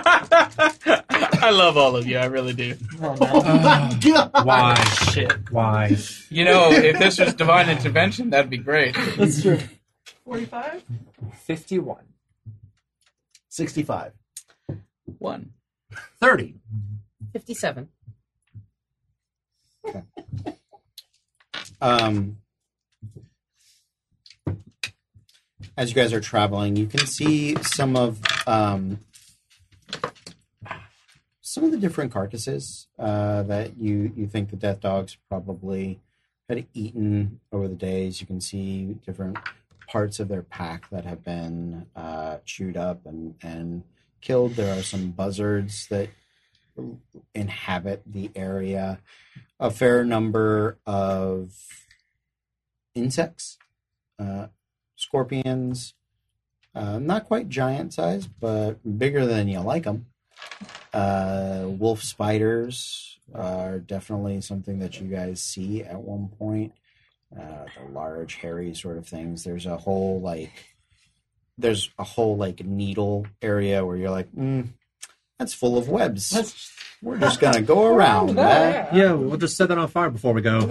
go. I love all of you. I really do. Oh, no. Why? Shit. Why? You know, if this was divine intervention, that'd be great. That's true. 45? Fifty-one. 65. One. 30. Fifty-seven. Um, as you guys are traveling, you can see some of um, some of the different carcasses uh, that you you think the death dogs probably had eaten over the days. You can see different parts of their pack that have been uh, chewed up and and killed. There are some buzzards that inhabit the area a fair number of insects, uh, scorpions, uh, not quite giant size, but bigger than you like them. Uh, wolf spiders are definitely something that you guys see at one point. Uh, the large, hairy sort of things. There's a whole like, there's a whole like needle area where you're like, mm, that's full of webs. That's We're just gonna go Oh, around that. Yeah, we'll just set that on fire before we go.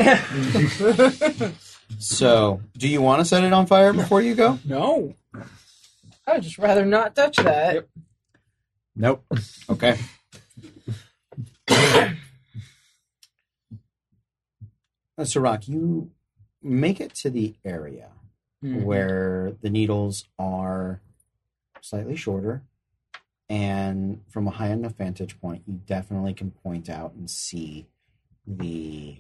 So, do you want to set it on fire before you go? No. I would just rather not touch that. nope. Okay. Uh, Sirach, you make it to the area Mm-hmm. where the needles are slightly shorter. And from a high enough vantage point, you definitely can point out and see the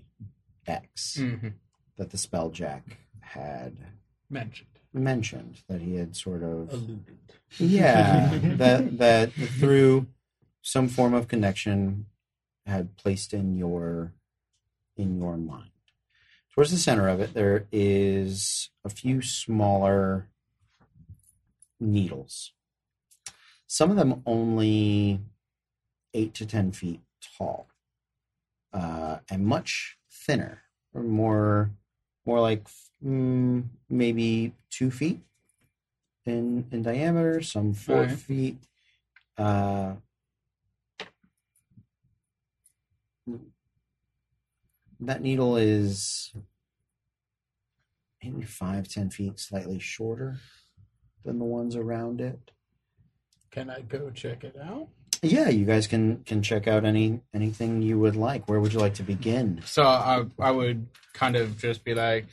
X Mhm. that the spelljack had Mentioned. mentioned, that he had sort of. Alluded. yeah that that through some form of connection had placed in your in your mind towards the center of it there is a few smaller needles some of them only eight to ten feet tall uh, and much thinner or more more like mm, maybe two feet in in diameter, some four Alright. feet. Uh, that needle is maybe five, ten feet, slightly shorter than the ones around it. Can I go check it out? Yeah, you guys can can check out any anything you would like. Where would you like to begin? So I, I would kind of just be like,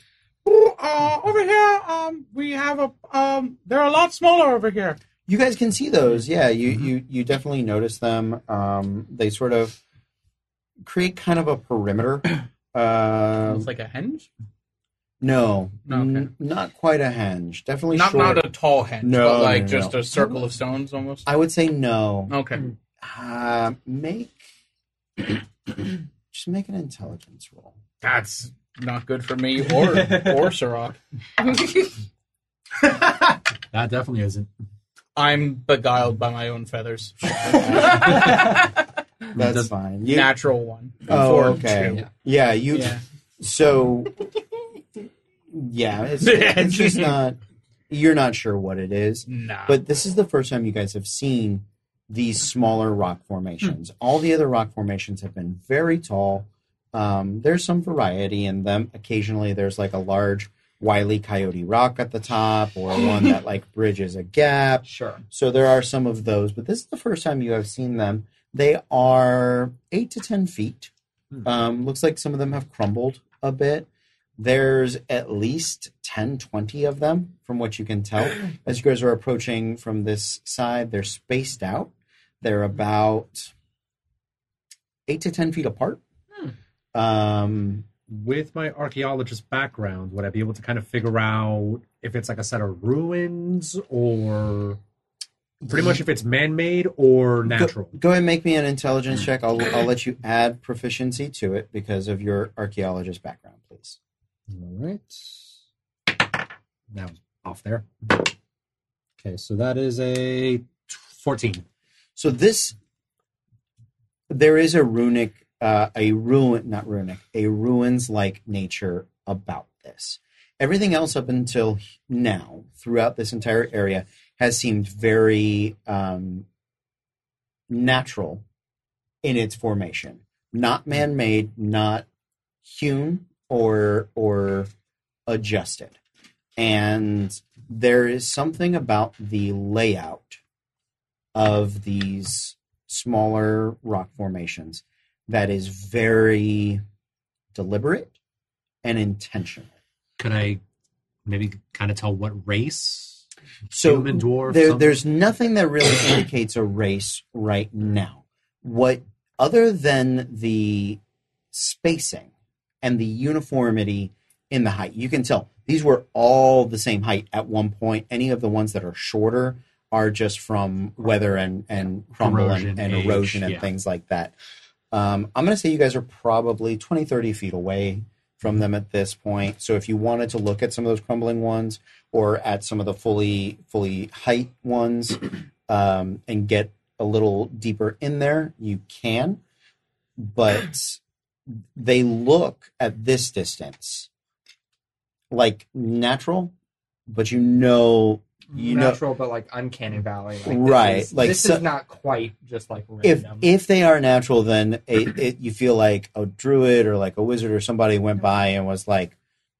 Ooh, uh, over here, um, we have a um. They're a lot smaller over here. You guys can see those. Mm-hmm. Yeah, you you you definitely notice them. Um, they sort of create kind of a perimeter. Uh, Um, it's like a hinge? No, No, okay. N- not quite a hinge. Definitely Not, short. not a tall hinge, No, but like no, no, just no. a circle of stones almost. Hmm. I would say no. Okay. Uh, make just make an intelligence roll. That's not good for me or or Sirach. That definitely isn't. I'm beguiled by my own feathers. That's fine. You, Natural one. oh, Four, okay. two. Yeah. you. Yeah. So, yeah, it's, it's just not. You're not sure what it is, Nah. but this is the first time you guys have seen these smaller rock formations. All the other rock formations have been very tall. Um, there's some variety in them. Occasionally, there's like a large wily coyote rock at the top, or one that like bridges a gap. Sure. So there are some of those, but this is the first time you have seen them. They are eight to ten feet. Um, looks like some of them have crumbled a bit. There's at least 10, 20 of them, from what you can tell. As you guys are approaching from this side, they're spaced out. They're about eight to 10 feet apart. Um, With my archaeologist background, would I be able to kind of figure out if it's like a set of ruins or pretty much if it's man made or natural? Go ahead and make me an intelligence check. I'll, I'll let you add proficiency to it because of your archaeologist background, please. All right. That was off there. Okay, so that is a 14. So this, there is a runic, uh, a ruin, not runic, a ruins like nature about this. Everything else up until h- now, throughout this entire area, has seemed very um, natural in its formation, not man made, not hewn or or adjusted. And there is something about the layout of these smaller rock formations that is very deliberate and intentional. Could I maybe kind of tell what race? So Human, dwarf, there, something? there's nothing that really indicates a race right now. What other than the spacing and the uniformity in the height, you can tell these were all the same height at one point. Any of the ones that are shorter are just from weather and and crumble Erosion, and, and age, erosion and yeah. things like that. Um, I'm going to say you guys are probably 20, 30 feet away from them at this point. So if you wanted to look at some of those crumbling ones or at some of the fully fully height ones um, and get a little deeper in there, you can. But they look at this distance like natural, but you know You know- Natural, but like uncanny valley. Like, this Right, is- like, this so- is not quite just like if random. if they are natural, then it, it, you feel like a druid or like a wizard or somebody went by and was like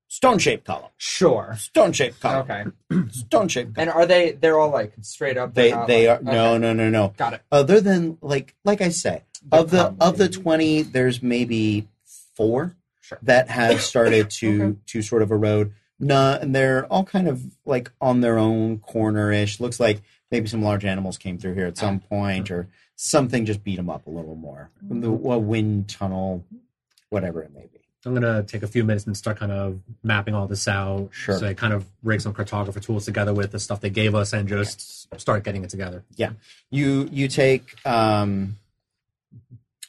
stone shaped column, sure. stone shaped column, Okay. stone shaped column. And are they? They're all like straight up. They they're not, they like- are no okay. no no no. Got it. Other than like like I say, of the Probably. of the twenty, there's maybe four Sure. that have started to Okay. to sort of erode. No, and they're all kind of like on their own corner ish. Looks like maybe some large animals came through here at Ah, some point, or something just beat them up a little more. Mm-hmm. The, a wind tunnel, whatever it may be. I'm gonna take a few minutes and start kind of mapping all this out. Sure. So I kind of rig some cartographer tools together with the stuff they gave us and just start getting it together. You you take um,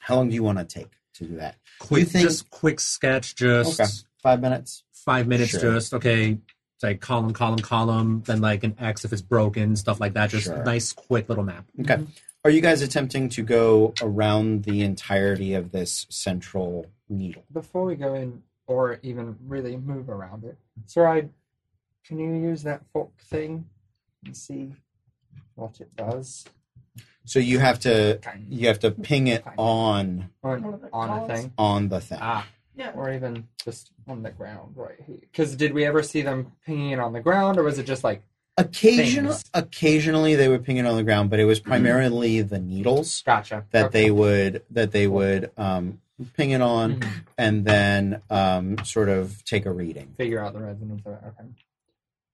how long do you want to take to do that? Quick, think- just quick sketch, just Okay. Five minutes. five minutes. Sure. Just okay. It's like column, column, column, then like an X if it's broken, stuff like that. Just Sure. nice, quick little map. Mm-hmm. Okay. Are you guys attempting to go around the entirety of this central needle? Before we go in, or even really move around it, Sir, I can you use that fork thing and see what it does So you have to Kind you have to ping it Kind. on or One of the on a claws? thing? on the thing. Ah, Yeah. or even just on the ground right here. Because did we ever see them pinging it on the ground, or was it just like Occasionally, Things. occasionally they would ping it on the ground, but it was primarily the needles gotcha that okay. they would that they would um, ping it on Mhm. and then um, sort of take a reading. figure out the resonance of it? Okay.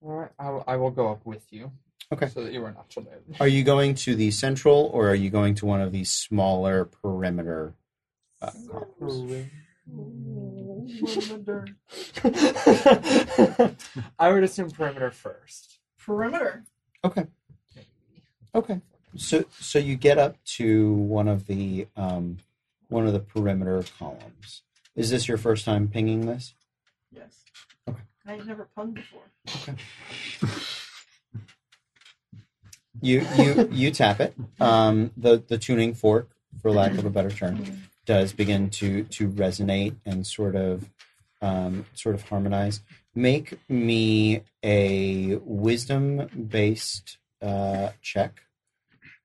All right, I will, I will go up with you. Okay. So that you are not alone. Are you going to the central or are you going to one of these smaller perimeter? Uh, columns? Perimeter. I would assume perimeter first. Perimeter. Okay. So so you get up to one of the um, one of the perimeter columns. Is this your first time pinging this? Yes. I ain't never punned before. You you you tap it. Um, the the tuning fork, for lack of a better term, does begin to to resonate and sort of um, sort of harmonize. Make me a wisdom based uh, check,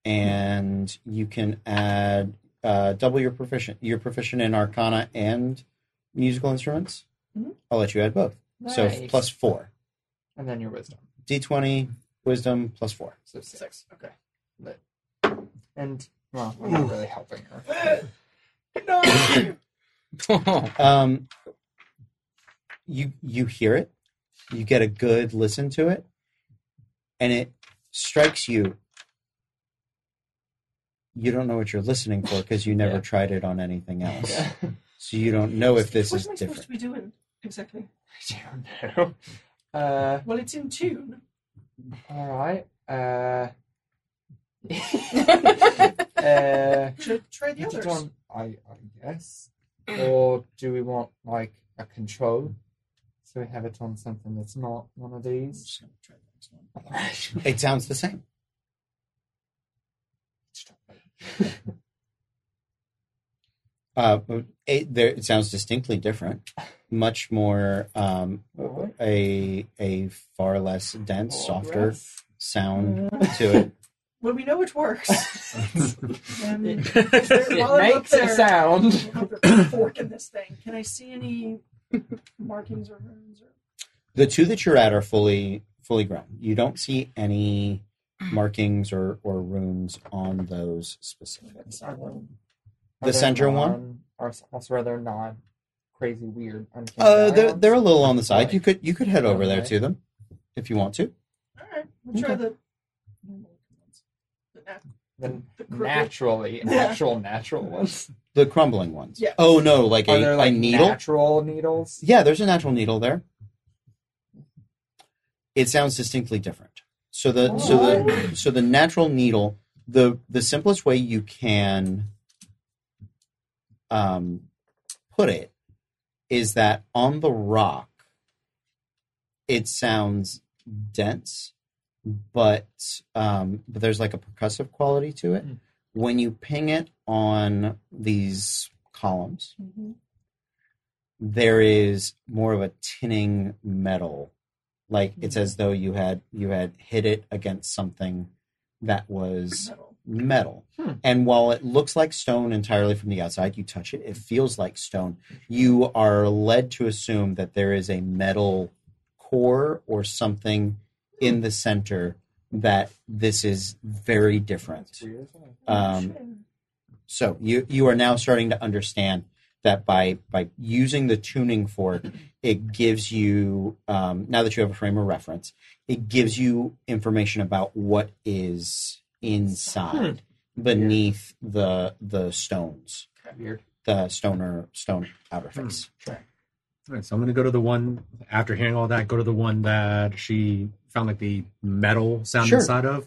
and you can add uh, double your proficient. You're proficient in Arcana and musical instruments. Mhm. I'll let you add both. So Nice. plus four. and then your wisdom. D20 wisdom plus four. So six. Six. Okay. But, and well, I'm not really helping her. no. Um, you you hear it, you get a good listen to it, and it strikes you. You don't know what you're listening for because you never Yeah. tried it on anything else, so you don't know if this what is am I supposed different. to be doing exactly? I don't know. Uh, Well, it's in tune. all right. Uh, uh, Should I try the do you others? want- I, I guess. Or do we want like a control? So we have it on something that's not one of these. Alright. It sounds the same. Uh, it, there, it sounds distinctly different, much more um, Alright. a a far less dense, softer Yes. sound to it. Well, we know which works. Um, It While I'm up makes a there- sound. I'll put a fork in this thing. Can I see any markings or runes? Or... the two that you're at are fully fully grown. You don't see any markings or or runes on those specific. The center one? Or also rather not crazy weird. uncanny Uh, they're islands. they're a little on the side. You could you could head over there Okay. to them if you want to. All right, we'll try the. The nat- Then the crooked- naturally, Yeah. actual natural ones. The crumbling ones. Yeah. Oh no, like Are a, there like a needle. natural needles? yeah, there's a natural needle there. It sounds distinctly different. So the so the so the natural needle the the simplest way you can um, put it is that on the rock it sounds dense but um, but there's like a percussive quality to it Mm. when you ping it on these columns Mm-hmm. Mhm. there is more of a tinning metal like it's as though you had you had hit it against something that was metal. metal. Hmm. And while it looks like stone entirely from the outside, you touch it, it feels like stone. You are led to assume that there is a metal core or something in the center that this is very different. Weird. Um, So you you are now starting to understand that by by using the tuning fork, it gives you um, now that you have a frame of reference, it gives you information about what is inside beneath the the stones, Weird. the stoner stone outer face. All right, so I'm gonna go to the one after hearing all that. Go to the one that she found like the metal sound Sure. inside of.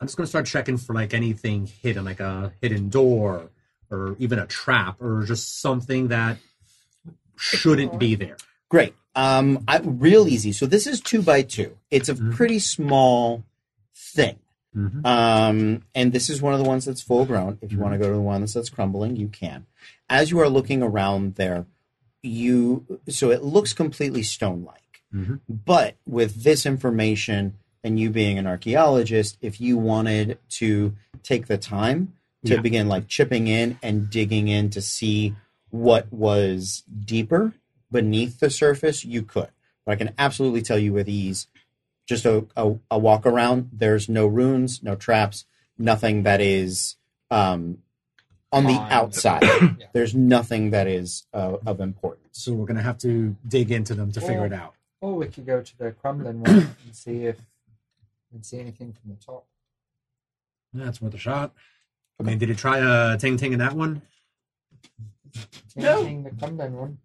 I'm just gonna start checking for like anything hidden, like a hidden door or even a trap or just something that shouldn't be there. Great. Um, I, real easy. So this is two by two. It's a Mhm. pretty small thing. Mhm. Um, and this is one of the ones that's full grown. If you want to go to the one that's, that's crumbling, you can. As you are looking around there, you so it looks completely stone like. Mhm. But with this information and you being an archaeologist, if you wanted to take the time to Yeah. begin like chipping in and digging in to see what was deeper beneath the surface, you could. But I can absolutely tell you with ease just a, a, a walk around. There's no runes, no traps, nothing that is um, on the Fine. outside. Yeah. There's nothing that is uh, of importance. So we're gonna have to dig into them to figure it out. Or Oh, we could go to the crumbling one and see if we can see anything from the top. That's worth a shot. I mean, did you try a ting ting in that one? No. Anything The crumbling one.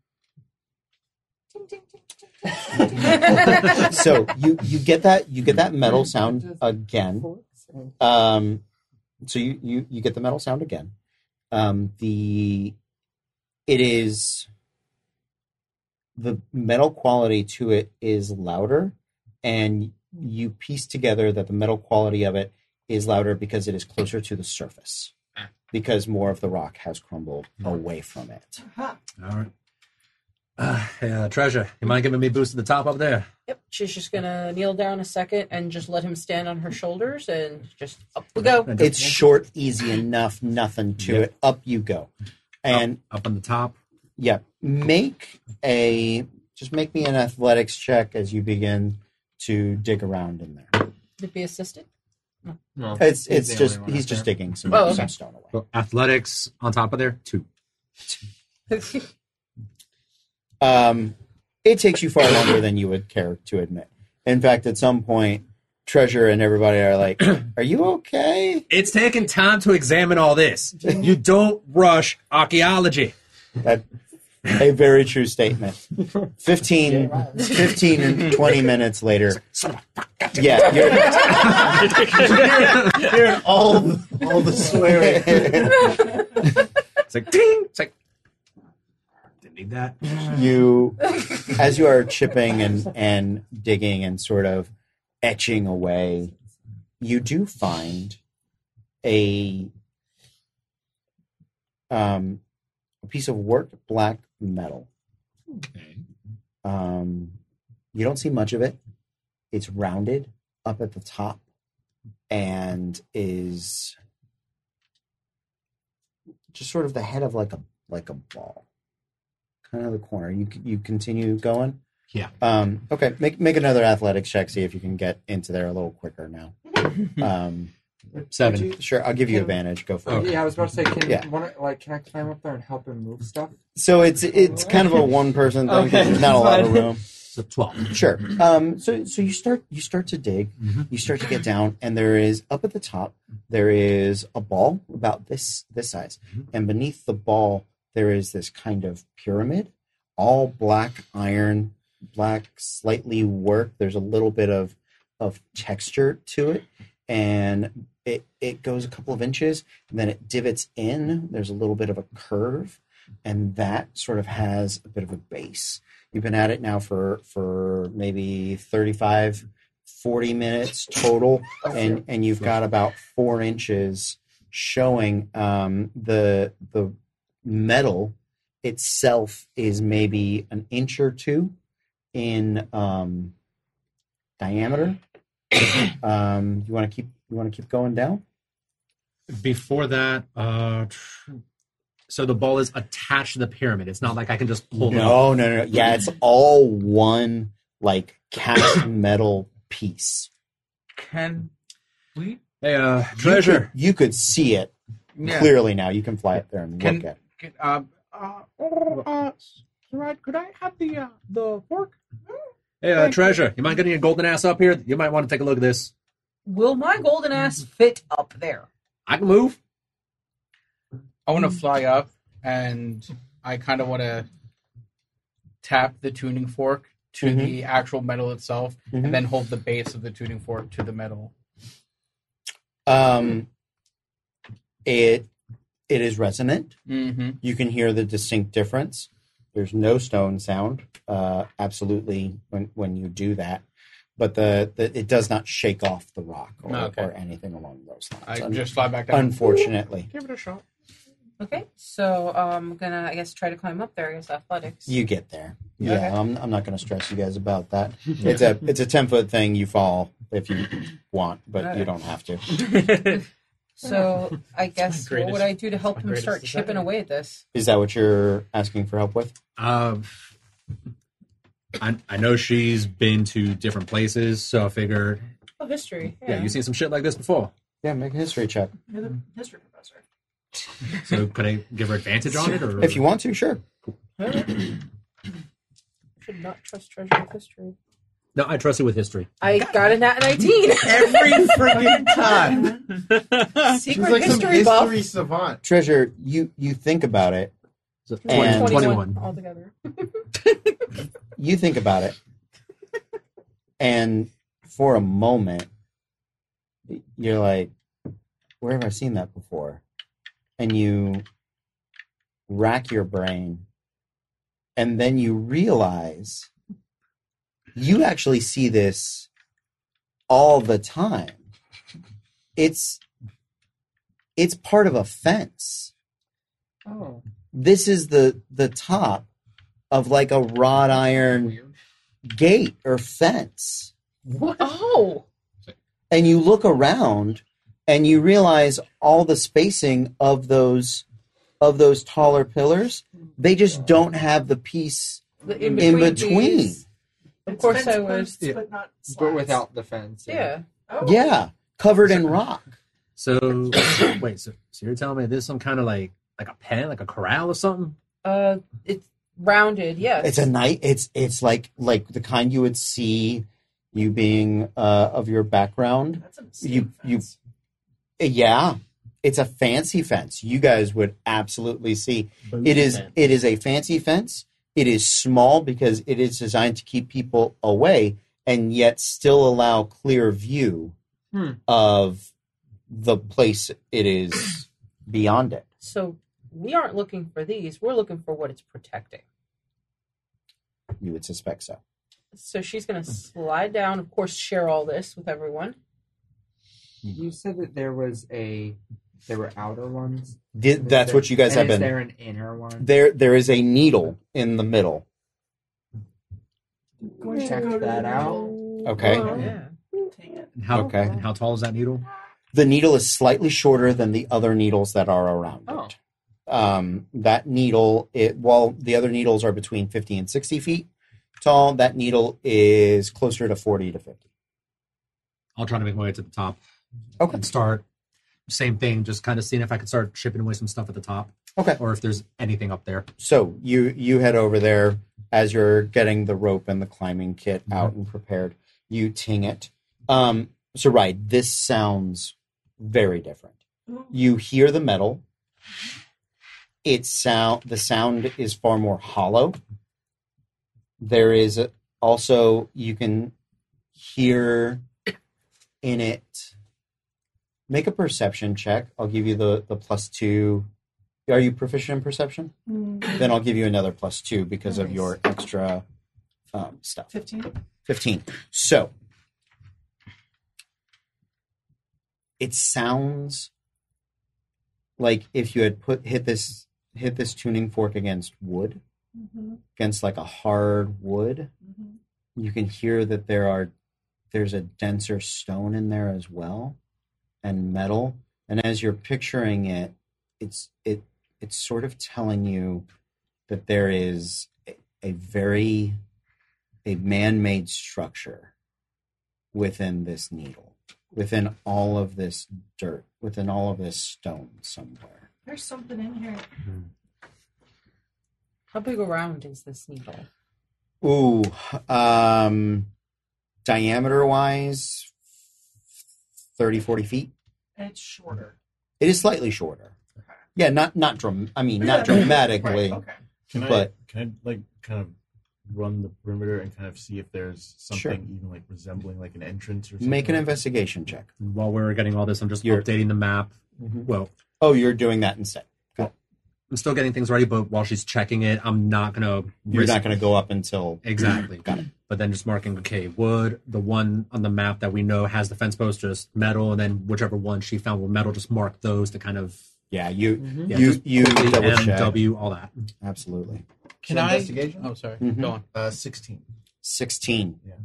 so you, you get that you get that metal sound again. Um, so you, you you get the metal sound again. Um, the it is the metal quality to it is louder, and you piece together that the metal quality of it is louder because it is closer to the surface, because more of the rock has crumbled away from it. Huh. All right. Uh, yeah, treasure, you mind giving me a boost at the top up there? Yep. She's just gonna kneel down a second and just let him stand on her shoulders and just up we go. And It's just short, easy enough, nothing to Yeah. it. Up you go, and up on the top. yeah, make a just make me an athletics check as you begin to dig around in there. To be assisted. No, It's he's it's the just only one he's up just there. digging some, Oh, okay. some stone away. Well, athletics on top of there, two. um, it takes you far longer than you would care to admit. In fact, at some point, Treasure and everybody are like, "Are you okay?" It's taking time to examine all this. You don't rush archaeology. That a very true statement. 15, 15 and twenty minutes later, yeah, you're, you're in all all the swearing. It's like ding. It's like didn't need that. you as you are chipping and and digging and sort of etching away you do find a um a piece of worked black metal um you don't see much of it it's rounded up at the top and is just sort of the head of like a like a ball kind of the corner. You you continue going. Yeah. Um, okay. Make make another athletics check. See if you can get into there a little quicker now. Um, Seven. would you- sure. I'll give you advantage. Go for it. Oh, Yeah, I was about to say, can Yeah. wanna- like can I climb up there and help him move stuff? So it's it's kind of a one person thing. 'cause Okay, There's not a lot of fine. room. It's a twelve. Sure. Um, so so you start you start to dig. Mhm. You start to get down, and there is up at the top there is a ball about this this size, Mhm. and beneath the ball there is this kind of pyramid, all black iron, black slightly work. There's a little bit of of texture to it, and it it goes a couple of inches, and then it divots in. There's a little bit of a curve, and that sort of has a bit of a base you've been at it now for for maybe 35 40 minutes total and and you've got about four inches showing um the the metal itself is maybe an inch or two in um diameter um you want to keep you want to keep going down Before that, uh, tr- so the ball is attached to the pyramid. It's not like I can just pull it up. no no no yeah it's all one like cast metal piece Can we? Hey, uh, You could- you could see it Yeah. clearly now. You can fly up there and Can- look at it. Get, uh, Uh, or, uh, Sarad, could I have the uh, the fork? Hey, uh, treasure, you mind getting your golden ass up here? You might want to take a look at this. Will my golden ass fit up there? I can move. I want to fly up, and I kind of want to tap the tuning fork to Mhm. the actual metal itself, Mhm. and then hold the base of the tuning fork to the metal. Um, it it is resonant. Mm-hmm. You can hear the distinct difference. There's no stone sound, uh, absolutely, when when you do that. But the, the it does not shake off the rock or, Okay. or anything along those I lines. un- just fly back down. unfortunately, Give it a shot. Okay. So um, I'm gonna I guess try to climb up there against athletics. you get there. Yeah, Okay. I'm, I'm not going to stress you guys about that. It's a it's a ten foot thing. You fall if you want, but Okay. you don't have to. So I guess what greatest- would I do to help my him greatest start desire. chipping away at this? Is that what you're asking for help with? Um, I, I know she's been to different places, so I figured, Oh, history. yeah, you've seen some shit like this before. Yeah, make a history check. You're the history professor. So could I give her advantage on it, or If you want to, sure. should not trust treasure with history. No, I trust it with history. I got a nat 19. Every freaking time. Secret She's like some history buff. history savant. Treasure, you you think about it. So And- 21. altogether. You think about it. and for a moment you're like, where have I seen that before? And you rack your brain and then you realize you actually see this all the time. It's it's part of a fence Oh. this is the the top of like a wrought iron gate or fence Oh, and you look around and you realize all the spacing of those of those taller pillars they just don't have the piece the in in-between between, piece. Of course, I was. Yeah. but not slats. But without the fence. Yeah. Oh. yeah covered in rock So wait, so, so you're telling me there's some kind of like like a pen, like a corral or something? Uh, it's rounded. Yes. it's a night it's it's like like the kind you would see you being uh, of your background That's an You- escape you- fence. Yeah, it's a fancy fence. You guys would absolutely see. It is it is a fancy fence. It is small because it is designed to keep people away and yet still allow clear view Hmm. of the place it is beyond it. So we aren't looking for these. We're looking for what it's protecting. You would suspect so. So she's going to slide down. Of course, share all this with everyone. You said that there was a there were outer ones. Di- And is that's there- what you guys and have is been. there an inner one? There there is a needle in the middle. Going to Check go to the that out. middle, Okay. Oh, Yeah. Take it. And how Okay. and how tall is that needle? The needle is slightly shorter than the other needles that are around Oh. it. Um, that needle, it, while the other needles are between 50 and 60 feet tall, that needle is closer to 40 to 50. I'll try to make my way to the top. Okay. And start same thing, just kind of seeing if I could start chipping away some stuff at the top. Okay. Or if there's anything up there. So you you head over there as you're getting the rope and the climbing kit out and prepared. You ting it. Um, so right, this sounds very different. You hear the metal. It sound the sound is far more hollow. There is a- also you can hear in it. Make a perception check. I'll give you the the plus two. Are you proficient in perception? Hmm. Mm, then I'll give you another plus two because of Nice. your extra um, stuff. 15. 15. So it sounds like if you had put hit this hit this tuning fork against wood, Mhm, against like a hard wood, mhm. you can hear that there are there's a denser stone in there as well and metal and as you're picturing it it's it it's sort of telling you that there is a, a very a man-made structure within this needle within all of this dirt within all of this stone somewhere There's something in here. How big around is this needle? ooh um diameter wise 30 40 feet And it's shorter. It is slightly shorter. Yeah, not not dram- I mean, Yeah. not dramatically. Right, okay. Can But- I can I like kind of run the perimeter and kind of see if there's something Sure. even like resembling like an entrance or something? Make an investigation check. While we we're getting all this, I'm just You're- updating the map. Well, Oh, you're doing that instead. I'm still getting things ready, but while she's checking it, I'm not gonna You're risk- not going to go up until Exactly. Got it. But then just marking, okay, wood, the one on the map that we know has the fence post, just metal, and then whichever one she found were metal, just mark those to kind of yeah. You Mhm. Yeah, you just you quickly double M, check W, all that. absolutely. Can So I? investigation? Oh, sorry. Mhm. Go on. Uh, sixteen. Sixteen. Yeah.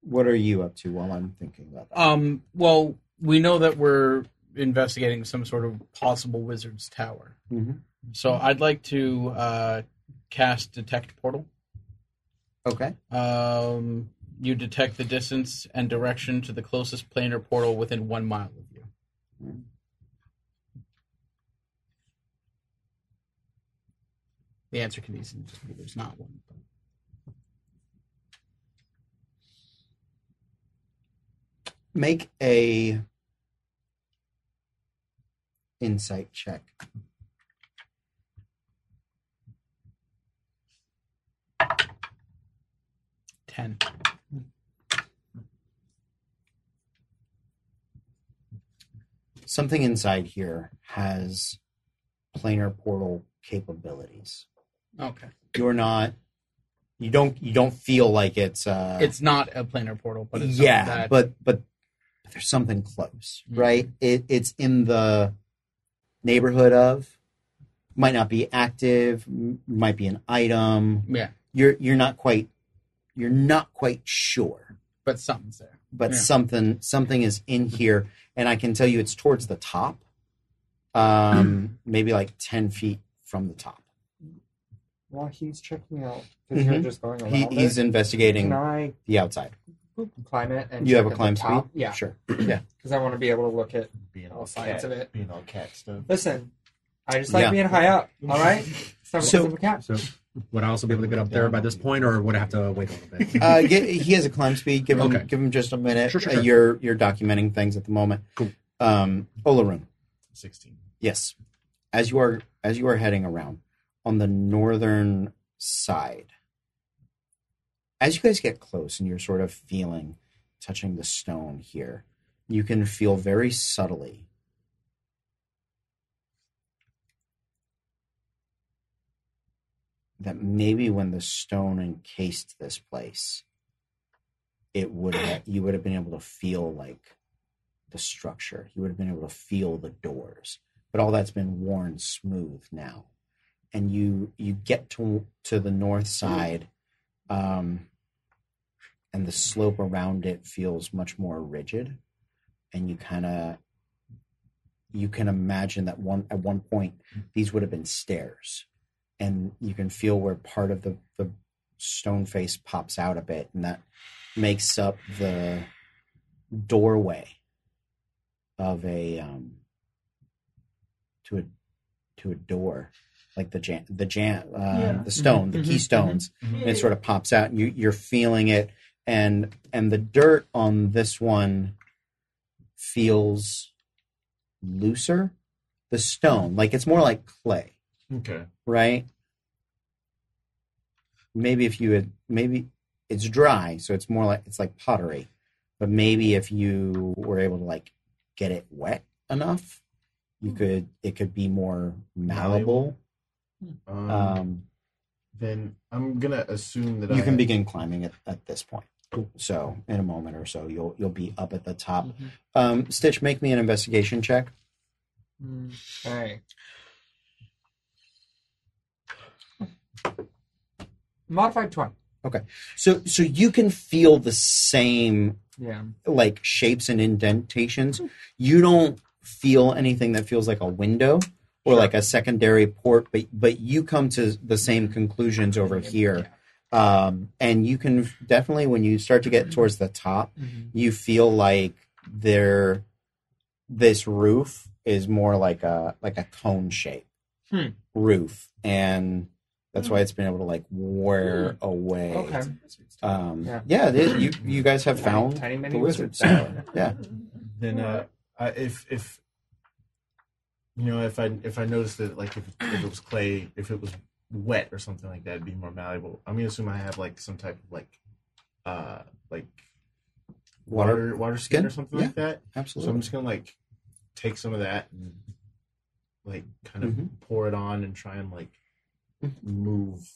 What are you up to while I'm thinking about that? Um, well, we know that we're investigating some sort of possible wizard's tower. Mhm. So I'd like to uh, cast detect portal. Okay. Um, you detect the distance and direction to the closest planar portal within one mile of you. The answer can easily just be there's not one. Make a insight check. Ten. something inside here has planar portal capabilities. Okay. You're not. You don't. You don't feel like it's. Uh, It's not a planar portal, but it's yeah, something that- but but there's something close, Mhm. right? It it's in the neighborhood of might not be active, m- might be an item. yeah, You're you're not quite you're not quite sure, but something's there. but Yeah. something something is in here, and I can tell you it's towards the top, um, maybe like ten feet from the top. While he's checking out, because Mhm. you're just going around He, it, he's investigating can I the outside. climb it? And You have check a at climb the top? speed, Yeah, sure. because I want to be able to look at Being all all sides cat, of it. being all cat stuff. Listen, I just like Yeah. being high up. All right. Stop So- with the cap. So would I also be able to get up there by this point, or would I have to wait a little bit? uh, get, he has a climb speed. Give him Okay. give him just a minute. Sure, sure, Uh, sure. You're you're documenting things at the moment. Cool. Um, Olarun, Sixteen. yes. As you are as you are heading around on the northern side, as you guys get close and you're sort of feeling, touching the stone here, you can feel very subtly. That maybe when the stone encased this place, it would have, you would have been able to feel like the structure. You would have been able to feel the doors, but all that's been worn smooth now. And you you get to to the north side, um, and the slope around it feels much more rigid, and you kind of you can imagine that one at one point these would have been stairs, and you can feel where part of the the stone face pops out a bit, and that makes up the doorway of a um to a to a door like the jam the jam um, Yeah. the stone Mhm. the keystones Yeah, and it sort of pops out and you you're feeling it and and the dirt on this one feels looser the stone like it's more like clay Okay. right? Maybe if you had, maybe it's dry, so it's more like it's like pottery. But maybe if you were able to like get it wet enough, you could it could be more malleable. Um, Um, then I'm gonna assume that you I can begin climbing at, at this point. So in a moment or so, you'll you'll be up at the top. Mm-hmm. Um, Stitch, make me an investigation check. Okay. Modified twenty. So so you can feel the same Yeah. like shapes and indentations. You don't feel anything that feels like a window or like a secondary port, but but you come to the same conclusions over here. Um, and you can definitely when you start to get towards the top, you feel like there this roof is more like a like a cone shape Hmm. roof. And that's why it's been able to like wear away. Hmm. Okay. Um, Yeah. yeah, they- you you guys have found tiny, mini the wizard's wizards. tower. Yeah, then uh, I, if if you know if I if I noticed that like if, if it was clay, if it was wet or something like that, it'd be more malleable. I'm gonna assume I have like some type of like uh like water, water water skin or something like that. So I'm absolutely. just gonna like take some of that and like kind of Mhm. pour it on and try and like Mm-hmm. move.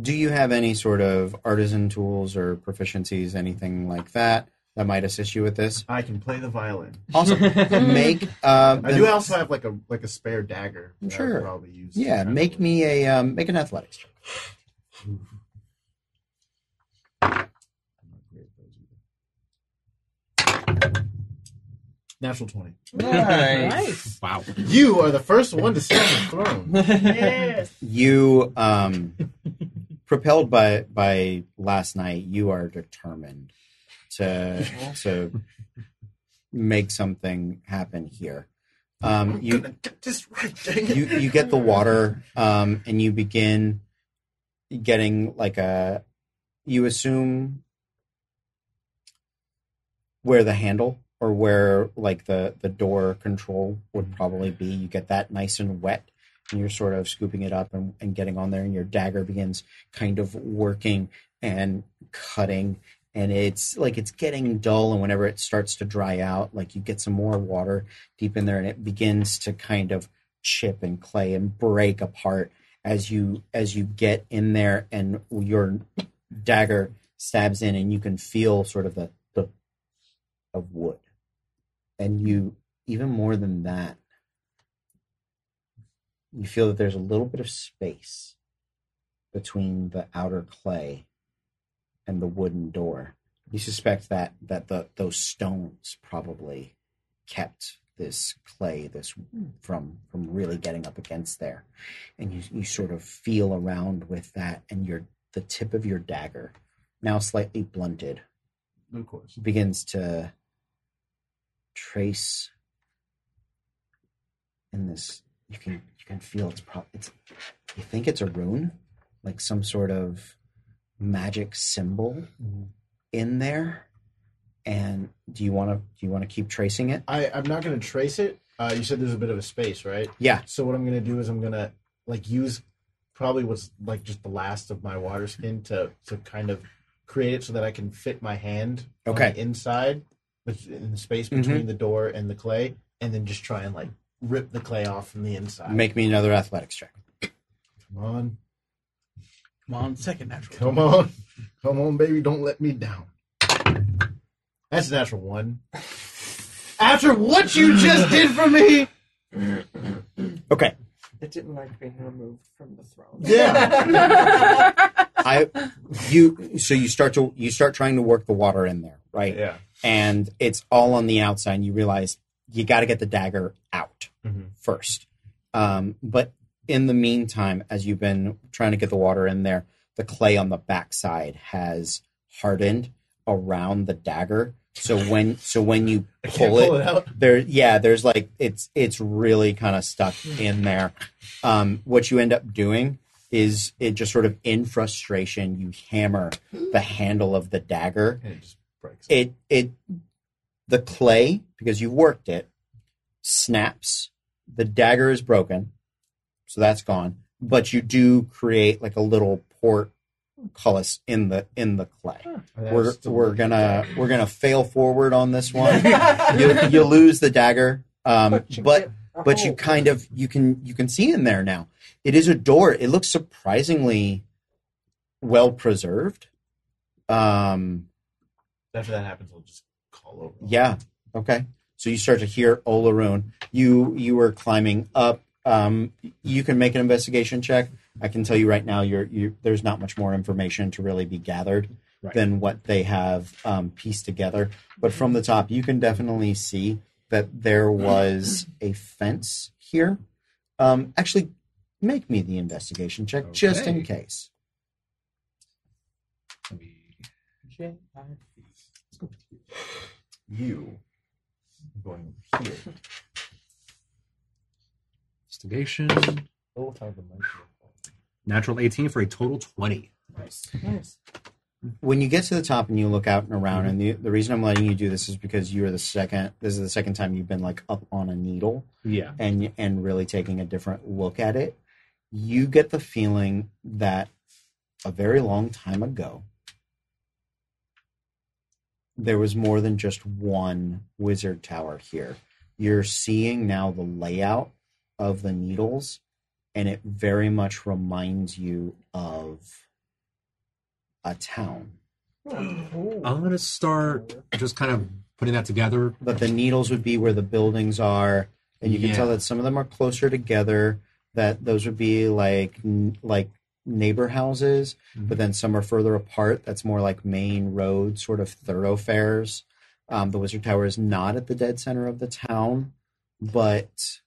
Do you have any sort of artisan tools or proficiencies, anything like that, that might assist you with this? I can play the violin. Awesome. make uh, I do also have like a like a spare dagger. that I would Sure. probably use. to Yeah, kind of, make like- me a um, make an athletics check. I'm not great at those either. Natural 20. Nice. Wow. You are the first one to sit on the throne. Uh, Yes. You um, propelled by by last night, you are determined to to make something happen here. Um, you Gonna get this right, dang it. you you get the water um, and you begin getting like a you assume where the handle or where like the the door control would probably be you get that nice and wet and you're sort of scooping it up and, and getting on there and your dagger begins kind of working and cutting and it's like it's getting dull and whenever it starts to dry out like you get some more water deep in there and it begins to kind of chip and clay and break apart as you as you get in there and your dagger stabs in and you can feel sort of the the of wood and you even more than that you feel that there's a little bit of space between the outer clay and the wooden door you suspect that that the those stones probably kept this clay this from from really getting up against there and you, you sort of feel around with that and your the tip of your dagger now slightly blunted Of course. begins to trace in this you can you can feel it's probably it's you think it's a rune like some sort of magic symbol in there and do you want to do you want to keep tracing it I, I'm not going to trace it. Uh, you said there's a bit of a space, right? yeah So what I'm going to do is I'm going to like use probably what's like just the last of my water skin to to kind of create it so that I can fit my hand on Okay. Mm-hmm. the inside bet- in the space between the door and the clay, and then just try and like rip the clay off from the inside. make me another athletics check come on, Come on, second natural. come on, come on, baby! Don't let me down. That's a natural one. After what you just did for me, okay It didn't like being removed from the throne. yeah. i you so you start to you start trying to work the water in there right Yeah. and it's all on the outside and you realize you got to get the dagger out Mhm. first um, but in the meantime as you've been trying to get the water in there the clay on the backside has hardened around the dagger so when so when you I can't pull, pull it it out. there yeah there's like it's it's really kind of stuck in there um, what you end up doing is it just sort of in frustration you hammer the handle of the dagger And it just breaks. it it the clay because you worked it snaps the dagger is broken so that's gone but you do create like a little portcullis in the in the clay we're we're gonna we're gonna fail forward on this one you, you lose the dagger um, but but you kind of you can you can see in there now it is a door it looks surprisingly well preserved um after that happens, we'll just call over. yeah. Okay. So you start to hear Olaroon. You you were climbing up. Um, you can make an investigation check. I can tell you right now, you're you. There's not much more information to really be gathered Right. than what they have um, pieced together. But from the top, you can definitely see that there was a fence here. Um, actually, make me the investigation check just in Okay. case. You going over here? Investigation. Oh, how the mic is. Natural 18 for a total 20. when you get to the top and you look out and around, and the, the reason I'm letting you do this is because you are the second. This is the second time you've been like up on a needle Yeah. and and really taking a different look at it. You get the feeling that a very long time ago, there was more than just one wizard tower here. You're seeing now the layout of the needles, and it very much reminds you of a town. Oh. I'm going to start just kind of putting that together. but the needles would be where the buildings are, and you can Yeah. tell that some of them are closer together. That those would be like n- like neighbor houses, but then some are further apart. That's more like main road sort of thoroughfares. Um, the Wizard Tower is not at the dead center of the town, but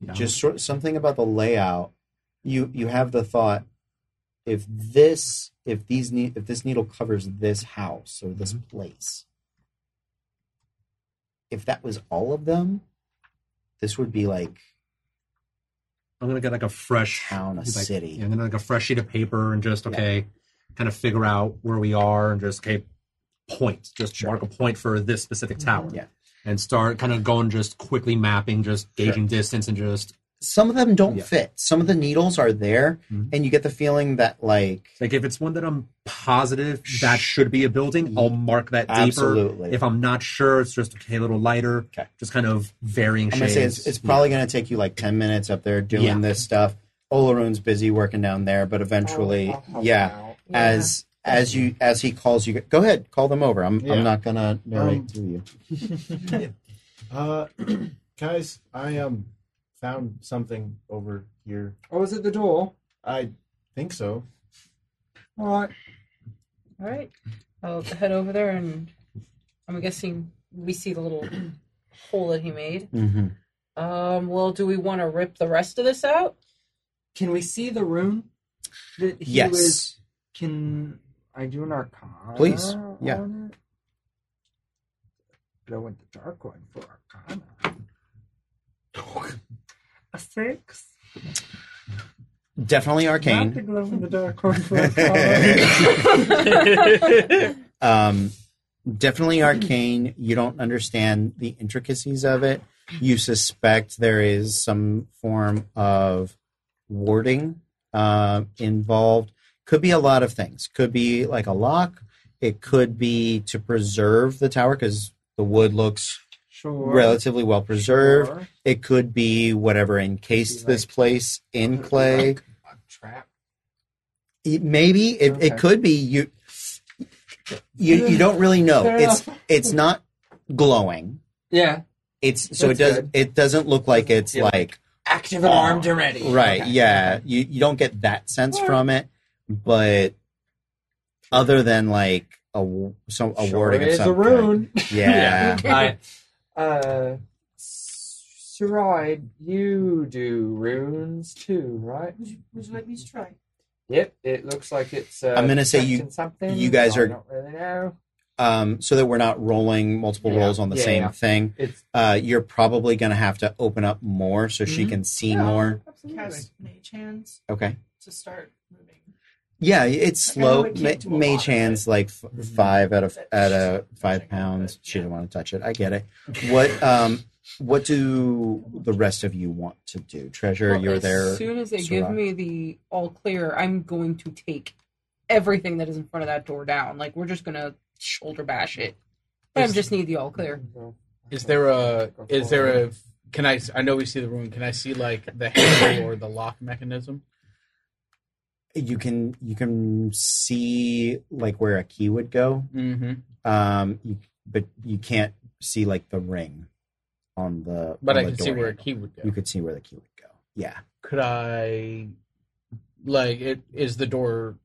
Yeah. just sort something about the layout. You you have the thought if this if these ne- if this needle covers this house or this Mm-hmm. place, if that was all of them, this would be like I'm gonna get like a fresh Town, a like, city. yeah, and then like a fresh sheet of paper, and just okay, kind of figure out where we are, and just okay, point, just mark a point for this specific tower, Yeah. and start kind of going, just quickly mapping, just gauging distance, and just some of them don't Yeah. fit. Some of the needles are there, Mhm. and you get the feeling that like Like if it's one that I'm positive that should be a building, I'll mark that deeper. Absolutely. If I'm not sure, it's just okay, a little lighter. Okay. Just kind of varying I'm gonna shades. say it's, it's probably gonna take you like ten minutes up there doing Yeah. this stuff. Olaroon's busy working down there, but eventually, I'll- I'll help yeah, him out. as as you as he calls you, go ahead, call them over. I'm Yeah. I'm not gonna narrate Um, to you. Uh, guys, I um found something over here. Oh, is it the door? I think so. All right. All right. I'll head over there and I'm guessing we see the little hole that he made. Mm-hmm. Um, well, do we want to rip the rest of this out? Can we see the room that he Yes. was? Can I do an arcana? Please, yeah. on it? But I went the dark one for arcana. A six. Definitely Not the arcane. glow in the dark one for arcana. um, definitely arcane. You don't understand the intricacies of it. You suspect there is some form of warding uh, involved. Could be a lot of things. Could be like a lock. It could be to preserve the tower because the wood looks sure. relatively well preserved. Sure. It could be whatever encased this place in clay. A trap. It- maybe it, Okay. it could be you you you don't really know Fair it's it's not glowing Yeah. it's so That's it does good. it doesn't look like it's Yeah. like Active alarm to ready. Oh. right Okay. yeah you you don't get that sense from it but other than like a w- some a Sure warding of is a some kind. rune. yeah I, Uh, Sarai, you do runes too, right? Would you, would you like me to try? Yep. It looks like it's. Uh, I'm gonna say you- protecting Something. you guys I are- don't really know. um so that we're not rolling multiple Yeah. rolls on the Yeah, same yeah. thing It's uh you're probably gonna have to open up more so she Mm-hmm. Mhm. can see Yeah, more Cast mage hands okay to start moving. Yeah, it's Like, I know slow. it Ma- can't do a mage lot, hands like f- Mm-hmm. five out of But- at a five But- pounds. She didn't want to touch it. I get it. What um what do the rest of you want to do? Treasure, Well, you're as there. soon as they Syrah. give me the all clear, I'm going to take everything that is in front of that door down. Like we're just gonna shoulder bash it. But I just need the all clear. is there a is there a can I I know we see the room. Can I see like the handle or the lock mechanism? You can you can see like where a key would go. Mm-hmm. Um, you, but you can't see like the ring on the. But on I the can see door where a handle. key would go. You could see where the key would go. Yeah. Could I like it is the door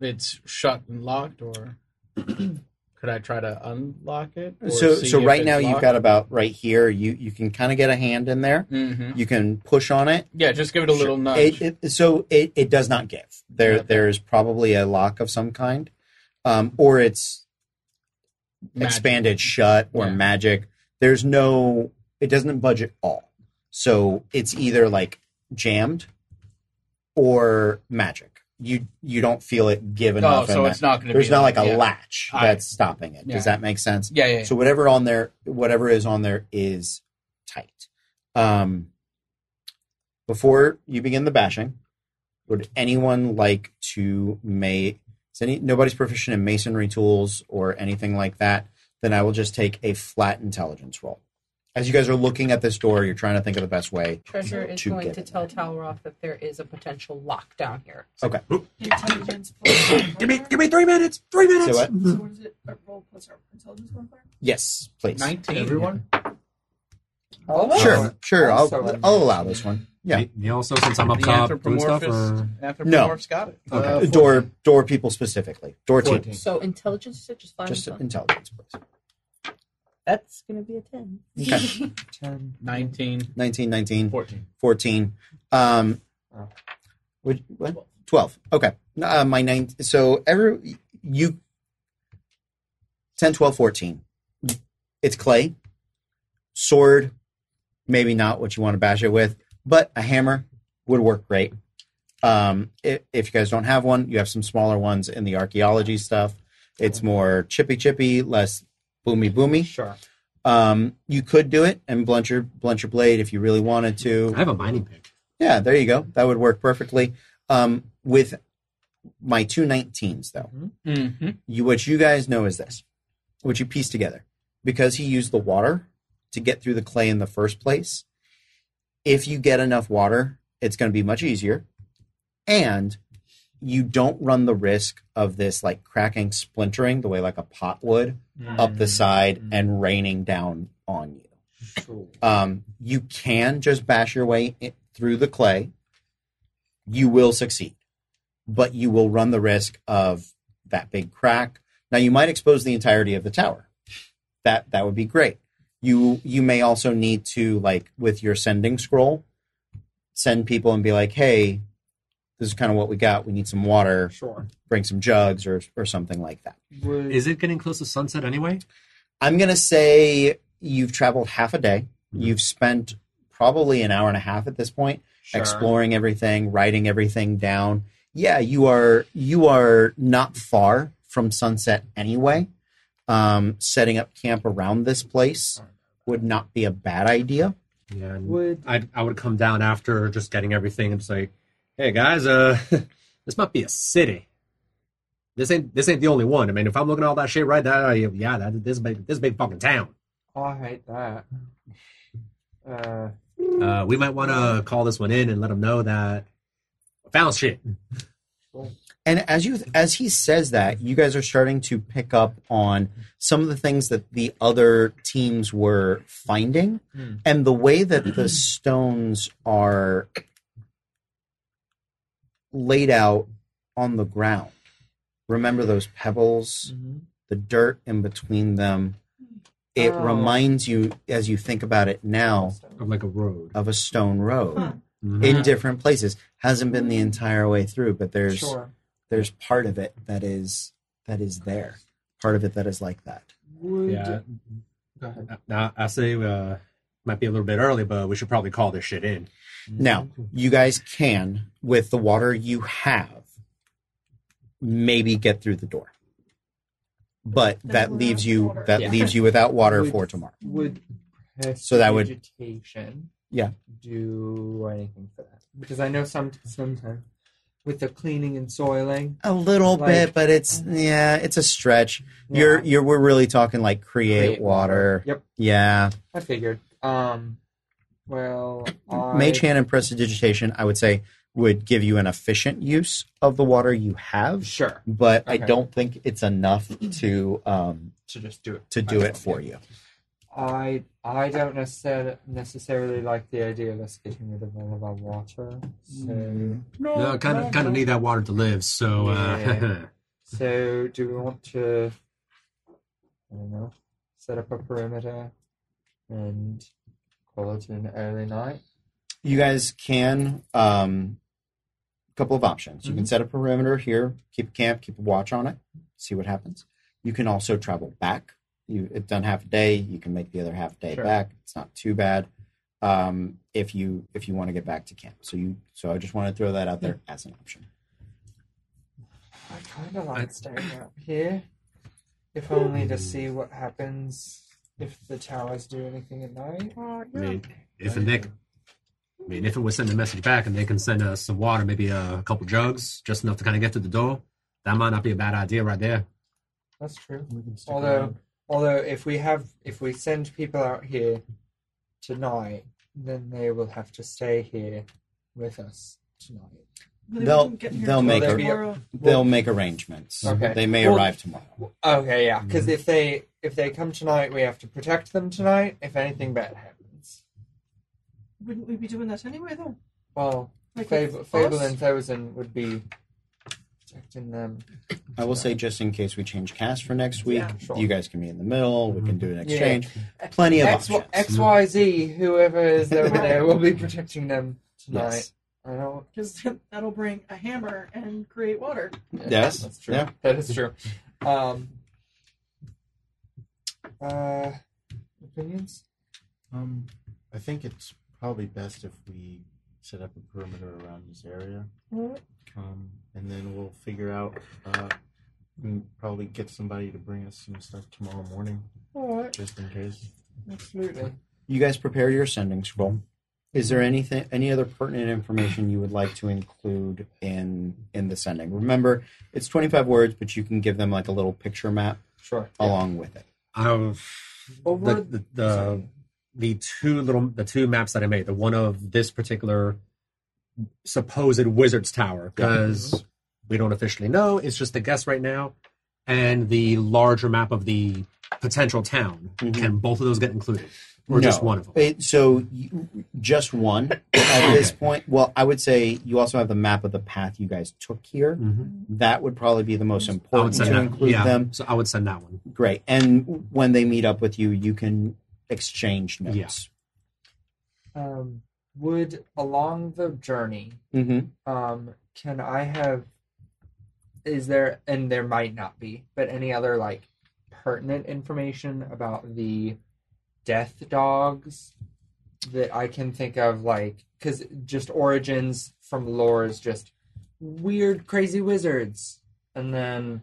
it's shut and locked or could I try to unlock it? so so right now you've got about right here. You you can kind of get a hand in there. hmm You can push on it. Yeah, just give it a little Sure. nudge. It, it, so it, it does not give. There Okay. there is probably a lock of some kind, um, or it's Magic. expanded shut or Yeah. magic. There's no. It doesn't budge at all. So it's either like jammed or magic. You you don't feel it given Oh, off. so it's not going to be there's not like a yeah. latch All that's stopping it. Does Yeah. that make sense? Yeah, yeah. yeah. So whatever on there, whatever is on there is tight. Um, before you begin the bashing, would anyone like to make? Is any nobody's proficient in masonry tools or anything like that? Then I will just take a flat intelligence roll. As you guys are looking at this door, you're trying to think of the best way. Treasure is To going get to it. tell Talroth that there is a potential lock down here. Intelligence plus. give me give me three minutes. Three So minutes. what? So what is it? A roll plus our intelligence modifier? Yes, please. Nineteen. Everyone? Oh, Sure, sure. I'll Also a nine. I'll allow this one. Yeah. Me- me also since I'm The up top doing stuff anthropomorphist, or anthropomorph's got it. Uh, Uh, door door people specifically. Door Fourteen. teams. So intelligence is it just fine. Just intelligence, please. That's gonna be a ten. Okay. Ten. Nineteen. 19, 19. 14. 14 um Oh. would- what? 12 okay uh, my nine so every you 10 12 14 it's clay sword maybe not what you want to bash it with but a hammer would work great um i- if you guys don't have one you have some smaller ones in the archaeology stuff it's more chippy chippy less boomy boomy Sure. um, you could do it and blunt your blunt your blade if you really wanted to. I have a mining pick. Yeah, there you go. That would work perfectly. Um, with my two 19s, though, Mm-hmm. you, what you guys know is this, what you piece together. Because he used the water to get through the clay in the first place, if you get enough water, it's going to be much easier. And you don't run the risk of this like cracking, splintering the way like a pot would Mm. up the side and raining down on you. Um, you can just bash your way i through the clay. You will succeed, but you will run the risk of that big crack. Now you might expose the entirety of the tower. That that would be great. You you may also need to like with your sending scroll, send people and be like, hey, this is kind of what we got. We need some water. Sure. Bring some jugs or or something like that. Would, Is it getting close to sunset anyway? I'm going to say you've traveled half a day. You've spent probably an hour and a half at this point Sure. exploring everything, writing everything down. Yeah, you are you are not far from sunset anyway. Um, setting up camp around this place would not be a bad idea. Yeah. and would I'd, I would come down after just getting everything and just like, hey guys, uh, this might be a city. This ain't this ain't the only one. I mean, if I'm looking at all that shit right, that uh, yeah, that this big this big fucking town. oh, I hate that. Uh, Uh, we might want to call this one in and let them know that I found shit. And as you as he says that, you guys are starting to pick up on some of the things that the other teams were finding Hmm. and the way that the stones are laid out on the ground. Remember those pebbles, Mm-hmm. the dirt in between them. It Oh. reminds you as you think about it now Of like a road. of a stone road Huh. Mhm. in Hmm. different places. Hasn't been the entire way through, but there's sure. there's part of it that is that is there part of it that is like that Would Yeah. Go ahead. Now I say uh, might be a little bit early, but we should probably call this shit in. now you guys can with the water you have maybe get through the door but that we're leaves out of you water. that Yeah. leave you without water Would- for tomorrow would So that would- vegetation Yeah. do anything for that because I know some sometimes with the cleaning and soiling a little Like- bit but it's yeah it's a stretch you're yeah, you're we're really talking like create, create water. Yep, yeah I figured. Um, well, I, Mage Hand and prestidigitation i would say would give you an efficient use of the water you have sure but I Okay. don't think it's enough to um, to just do it to do it for you. I I don't necessarily necessarily like the idea of us getting rid of all of our water. So Mm. No, kind of kind of need that water to live. So uh, Yeah. so do we want to? I don't know. Set up a perimeter and call it an early night. You guys can um, a couple of options. Mm-hmm. You can set a perimeter here, keep a camp, keep a watch on it, see what happens. You can also travel back. You it's done half a day. You can make the other half day Sure. back. It's not too bad um, if you if you want to get back to camp. So you so I just want to throw that out there as an option. I kind of like staying up here, if only to see what happens if the towers do anything at night. I mean, if and Nick, I mean, if it was sending a message back and they can send us some water, maybe uh, a couple jugs, just enough to kind of get to the door, that might not be a bad idea right there. That's true. We can stick Although, around. although if we have, if we send people out here tonight, then they will have to stay here with us tonight. They'll- won't get here they'll till make a- tomorrow. They'll make arrangements. Okay. They may Well- arrive tomorrow. Okay, Mm. yeah, because if they if they come tonight, we have to protect them tonight. If anything bad happens, Wouldn't we be doing that anyway, though? well, Like Fable, with Fable us? and Thousand would be protecting them. I will say, just in case we change cast for next week, Yeah, sure. you guys can be in the middle. We can do an Yeah. exchange. Plenty of X, options. X, Y, Z, whoever is over there, will be protecting them tonight. Yes. I don't. Because that'll bring a hammer and create water. Yes, that's true. yeah. That is true. Um, uh, opinions? Um, I think it's probably best if we set up a perimeter around this area. Um, and then we'll figure out. Uh, and probably get somebody to bring us some stuff tomorrow morning, All right, just in case. absolutely. You guys prepare your sending scroll. Mm-hmm. Is there anything, any other pertinent information you would like to include in in the sending? Remember, it's twenty five words, but you can give them like a little picture map Sure. along with it. I've Over Um, the the, the the two little the two maps that I made. The one of this particular supposed wizard's tower because we don't officially know. It's just a guess right now. And the larger map of the potential town. Can both of those get included, or just No. one of them? It, so you, just one at this point. Well, I would say you also have the map of the path you guys took here. Mm-hmm. That would probably be the most I important would to send that. include yeah, them. so I would send that one. Great. And when they meet up with you, you can exchange notes. Um, would along the journey, hmm um, can I have? Is there and there might not be, but any other like pertinent information about the death dogs that I can think of, like because just origins from lore is just weird, crazy wizards, and then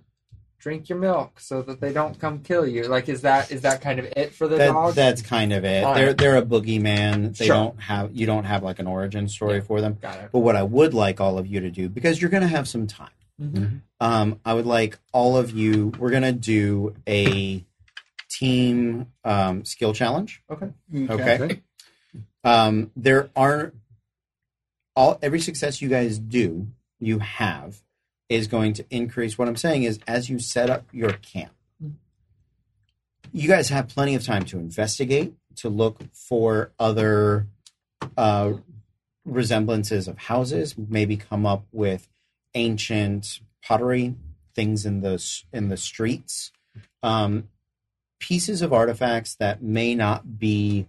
drink your milk so that they don't come kill you. Like, is that is that kind of it for the That, dogs? that's kind of it. All They're right. they're a boogeyman. They Sure. don't have you don't have like an origin story Yeah. for them. Got it. But what I would like all of you to do because you're going to have some time. Mhm. Um, I would like all of you. We're going to do a team um, skill challenge. Okay. Um, there are all every success you guys do, you have is going to increase. What I'm saying is, as you set up your camp, you guys have plenty of time to investigate, to look for other uh, resemblances of houses, maybe come up with ancient pottery, things in the s- in the streets, um, pieces of artifacts that may not be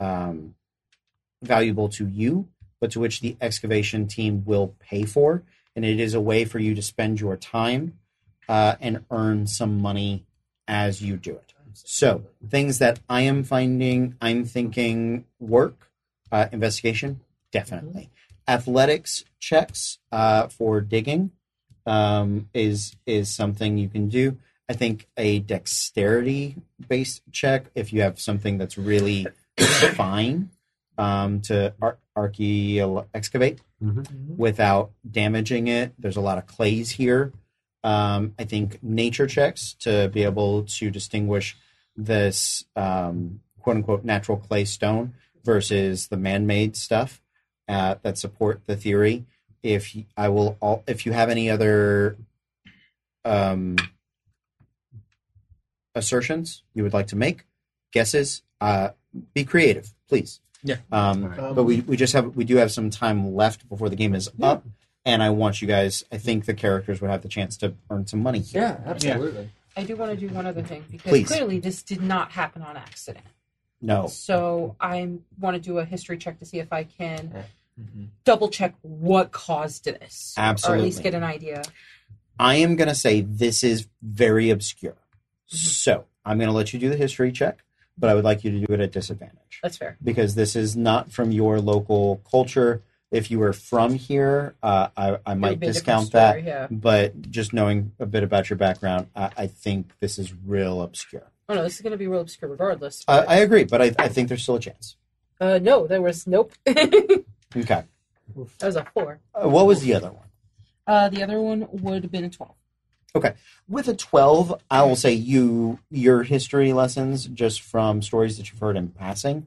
um, valuable to you, but to which the excavation team will pay for. And it is a way for you to spend your time uh, and earn some money as you do it. So, things that I am finding, I'm thinking work, uh, investigation, definitely. Athletics checks uh, for digging um, is is something you can do. I think a dexterity based check, if you have something that's really fine um, to ar- archaeo- excavate Mhm. Mm-hmm. without damaging it. There's a lot of clays here. Um, I think nature checks to be able to distinguish this um, quote unquote natural clay stone versus the man made stuff uh, that support the theory. If y- I will, all, if you have any other um, assertions you would like to make, guesses, uh, be creative, please. Yeah. Um, Right. But we, we just have we do have some time left before the game is up, and I want you guys. I think the characters would have the chance to earn some money here. Yeah, absolutely. I do want to do one other thing because Please. clearly this did not happen on accident. No. So I want to do a history check to see if I can Mhm. double check what caused this. Or at Mm-hmm. Absolutely. least get an idea. I am going to say this is very obscure. So I'm going to let you do the history check, but I would like you to do it at disadvantage That's fair. because this is not from your local culture. If you were from here, uh, I, I It would might be a different discount that. story, Yeah. But just knowing a bit about your background, I, I think this is real obscure. Oh no, this is going to be real obscure regardless. I, I agree, but I, I think there's still a chance. Uh, no, there was nope. that Okay. was a four. Uh, what was the other one? Uh, the other one would have been a twelve. with a 12 i will say you your history lessons just from stories that you've heard in passing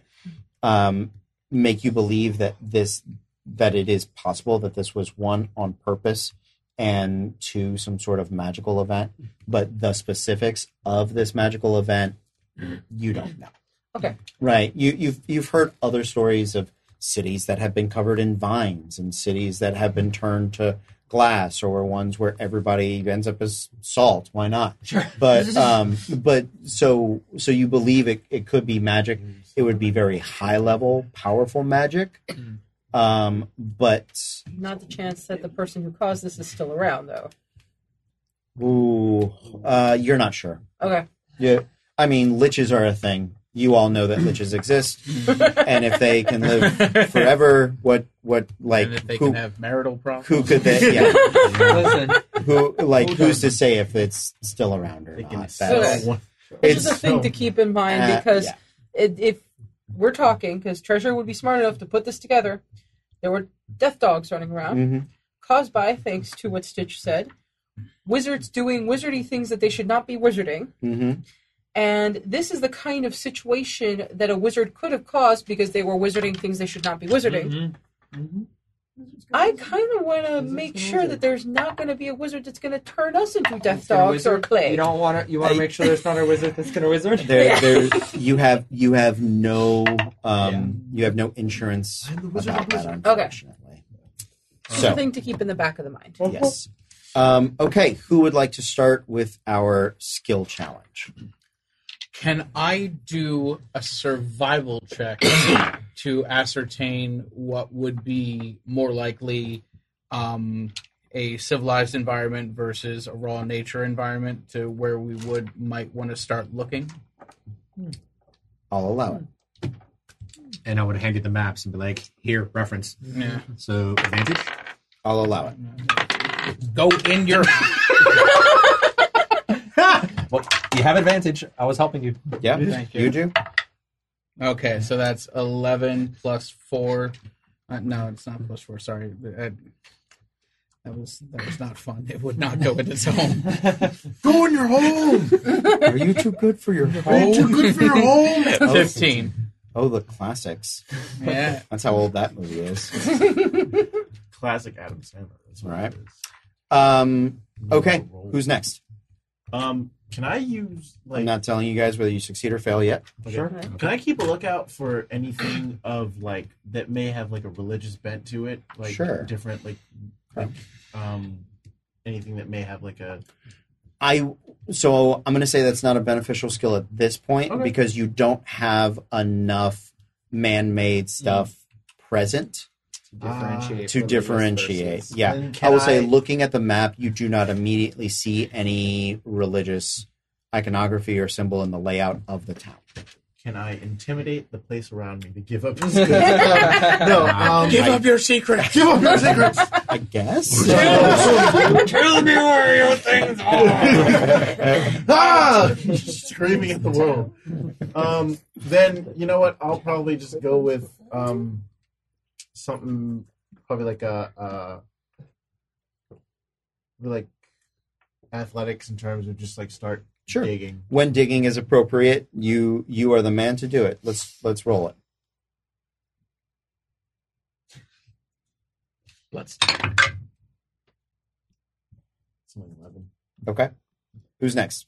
um, make you believe that this that it is possible that this was one on purpose and two some sort of magical event but the specifics of this magical event you don't know Okay. right you you've you've heard other stories of cities that have been covered in vines and cities that have been turned to glass or ones where everybody ends up as salt why not Sure. but um but so so you believe it, it could be magic it would be very high level powerful magic um but Not the chance that the person who caused this is still around though. ooh uh you're not sure Okay. yeah i mean liches are a thing you all know that liches exist and if they can live forever what what like and if they who, can have marital problems. who could they yeah Listen, who like who's to say if it's still around or They can not sell Okay. That's- one- Which is a It's- thing to keep in mind Uh, because yeah. it, if we're talking because Treasure would be smart enough to put this together. There were death dogs running around, Mhm. caused by, thanks to what Stitch said, wizards doing wizardy things that they should not be wizarding. Mm-hmm. And this is the kind of situation that a wizard could have caused because they were wizarding things they should not be wizarding. Mm-hmm. I kind of want to make sure that there's not going to be a wizard that's going to turn us into death Gonna dogs or wizard? clay. You don't want to. You I- want to make sure there's not a wizard that's gonna wizard. There, there, you have you have no um, you have no insurance I'm the wizard about of that, wizard. Okay. unfortunately. So Something to keep in the back of the mind. yes, um, okay. Who would like to start with our skill challenge? Can I do a survival check to ascertain what would be more likely um, a civilized environment versus a raw nature environment to where we would might want to start looking? I'll allow it. And I would hand you the maps and be like, here, reference. Yeah. So advantage. I'll allow it. Go in your Well, you have advantage. I was helping you. Yeah, Thank you. You do. Okay, so that's 11 plus 4. Uh, no, it's not plus 4. Sorry. That, that was that was not fun. It would not go in its home. Go in your home. Are you too good for your You're home? too good for your home. 15. Oh, the classics. Yeah. That's how old that movie is. Classic Adam Sandler. That's what Right. it is. Um, okay, who's next? Um, can I use like? I'm not telling you guys whether you succeed or fail yet. Sure. Can I keep a lookout for anything of like that may have like a religious bent to it? Like Sure. different like, like um anything that may have like a I so I'm going to say that's not a beneficial skill at this point Okay. because you don't have enough Mm. man-made stuff present differentiate Uh, to differentiate. Yeah, Then I can will say, I- looking at the map, you do not immediately see any religious iconography or symbol in the layout of the town. can I intimidate the place around me to give up his No, um, Give up your secret. Give up your secrets. I guess. Tell me where your things ah! Screaming at the world. Um, then you know what? I'll probably just go with um, something probably like a uh, like athletics in terms of just like start Sure. digging. when digging is appropriate, you you are the man to do it. Let's let's roll it. Let's It's only eleven. Okay. Who's next?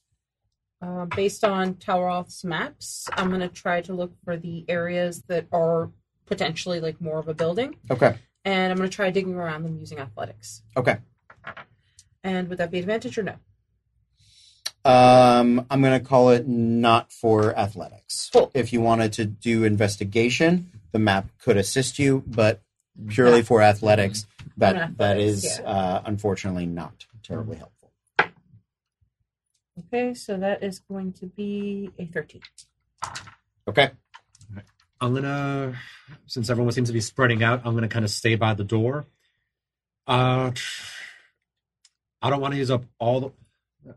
Uh, based on Toweroth's maps, I'm going to try to look for the areas that are potentially like more of a building, Okay. and I'm going to try digging around them using athletics. Okay. And would that be advantage or no? Um, I'm going to call it not for athletics. Cool. If you wanted to do investigation, the map could assist you, but purely for athletics, that On that athletics, is uh, unfortunately not terribly helpful. Okay, so that is going to be a 13. Okay. I'm gonna, since everyone seems to be spreading out, I'm gonna kind of stay by the door. Uh, I don't want to use up all the.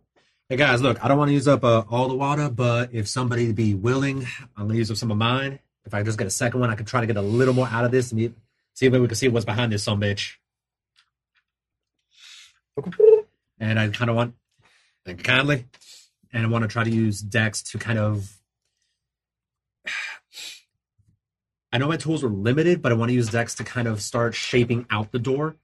Hey guys, look, I don't want to use up uh, all the water, but if somebody be willing, I'm gonna use up some of mine. If I just get a second one, I could try to get a little more out of this and see if we can see what's behind this some bitch. And I kind of want, thank you kindly, and I want to try to use Dex to kind of I know my tools were limited, but I want to use Dex to kind of start shaping out the door,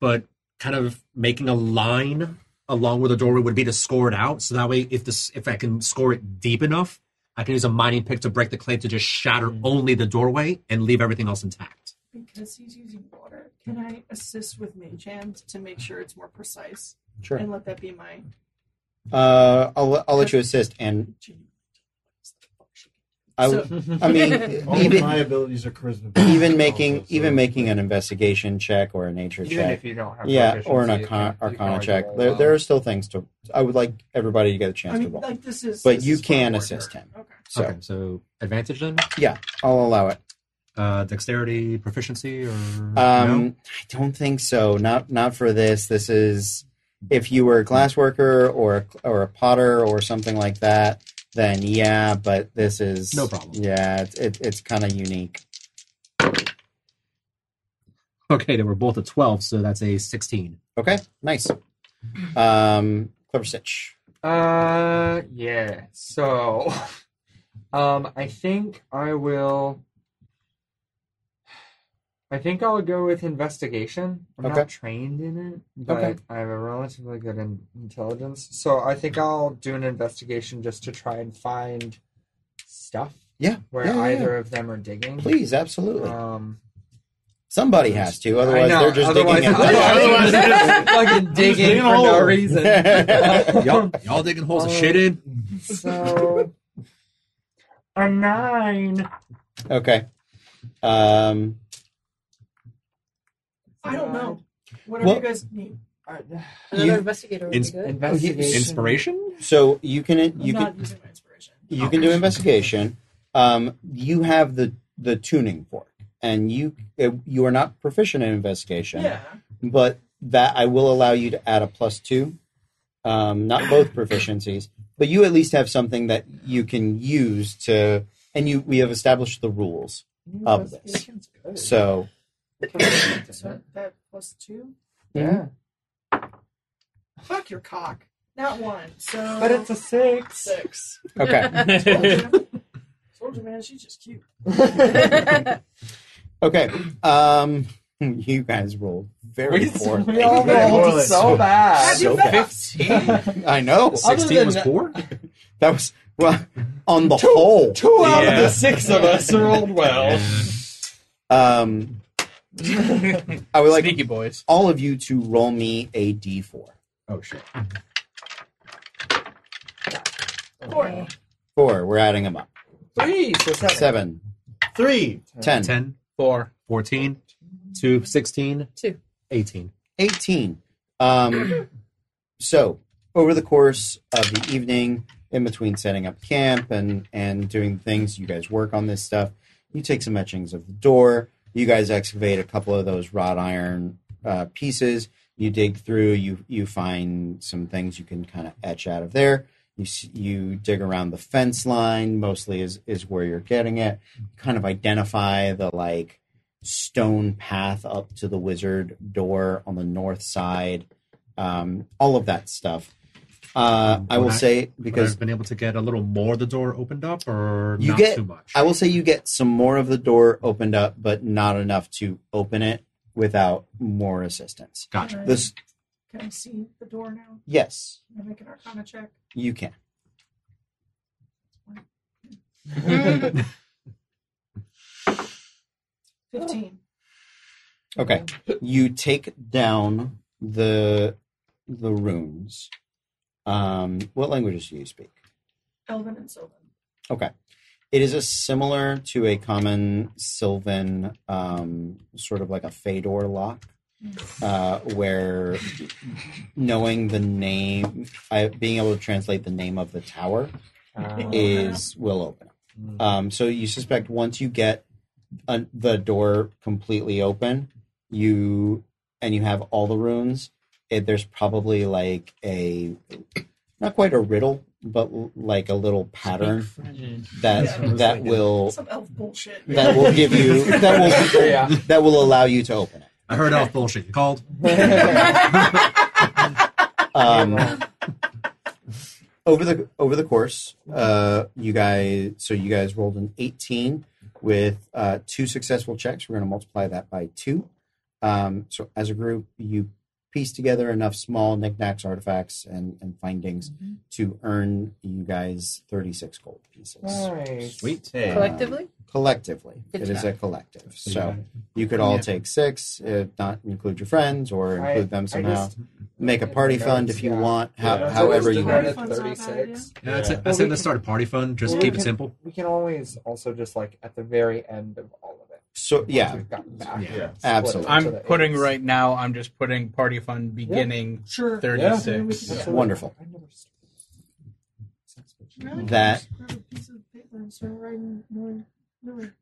but kind of making a line along where the doorway would be to score it out. So that way, if this, if I can score it deep enough, I can use a mining pick to break the clay to just shatter only the doorway and leave everything else intact. Because he's using water, can I assist with mage hand to make sure it's more precise Sure. and let that be my Uh, I'll I'll let you assist, and I So- w- I mean All of even my abilities are charisma. even making also, so- even making an investigation check or a nature Even check if you don't have yeah or an proficiency, you arcana, can- you can arcana always check roll there, well. there are still things to i would like everybody to get a chance I to mean roll like this is but this you is far can more assist fair. him Okay. so okay, so advantage then, i'll allow it uh, dexterity, proficiency, or um, um i don't think so not not for this this is if you were a glass worker or a, or a potter or something like that then yeah, but this is No problem. Yeah, it's it, it's kind of unique. Okay, they were both a 12, so that's a 16. Okay, nice. Um, clever stitch. Uh, yeah. So, um, I think I will. I think I'll go with investigation. I'm Okay. not trained in it, but Okay. I have a relatively good in- intelligence. So I think I'll do an investigation just to try and find stuff Yeah, where yeah, yeah, either of them are digging. Please, absolutely. Um, Somebody has to, otherwise I know, they're just otherwise, digging. Otherwise, at- they're just fucking digging, digging for all no over. reason. Y'all, y'all digging holes of shit in? So a nine. okay. Um, I don't know. Whatever Well- you guys need. Another You- investigator would Ins- be good. Investigation. Inspiration? so you can I'm you not can using my inspiration. you can do investigation. Um, you have the the tuning fork, and you it, you are not proficient in investigation. Yeah. but that I will allow you to add a plus two. Um, not both proficiencies, but you at least have something that you can use to, and you we have established the rules of this. Investigation's good. So So that plus two. Yeah, Fuck your cock. Not one. So. but it's a six. six. okay, Told you, man. She's just cute. okay. Um, you guys rolled very poorly. We all rolled Poorly. so bad. So bad. Fifteen. I know 16 was 4? that was well on the whole. Two out of Yeah. the six of us rolled well. Um, I would like Sneaky boys. all of you to roll me a d4. Oh, shit. Oh, Four. Four. We're adding them up. Three, so seven. Seven. Three. Ten. 10, Four. 14, 2, 16, Two. 18. 18. Um, so, over the course of the evening, in between setting up camp and, and doing things, you guys work on this stuff. You take some etchings of the door. You guys excavate a couple of those wrought iron uh, pieces. You dig through. You you find some things you can kind of etch out of there. You s- you dig around the fence line. Mostly is is where you're getting it. Kind of identify the like stone path up to the wizard door on the north side. Um, all of that stuff. Uh, I will When I- say Because because I've been able to get a little more of the door opened up, or You not get- too much. I will say you get some more of the door opened up, but not enough to open it without more assistance. gotcha. Can I- This Can I see the door now? yes, Can I make an arcana check? you can. Mm-hmm. Mm-hmm. Oh. Fifteen. Okay. You take down the the runes. Um, what languages do you speak? Elvin and Sylvan. It is a similar to a common Sylvan, um, sort of like a Fedor lock, uh, where knowing the name, I, being able to translate the name of the tower is will open. Mm. Um, so you suspect once you get uh the door completely open, you and you have all the runes. It, there's probably like a not quite a riddle, but l- like a little pattern that Yeah, I was that thinking. will Some elf bullshit. Oh. that will give you that will Yeah. that will allow you to open it. I heard off bullshit. You called. Um, over the over the course, uh, you guys so you guys rolled an eighteen with uh, two successful checks. We're going to multiply that by two. Um, so as a group, you piece together enough small knickknacks, artifacts, and, and findings to earn you guys thirty six gold pieces Nice. Sweet. Hey. Collectively? collectively. Good it is job. a collective, so you could all take six, if not include your friends or I- include them I somehow. just- Make a party fund if you Yeah. want, how, Yeah. however Just you do want. it. At Thirty-six. Yeah, that's it. I Well, said we let's can- start a party fund. Just Well, keep it we can- simple. We can always also just like at the very end of all of it. So once yeah, we've gotten back, Yeah. split it Absolutely. into I'm the putting eights. right now. I'm just putting party fund beginning Sure. thirty-six. Yeah. Absolutely. Wonderful. I never stopped. Now I That- can just grab a piece of paper and start writing more- more.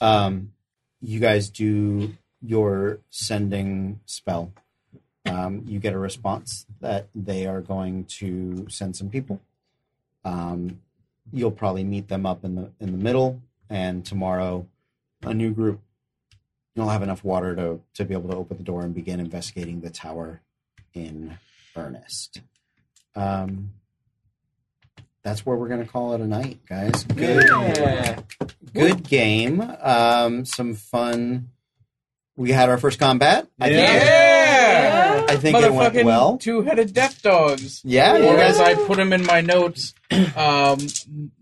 um, you guys do your sending spell. Um, you get a response that they are going to send some people. Um, you'll probably meet them up in the in the middle. And tomorrow, a new group. You'll have enough water to to be able to open the door and begin investigating the tower in earnest. Um, that's where we're going to call it a night, guys. Good, good game. Um, some fun. We had our first combat. I think- Yeah! I think it went Motherfucking well. Two-headed death dogs. Yeah, you Or guys- as I put them in my notes, um,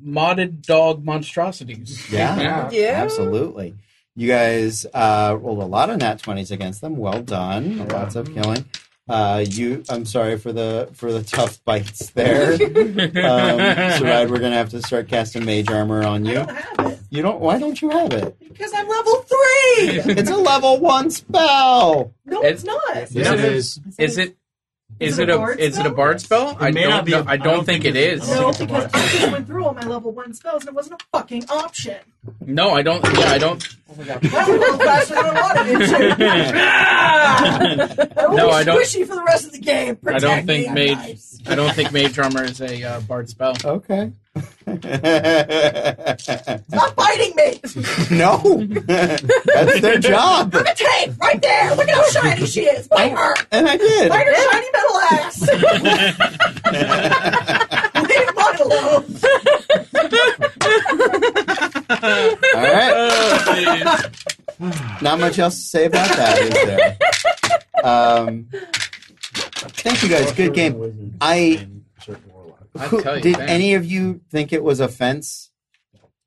modded dog monstrosities. Yeah, Yeah. absolutely. You guys uh, rolled a lot of nat twenties against them. Well done. Lots of killing. Uh, you, I'm sorry for the for the tough bites there. um, Sarad, we're gonna have to start casting mage armor on I you. don't have it You don't. Why don't you have it? because I'm level three. It's a level one spell. No, It's- it's, not. Is it- is. Is it? Is, it it a a? bard is it a spell? bard spell? I may don't. not be know- a- I don't think it is. I No, don't think because it's a I just went through all my level one spells and it wasn't a fucking option. No, I don't. Yeah, I don't. Oh That's a little faster than I wanted it to. I will No, be I don't- squishy for the rest of the game. I Protect don't think me, mage. knives. I don't think mage armor is a uh, bard spell. Okay. Stop biting me. Look Uh-huh. no, that's their job. at Tay, right there. Look at how shiny she is. Bite her. And I did. Bite her shiny metal ass. Leave mine alone. All right. Oh, not much else to say about that, is there? Um, thank you guys. Good game. I I tell you, did man. any of you think it was a fence?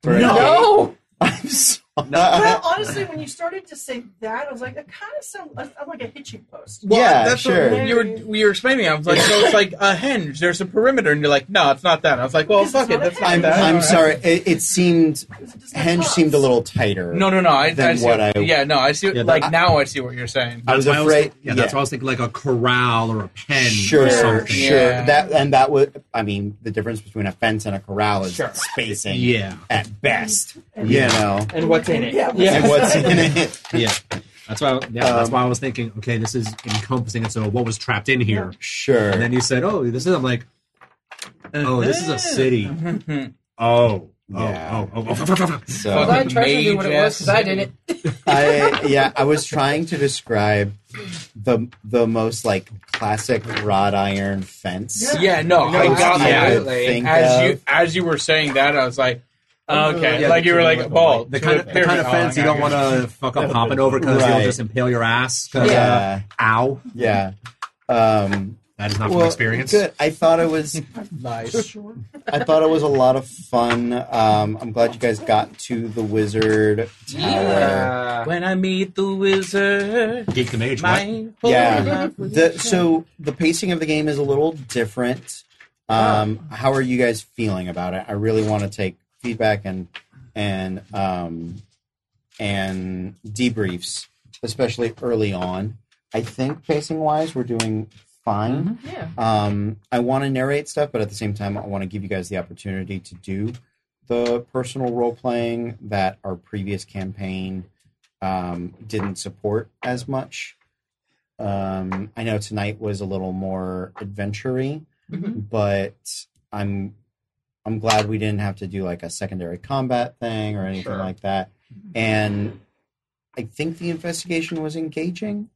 Or a gate? No. I'm sorry. Well, honestly, when you started to say that, I was like, I kind of sound. I'm like a hitching post. yeah, that's what sure. you were you were explaining. I was like, so it's like a hinge. There's a perimeter, and you're like, no, it's not that. I was like, well, Because fuck it's it, not a that's not I'm, that. I'm All right. sorry. It, it seemed Because it doesn't have henge claws. seemed a little tighter. No, no, no. I, Than I see, what I- yeah, no, I see. Yeah, like that- now, I see what you're saying. I was That's why afraid. yeah, that's why I was thinking like a corral or a pen. Sure, or something. sure. Yeah. That and that would. I mean, the difference between a fence and a corral is spacing. Yeah, At best, And- you know. And what's in it? Yeah, And what's in it? yeah. That's why. Yeah, that's Um, why I was thinking. Okay, this is encompassing. And so, what was trapped in here? Sure. And then you said, "Oh, this is." I'm like, "Oh, this is a city." Oh, oh, Yeah. oh, oh, oh, oh. so. Fuck. Glad Treasure knew what it was because I Mage-ass. didn't. I yeah, I was trying to describe the the most like classic wrought iron fence. Yeah, no, I I got would that. absolutely. think As you of. as you were saying that, I was like, okay, Yeah, like you were like a Oh, ball. The kind of, the kind of fence you don't want to fuck up hopping over because Right. you'll just impale your ass. 'cause, uh, yeah, ow. yeah. Um, That is not well, from experience. Good. I thought it was. Nice. I thought it was a lot of fun. Um, I'm glad you guys got to the wizard tower. Yeah. When I meet the wizard, Geek the mage. What? my whole Yeah. life will The, change. so the pacing of the game is a little different. Um, How are you guys feeling about it? I really want to take feedback and and um, and debriefs, especially early on. I think pacing wise, we're doing fine. Yeah. Um, I want to narrate stuff, but at the same time, I want to give you guys the opportunity to do the personal role playing that our previous campaign um, didn't support as much. Um, I know tonight was a little more adventury, Mhm. but I'm I'm glad we didn't have to do like a secondary combat thing or anything Sure. like that. And I think the investigation was engaging.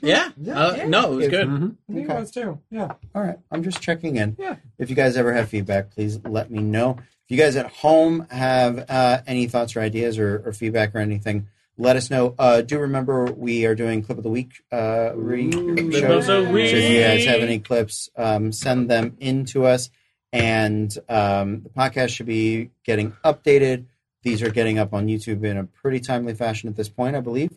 yeah, Uh, Yeah. no, it was If- good. Mhm. I think it was too. Yeah. All right. I'm just checking in. Yeah. If you guys ever have feedback, please let me know. If you guys at home have uh, any thoughts or ideas or, or feedback or anything, let us know. Uh, do remember we are doing clip of the week uh, re- Clip show. of the So if you guys have week. any clips, um, send them in to us. And um, the podcast should be getting updated. These are getting up on YouTube in a pretty timely fashion at this point, I believe.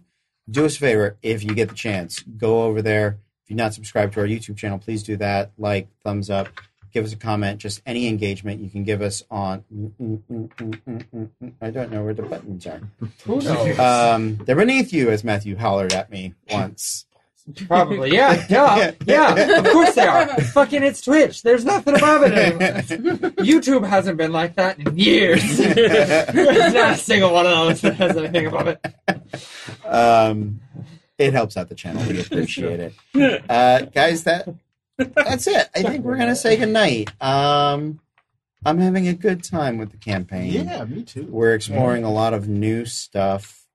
Do us a favor if you get the chance, go over there. If you're not subscribed to our YouTube channel, please do that. Like, thumbs up, give us a comment, just any engagement you can give us on. I don't know where the buttons are. Who knows? Um, they're beneath you, as Matthew hollered at me once. Probably. Yeah. Duh. Yeah. Of course they are. Fucking it's Twitch. There's nothing above it anymore. Um, YouTube hasn't been like that in years. There's not a single one of those that has anything above it. um, it helps out the channel. We appreciate it, uh, guys. That that's it. I think we're gonna say goodnight. Um, I'm having a good time with the campaign. Yeah, me too. We're exploring a lot of new stuff,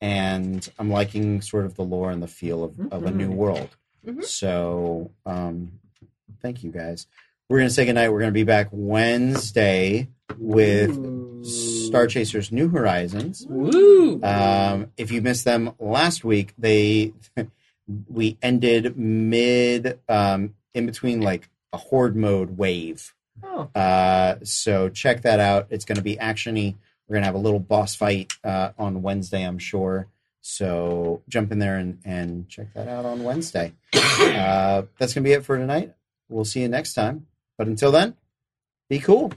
and I'm liking sort of the lore and the feel of, of a new world. Mhm. So, um, thank you guys. We're going to say goodnight. We're going to be back Wednesday with Star Chasers New Horizons. Woo! Um, if you missed them last week, they we ended mid um, in between like a horde mode wave. Oh. Uh, so check that out. It's going to be actiony. We're going to have a little boss fight uh, on Wednesday, I'm sure. So jump in there and, and check that out on Wednesday. uh, that's going to be it for tonight. We'll see you next time. But until then, be cool.